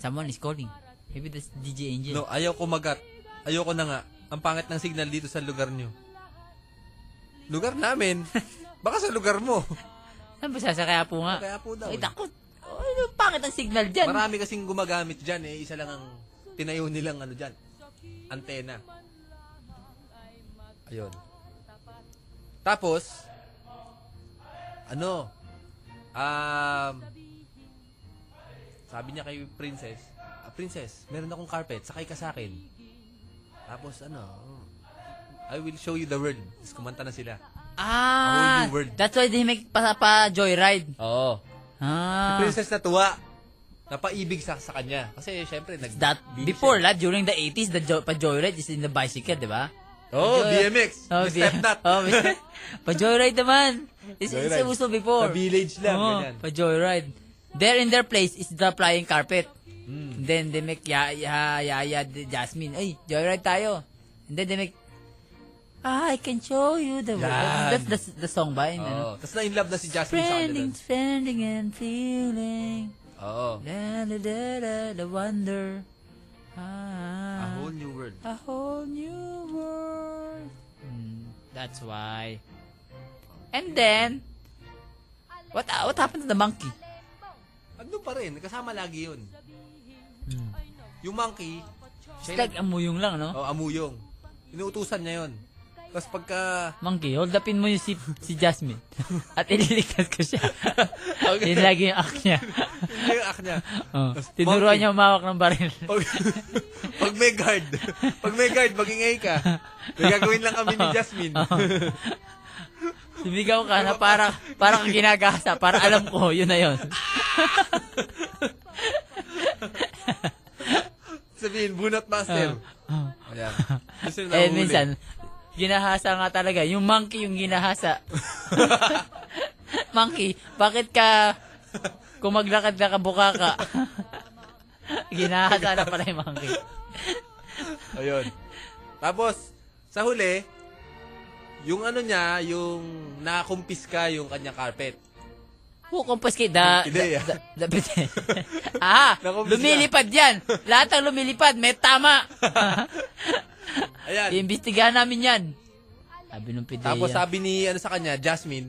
S2: Someone is calling. Maybe that's DJ Angel.
S3: No, ayaw ko magat. Ayaw ko na nga. Ang pangit ng signal dito sa lugar nyo. Lugar namin. Baka sa lugar mo.
S2: Saan ba sasakaya po nga?
S3: Kaya po daw. eh.
S2: Ay, takot. Ano, pangit ang signal dyan.
S3: Marami kasing gumagamit dyan eh. Isa lang ang tinayo nilang ano dyan. Antena. Ayun. Tapos, ano, um, sabi niya kay Princess, "Ah, Princess, meron akong carpet, sakay ka sa akin. Tapos ano, I will show you the world. Tapos kumanta na sila.
S2: Ah,
S3: A whole new world.
S2: that's why they make pa, pa joyride.
S3: Oo.
S2: Ah.
S3: Si Princess natuwa. Napaibig sa, sa kanya. Kasi syempre, nag...
S2: That, before that, during the 80s, the jo- pa joyride is in the bicycle, di ba?
S3: Oh,
S2: Joy-
S3: BMX.
S2: Oh,
S3: May step nut.
S2: Oh, may step- pa joyride naman. It's, it's
S3: Joyride.
S2: uso
S3: Sa
S2: before. Oh,
S3: village lang, ganyan.
S2: Pa joyride. There in their place is the flying carpet.
S3: Mm.
S2: Then they make ya ya ya ya Jasmine. Ay, joyride tayo. And then they make Ah, I can show you the world.
S3: Yan.
S2: That's the, the song ba? Yun,
S3: Oo.
S2: ano?
S3: Tapos na-inlove na si Jasmine sa kanya
S2: Friending,
S3: doon.
S2: friending and feeling.
S3: Oo.
S2: Da, da, da, da, the wonder. Ah,
S3: A whole new world.
S2: A whole new world. Hmm, that's why. And then, what uh, what happened to the monkey?
S3: Ano pa rin, kasama lagi yun. Yung monkey,
S2: Hmm. It's like amuyong lang, no?
S3: Oh, amuyong. Inuutusan niya yun. Tapos pagka...
S2: Monkey, hold upin mo yung si, si Jasmine. At ililigtas ko siya. Yun lagi yung act niya.
S3: Hindi yung act niya.
S2: Oh,
S3: Tapos
S2: tinuruan
S3: monkey.
S2: niya umawak ng baril.
S3: Pag, pag may guard, pag may guard, magingay ka. May gagawin lang kami ni Jasmine.
S2: Oh. Sumigaw ka na para para kang ginagasa para alam ko yun na yun.
S3: Sabihin, bunot master.
S2: Oh,
S3: Ayan. Gusto na
S2: eh
S3: nahuli.
S2: minsan ginahasa nga talaga yung monkey yung ginahasa. monkey, bakit ka kung maglakad ka kabuka ka? ginahasa na pala yung monkey.
S3: Ayun. Tapos, sa huli, yung ano niya, yung nakumpiska yung kanyang carpet.
S2: Who confiscate the,
S3: Hindi,
S2: the,
S3: ah.
S2: the, the, ah, lumilipad yan. Lahat ng lumilipad, may tama.
S3: Ayan.
S2: Iimbestigahan namin yan. Sabi nung pideya.
S3: Tapos sabi ni, ano sa kanya, Jasmine,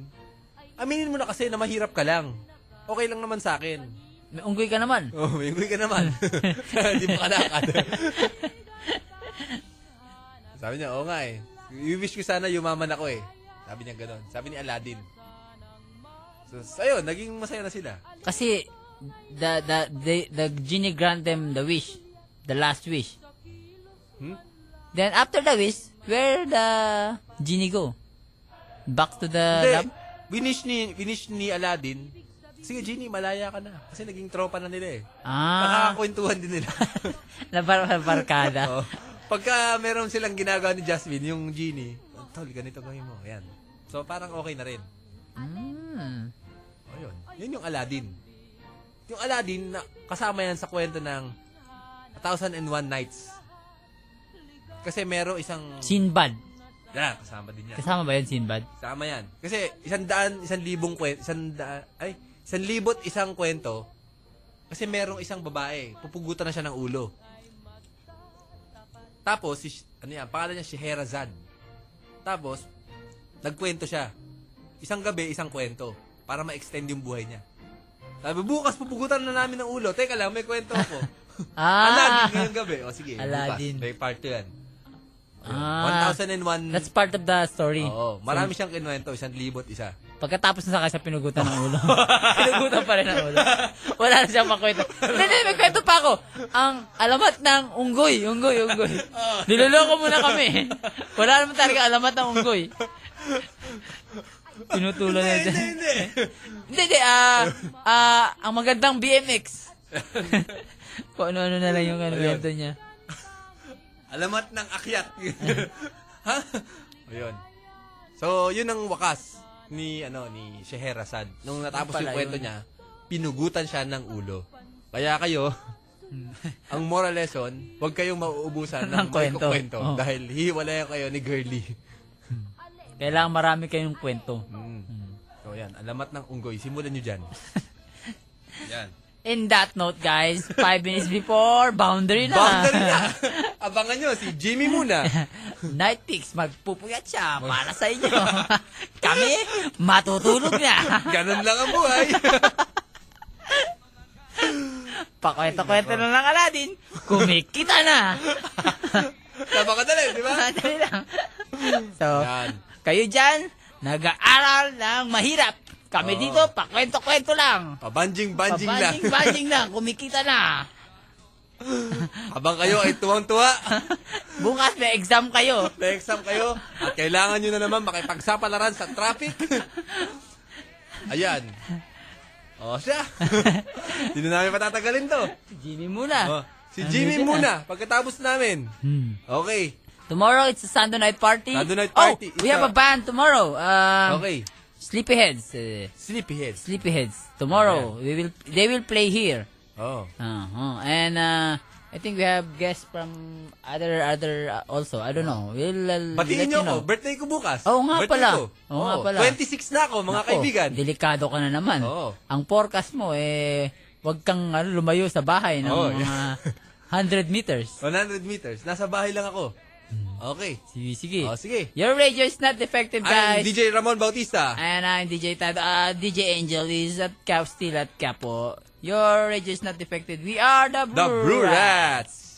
S3: aminin mo na kasi na mahirap ka lang. Okay lang naman sa akin.
S2: May unggoy ka naman.
S3: Oh, may unggoy ka naman. Hindi mo kalakad. sabi niya, oo nga eh. You wish ko sana yumaman ako eh. Sabi niya gano'n. Sabi ni Aladdin. So, ayun, naging masaya na sila.
S2: Kasi, the, the, the, the genie grant them the wish. The last wish.
S3: Hmm?
S2: Then after the wish, where the genie go? Back to the
S3: Hindi.
S2: lamp?
S3: Winish ni, winish ni Aladdin. Sige, Genie, malaya ka na. Kasi naging tropa na nila eh.
S2: Ah.
S3: Nakakakwentuhan din nila.
S2: Nabar barkada.
S3: Oo. Pagka meron silang ginagawa ni Jasmine, yung Genie, "Oh, tol, ganito gawin mo. Ayan. So, parang okay na rin.
S2: Mm.
S3: O, yun. Yun yung Aladdin. Yung Aladdin, na, kasama yan sa kwento ng 1001 Nights. Kasi meron isang...
S2: Sinbad.
S3: Yan, kasama din yan.
S2: Kasama ba yun, Sinbad?
S3: Tama yan. Kasi isang daan, isang libong kwento, isang daan, ay, isang libot isang kwento, kasi merong isang babae, pupugutan na siya ng ulo. Tapos, si, ano yan, pangalan niya Scheherazade. Tapos, nagkwento siya. Isang gabi, isang kwento, para ma-extend yung buhay niya. Sabi, bukas pupugutan na namin ng ulo. Teka lang, may kwento ako.
S2: Ah!
S3: Aladdin ngayong gabi. O sige,
S2: Aladdin.
S3: bukas. May part 2 yan.
S2: Ah,
S3: 1001.
S2: That's part of the story.
S3: Oo. Marami siyang kinuwento. Isang libot isa.
S2: Pagkatapos na saka siya pinugutan ng ulo. pinugutan pa rin ang ulo. Wala na siyang makwento. Hindi, hindi, may kwento pa ako. Ang alamat ng unggoy, unggoy, unggoy. Niloloko muna kami. Wala naman talaga alamat ng unggoy. Tinutulan na dyan. Hindi, hindi. Hindi, ah, ah, ang magandang BMX. Kung ano-ano na lang yung ano
S3: Ayun.
S2: kwento niya.
S3: Alamat ng akyat. ha? Ayun. So, yun ang wakas ni ano ni Scheherazade. Nung natapos
S2: Yun pala
S3: yung kwento
S2: yun.
S3: niya, pinugutan siya ng ulo. Kaya kayo, ang moral lesson, huwag kayong mauubusan ng,
S2: Ng kwento. Oh.
S3: kwento.
S2: Oo.
S3: Dahil hiwalayan kayo ni Girly.
S2: Kailangan marami kayong kwento.
S3: Mm.
S2: Mm.
S3: So, yan. Alamat ng unggoy. Simulan nyo dyan. yan.
S2: In that note, guys, five minutes before, boundary na.
S3: Boundary na. Abangan nyo, si Jimmy muna.
S2: Night Ticks, magpupuyat siya para sa inyo. Kami, matutulog na.
S3: Ganun lang ang buhay.
S2: Pakwento-kwento na lang Aladdin. Kumikita na.
S3: Napakadali, di ba?
S2: Madali lang. So, kayo dyan, nag-aaral ng mahirap. Kami
S3: Oo.
S2: dito, pakwento-kwento lang.
S3: Pabanjing-banjing lang.
S2: Pabanjing-banjing lang. Kumikita na.
S3: Habang kayo ay tuwang-tuwa.
S2: Bukas may exam kayo.
S3: may exam kayo. At kailangan nyo na naman makipagsapalaran sa traffic. Ayan. O siya. Hindi na namin patatagalin to.
S2: Jimmy muna. Ano
S3: O, si Jimmy
S2: Nandun
S3: muna.
S2: na.
S3: Pagkatapos namin.
S2: Hmm.
S3: Okay.
S2: Tomorrow, it's a Sunday night party.
S3: Sunday night party.
S2: Oh, we
S3: It's
S2: have
S3: a-
S2: a band tomorrow. Um,
S3: Okay.
S2: Sleepyheads. Uh,
S3: Sleepyheads.
S2: Sleepyheads. Tomorrow, we will they will play here.
S3: Oh.
S2: Uh-huh. And uh, I think we have guests from other other uh, also. I don't know. We'll uh,
S3: Batiin
S2: let
S3: nyo
S2: you
S3: ako.
S2: know.
S3: Birthday ko bukas.
S2: Oo nga
S3: Birthday
S2: pala.
S3: ko.
S2: Oo nga
S3: Oo.
S2: pala.
S3: 26 na ako, mga
S2: Nako,
S3: kaibigan.
S2: Oh,
S3: Oh.
S2: Delikado ka na naman. Ang forecast mo eh wag kang ano, lumayo sa bahay ng
S3: Oo,
S2: mga 100 meters.
S3: 100 meters. Nasa bahay lang ako. Okay.
S2: Mm. Sige, sige.
S3: O, sige.
S2: Your radio is not defective,
S3: I'm
S2: guys.
S3: DJ Ramon Bautista.
S2: And I'm DJ Tad. Uh, DJ Angel is at Cap, still at Capo. Your radio is not defective. We are the
S3: The Brew
S2: Brew Rats.
S3: Rats.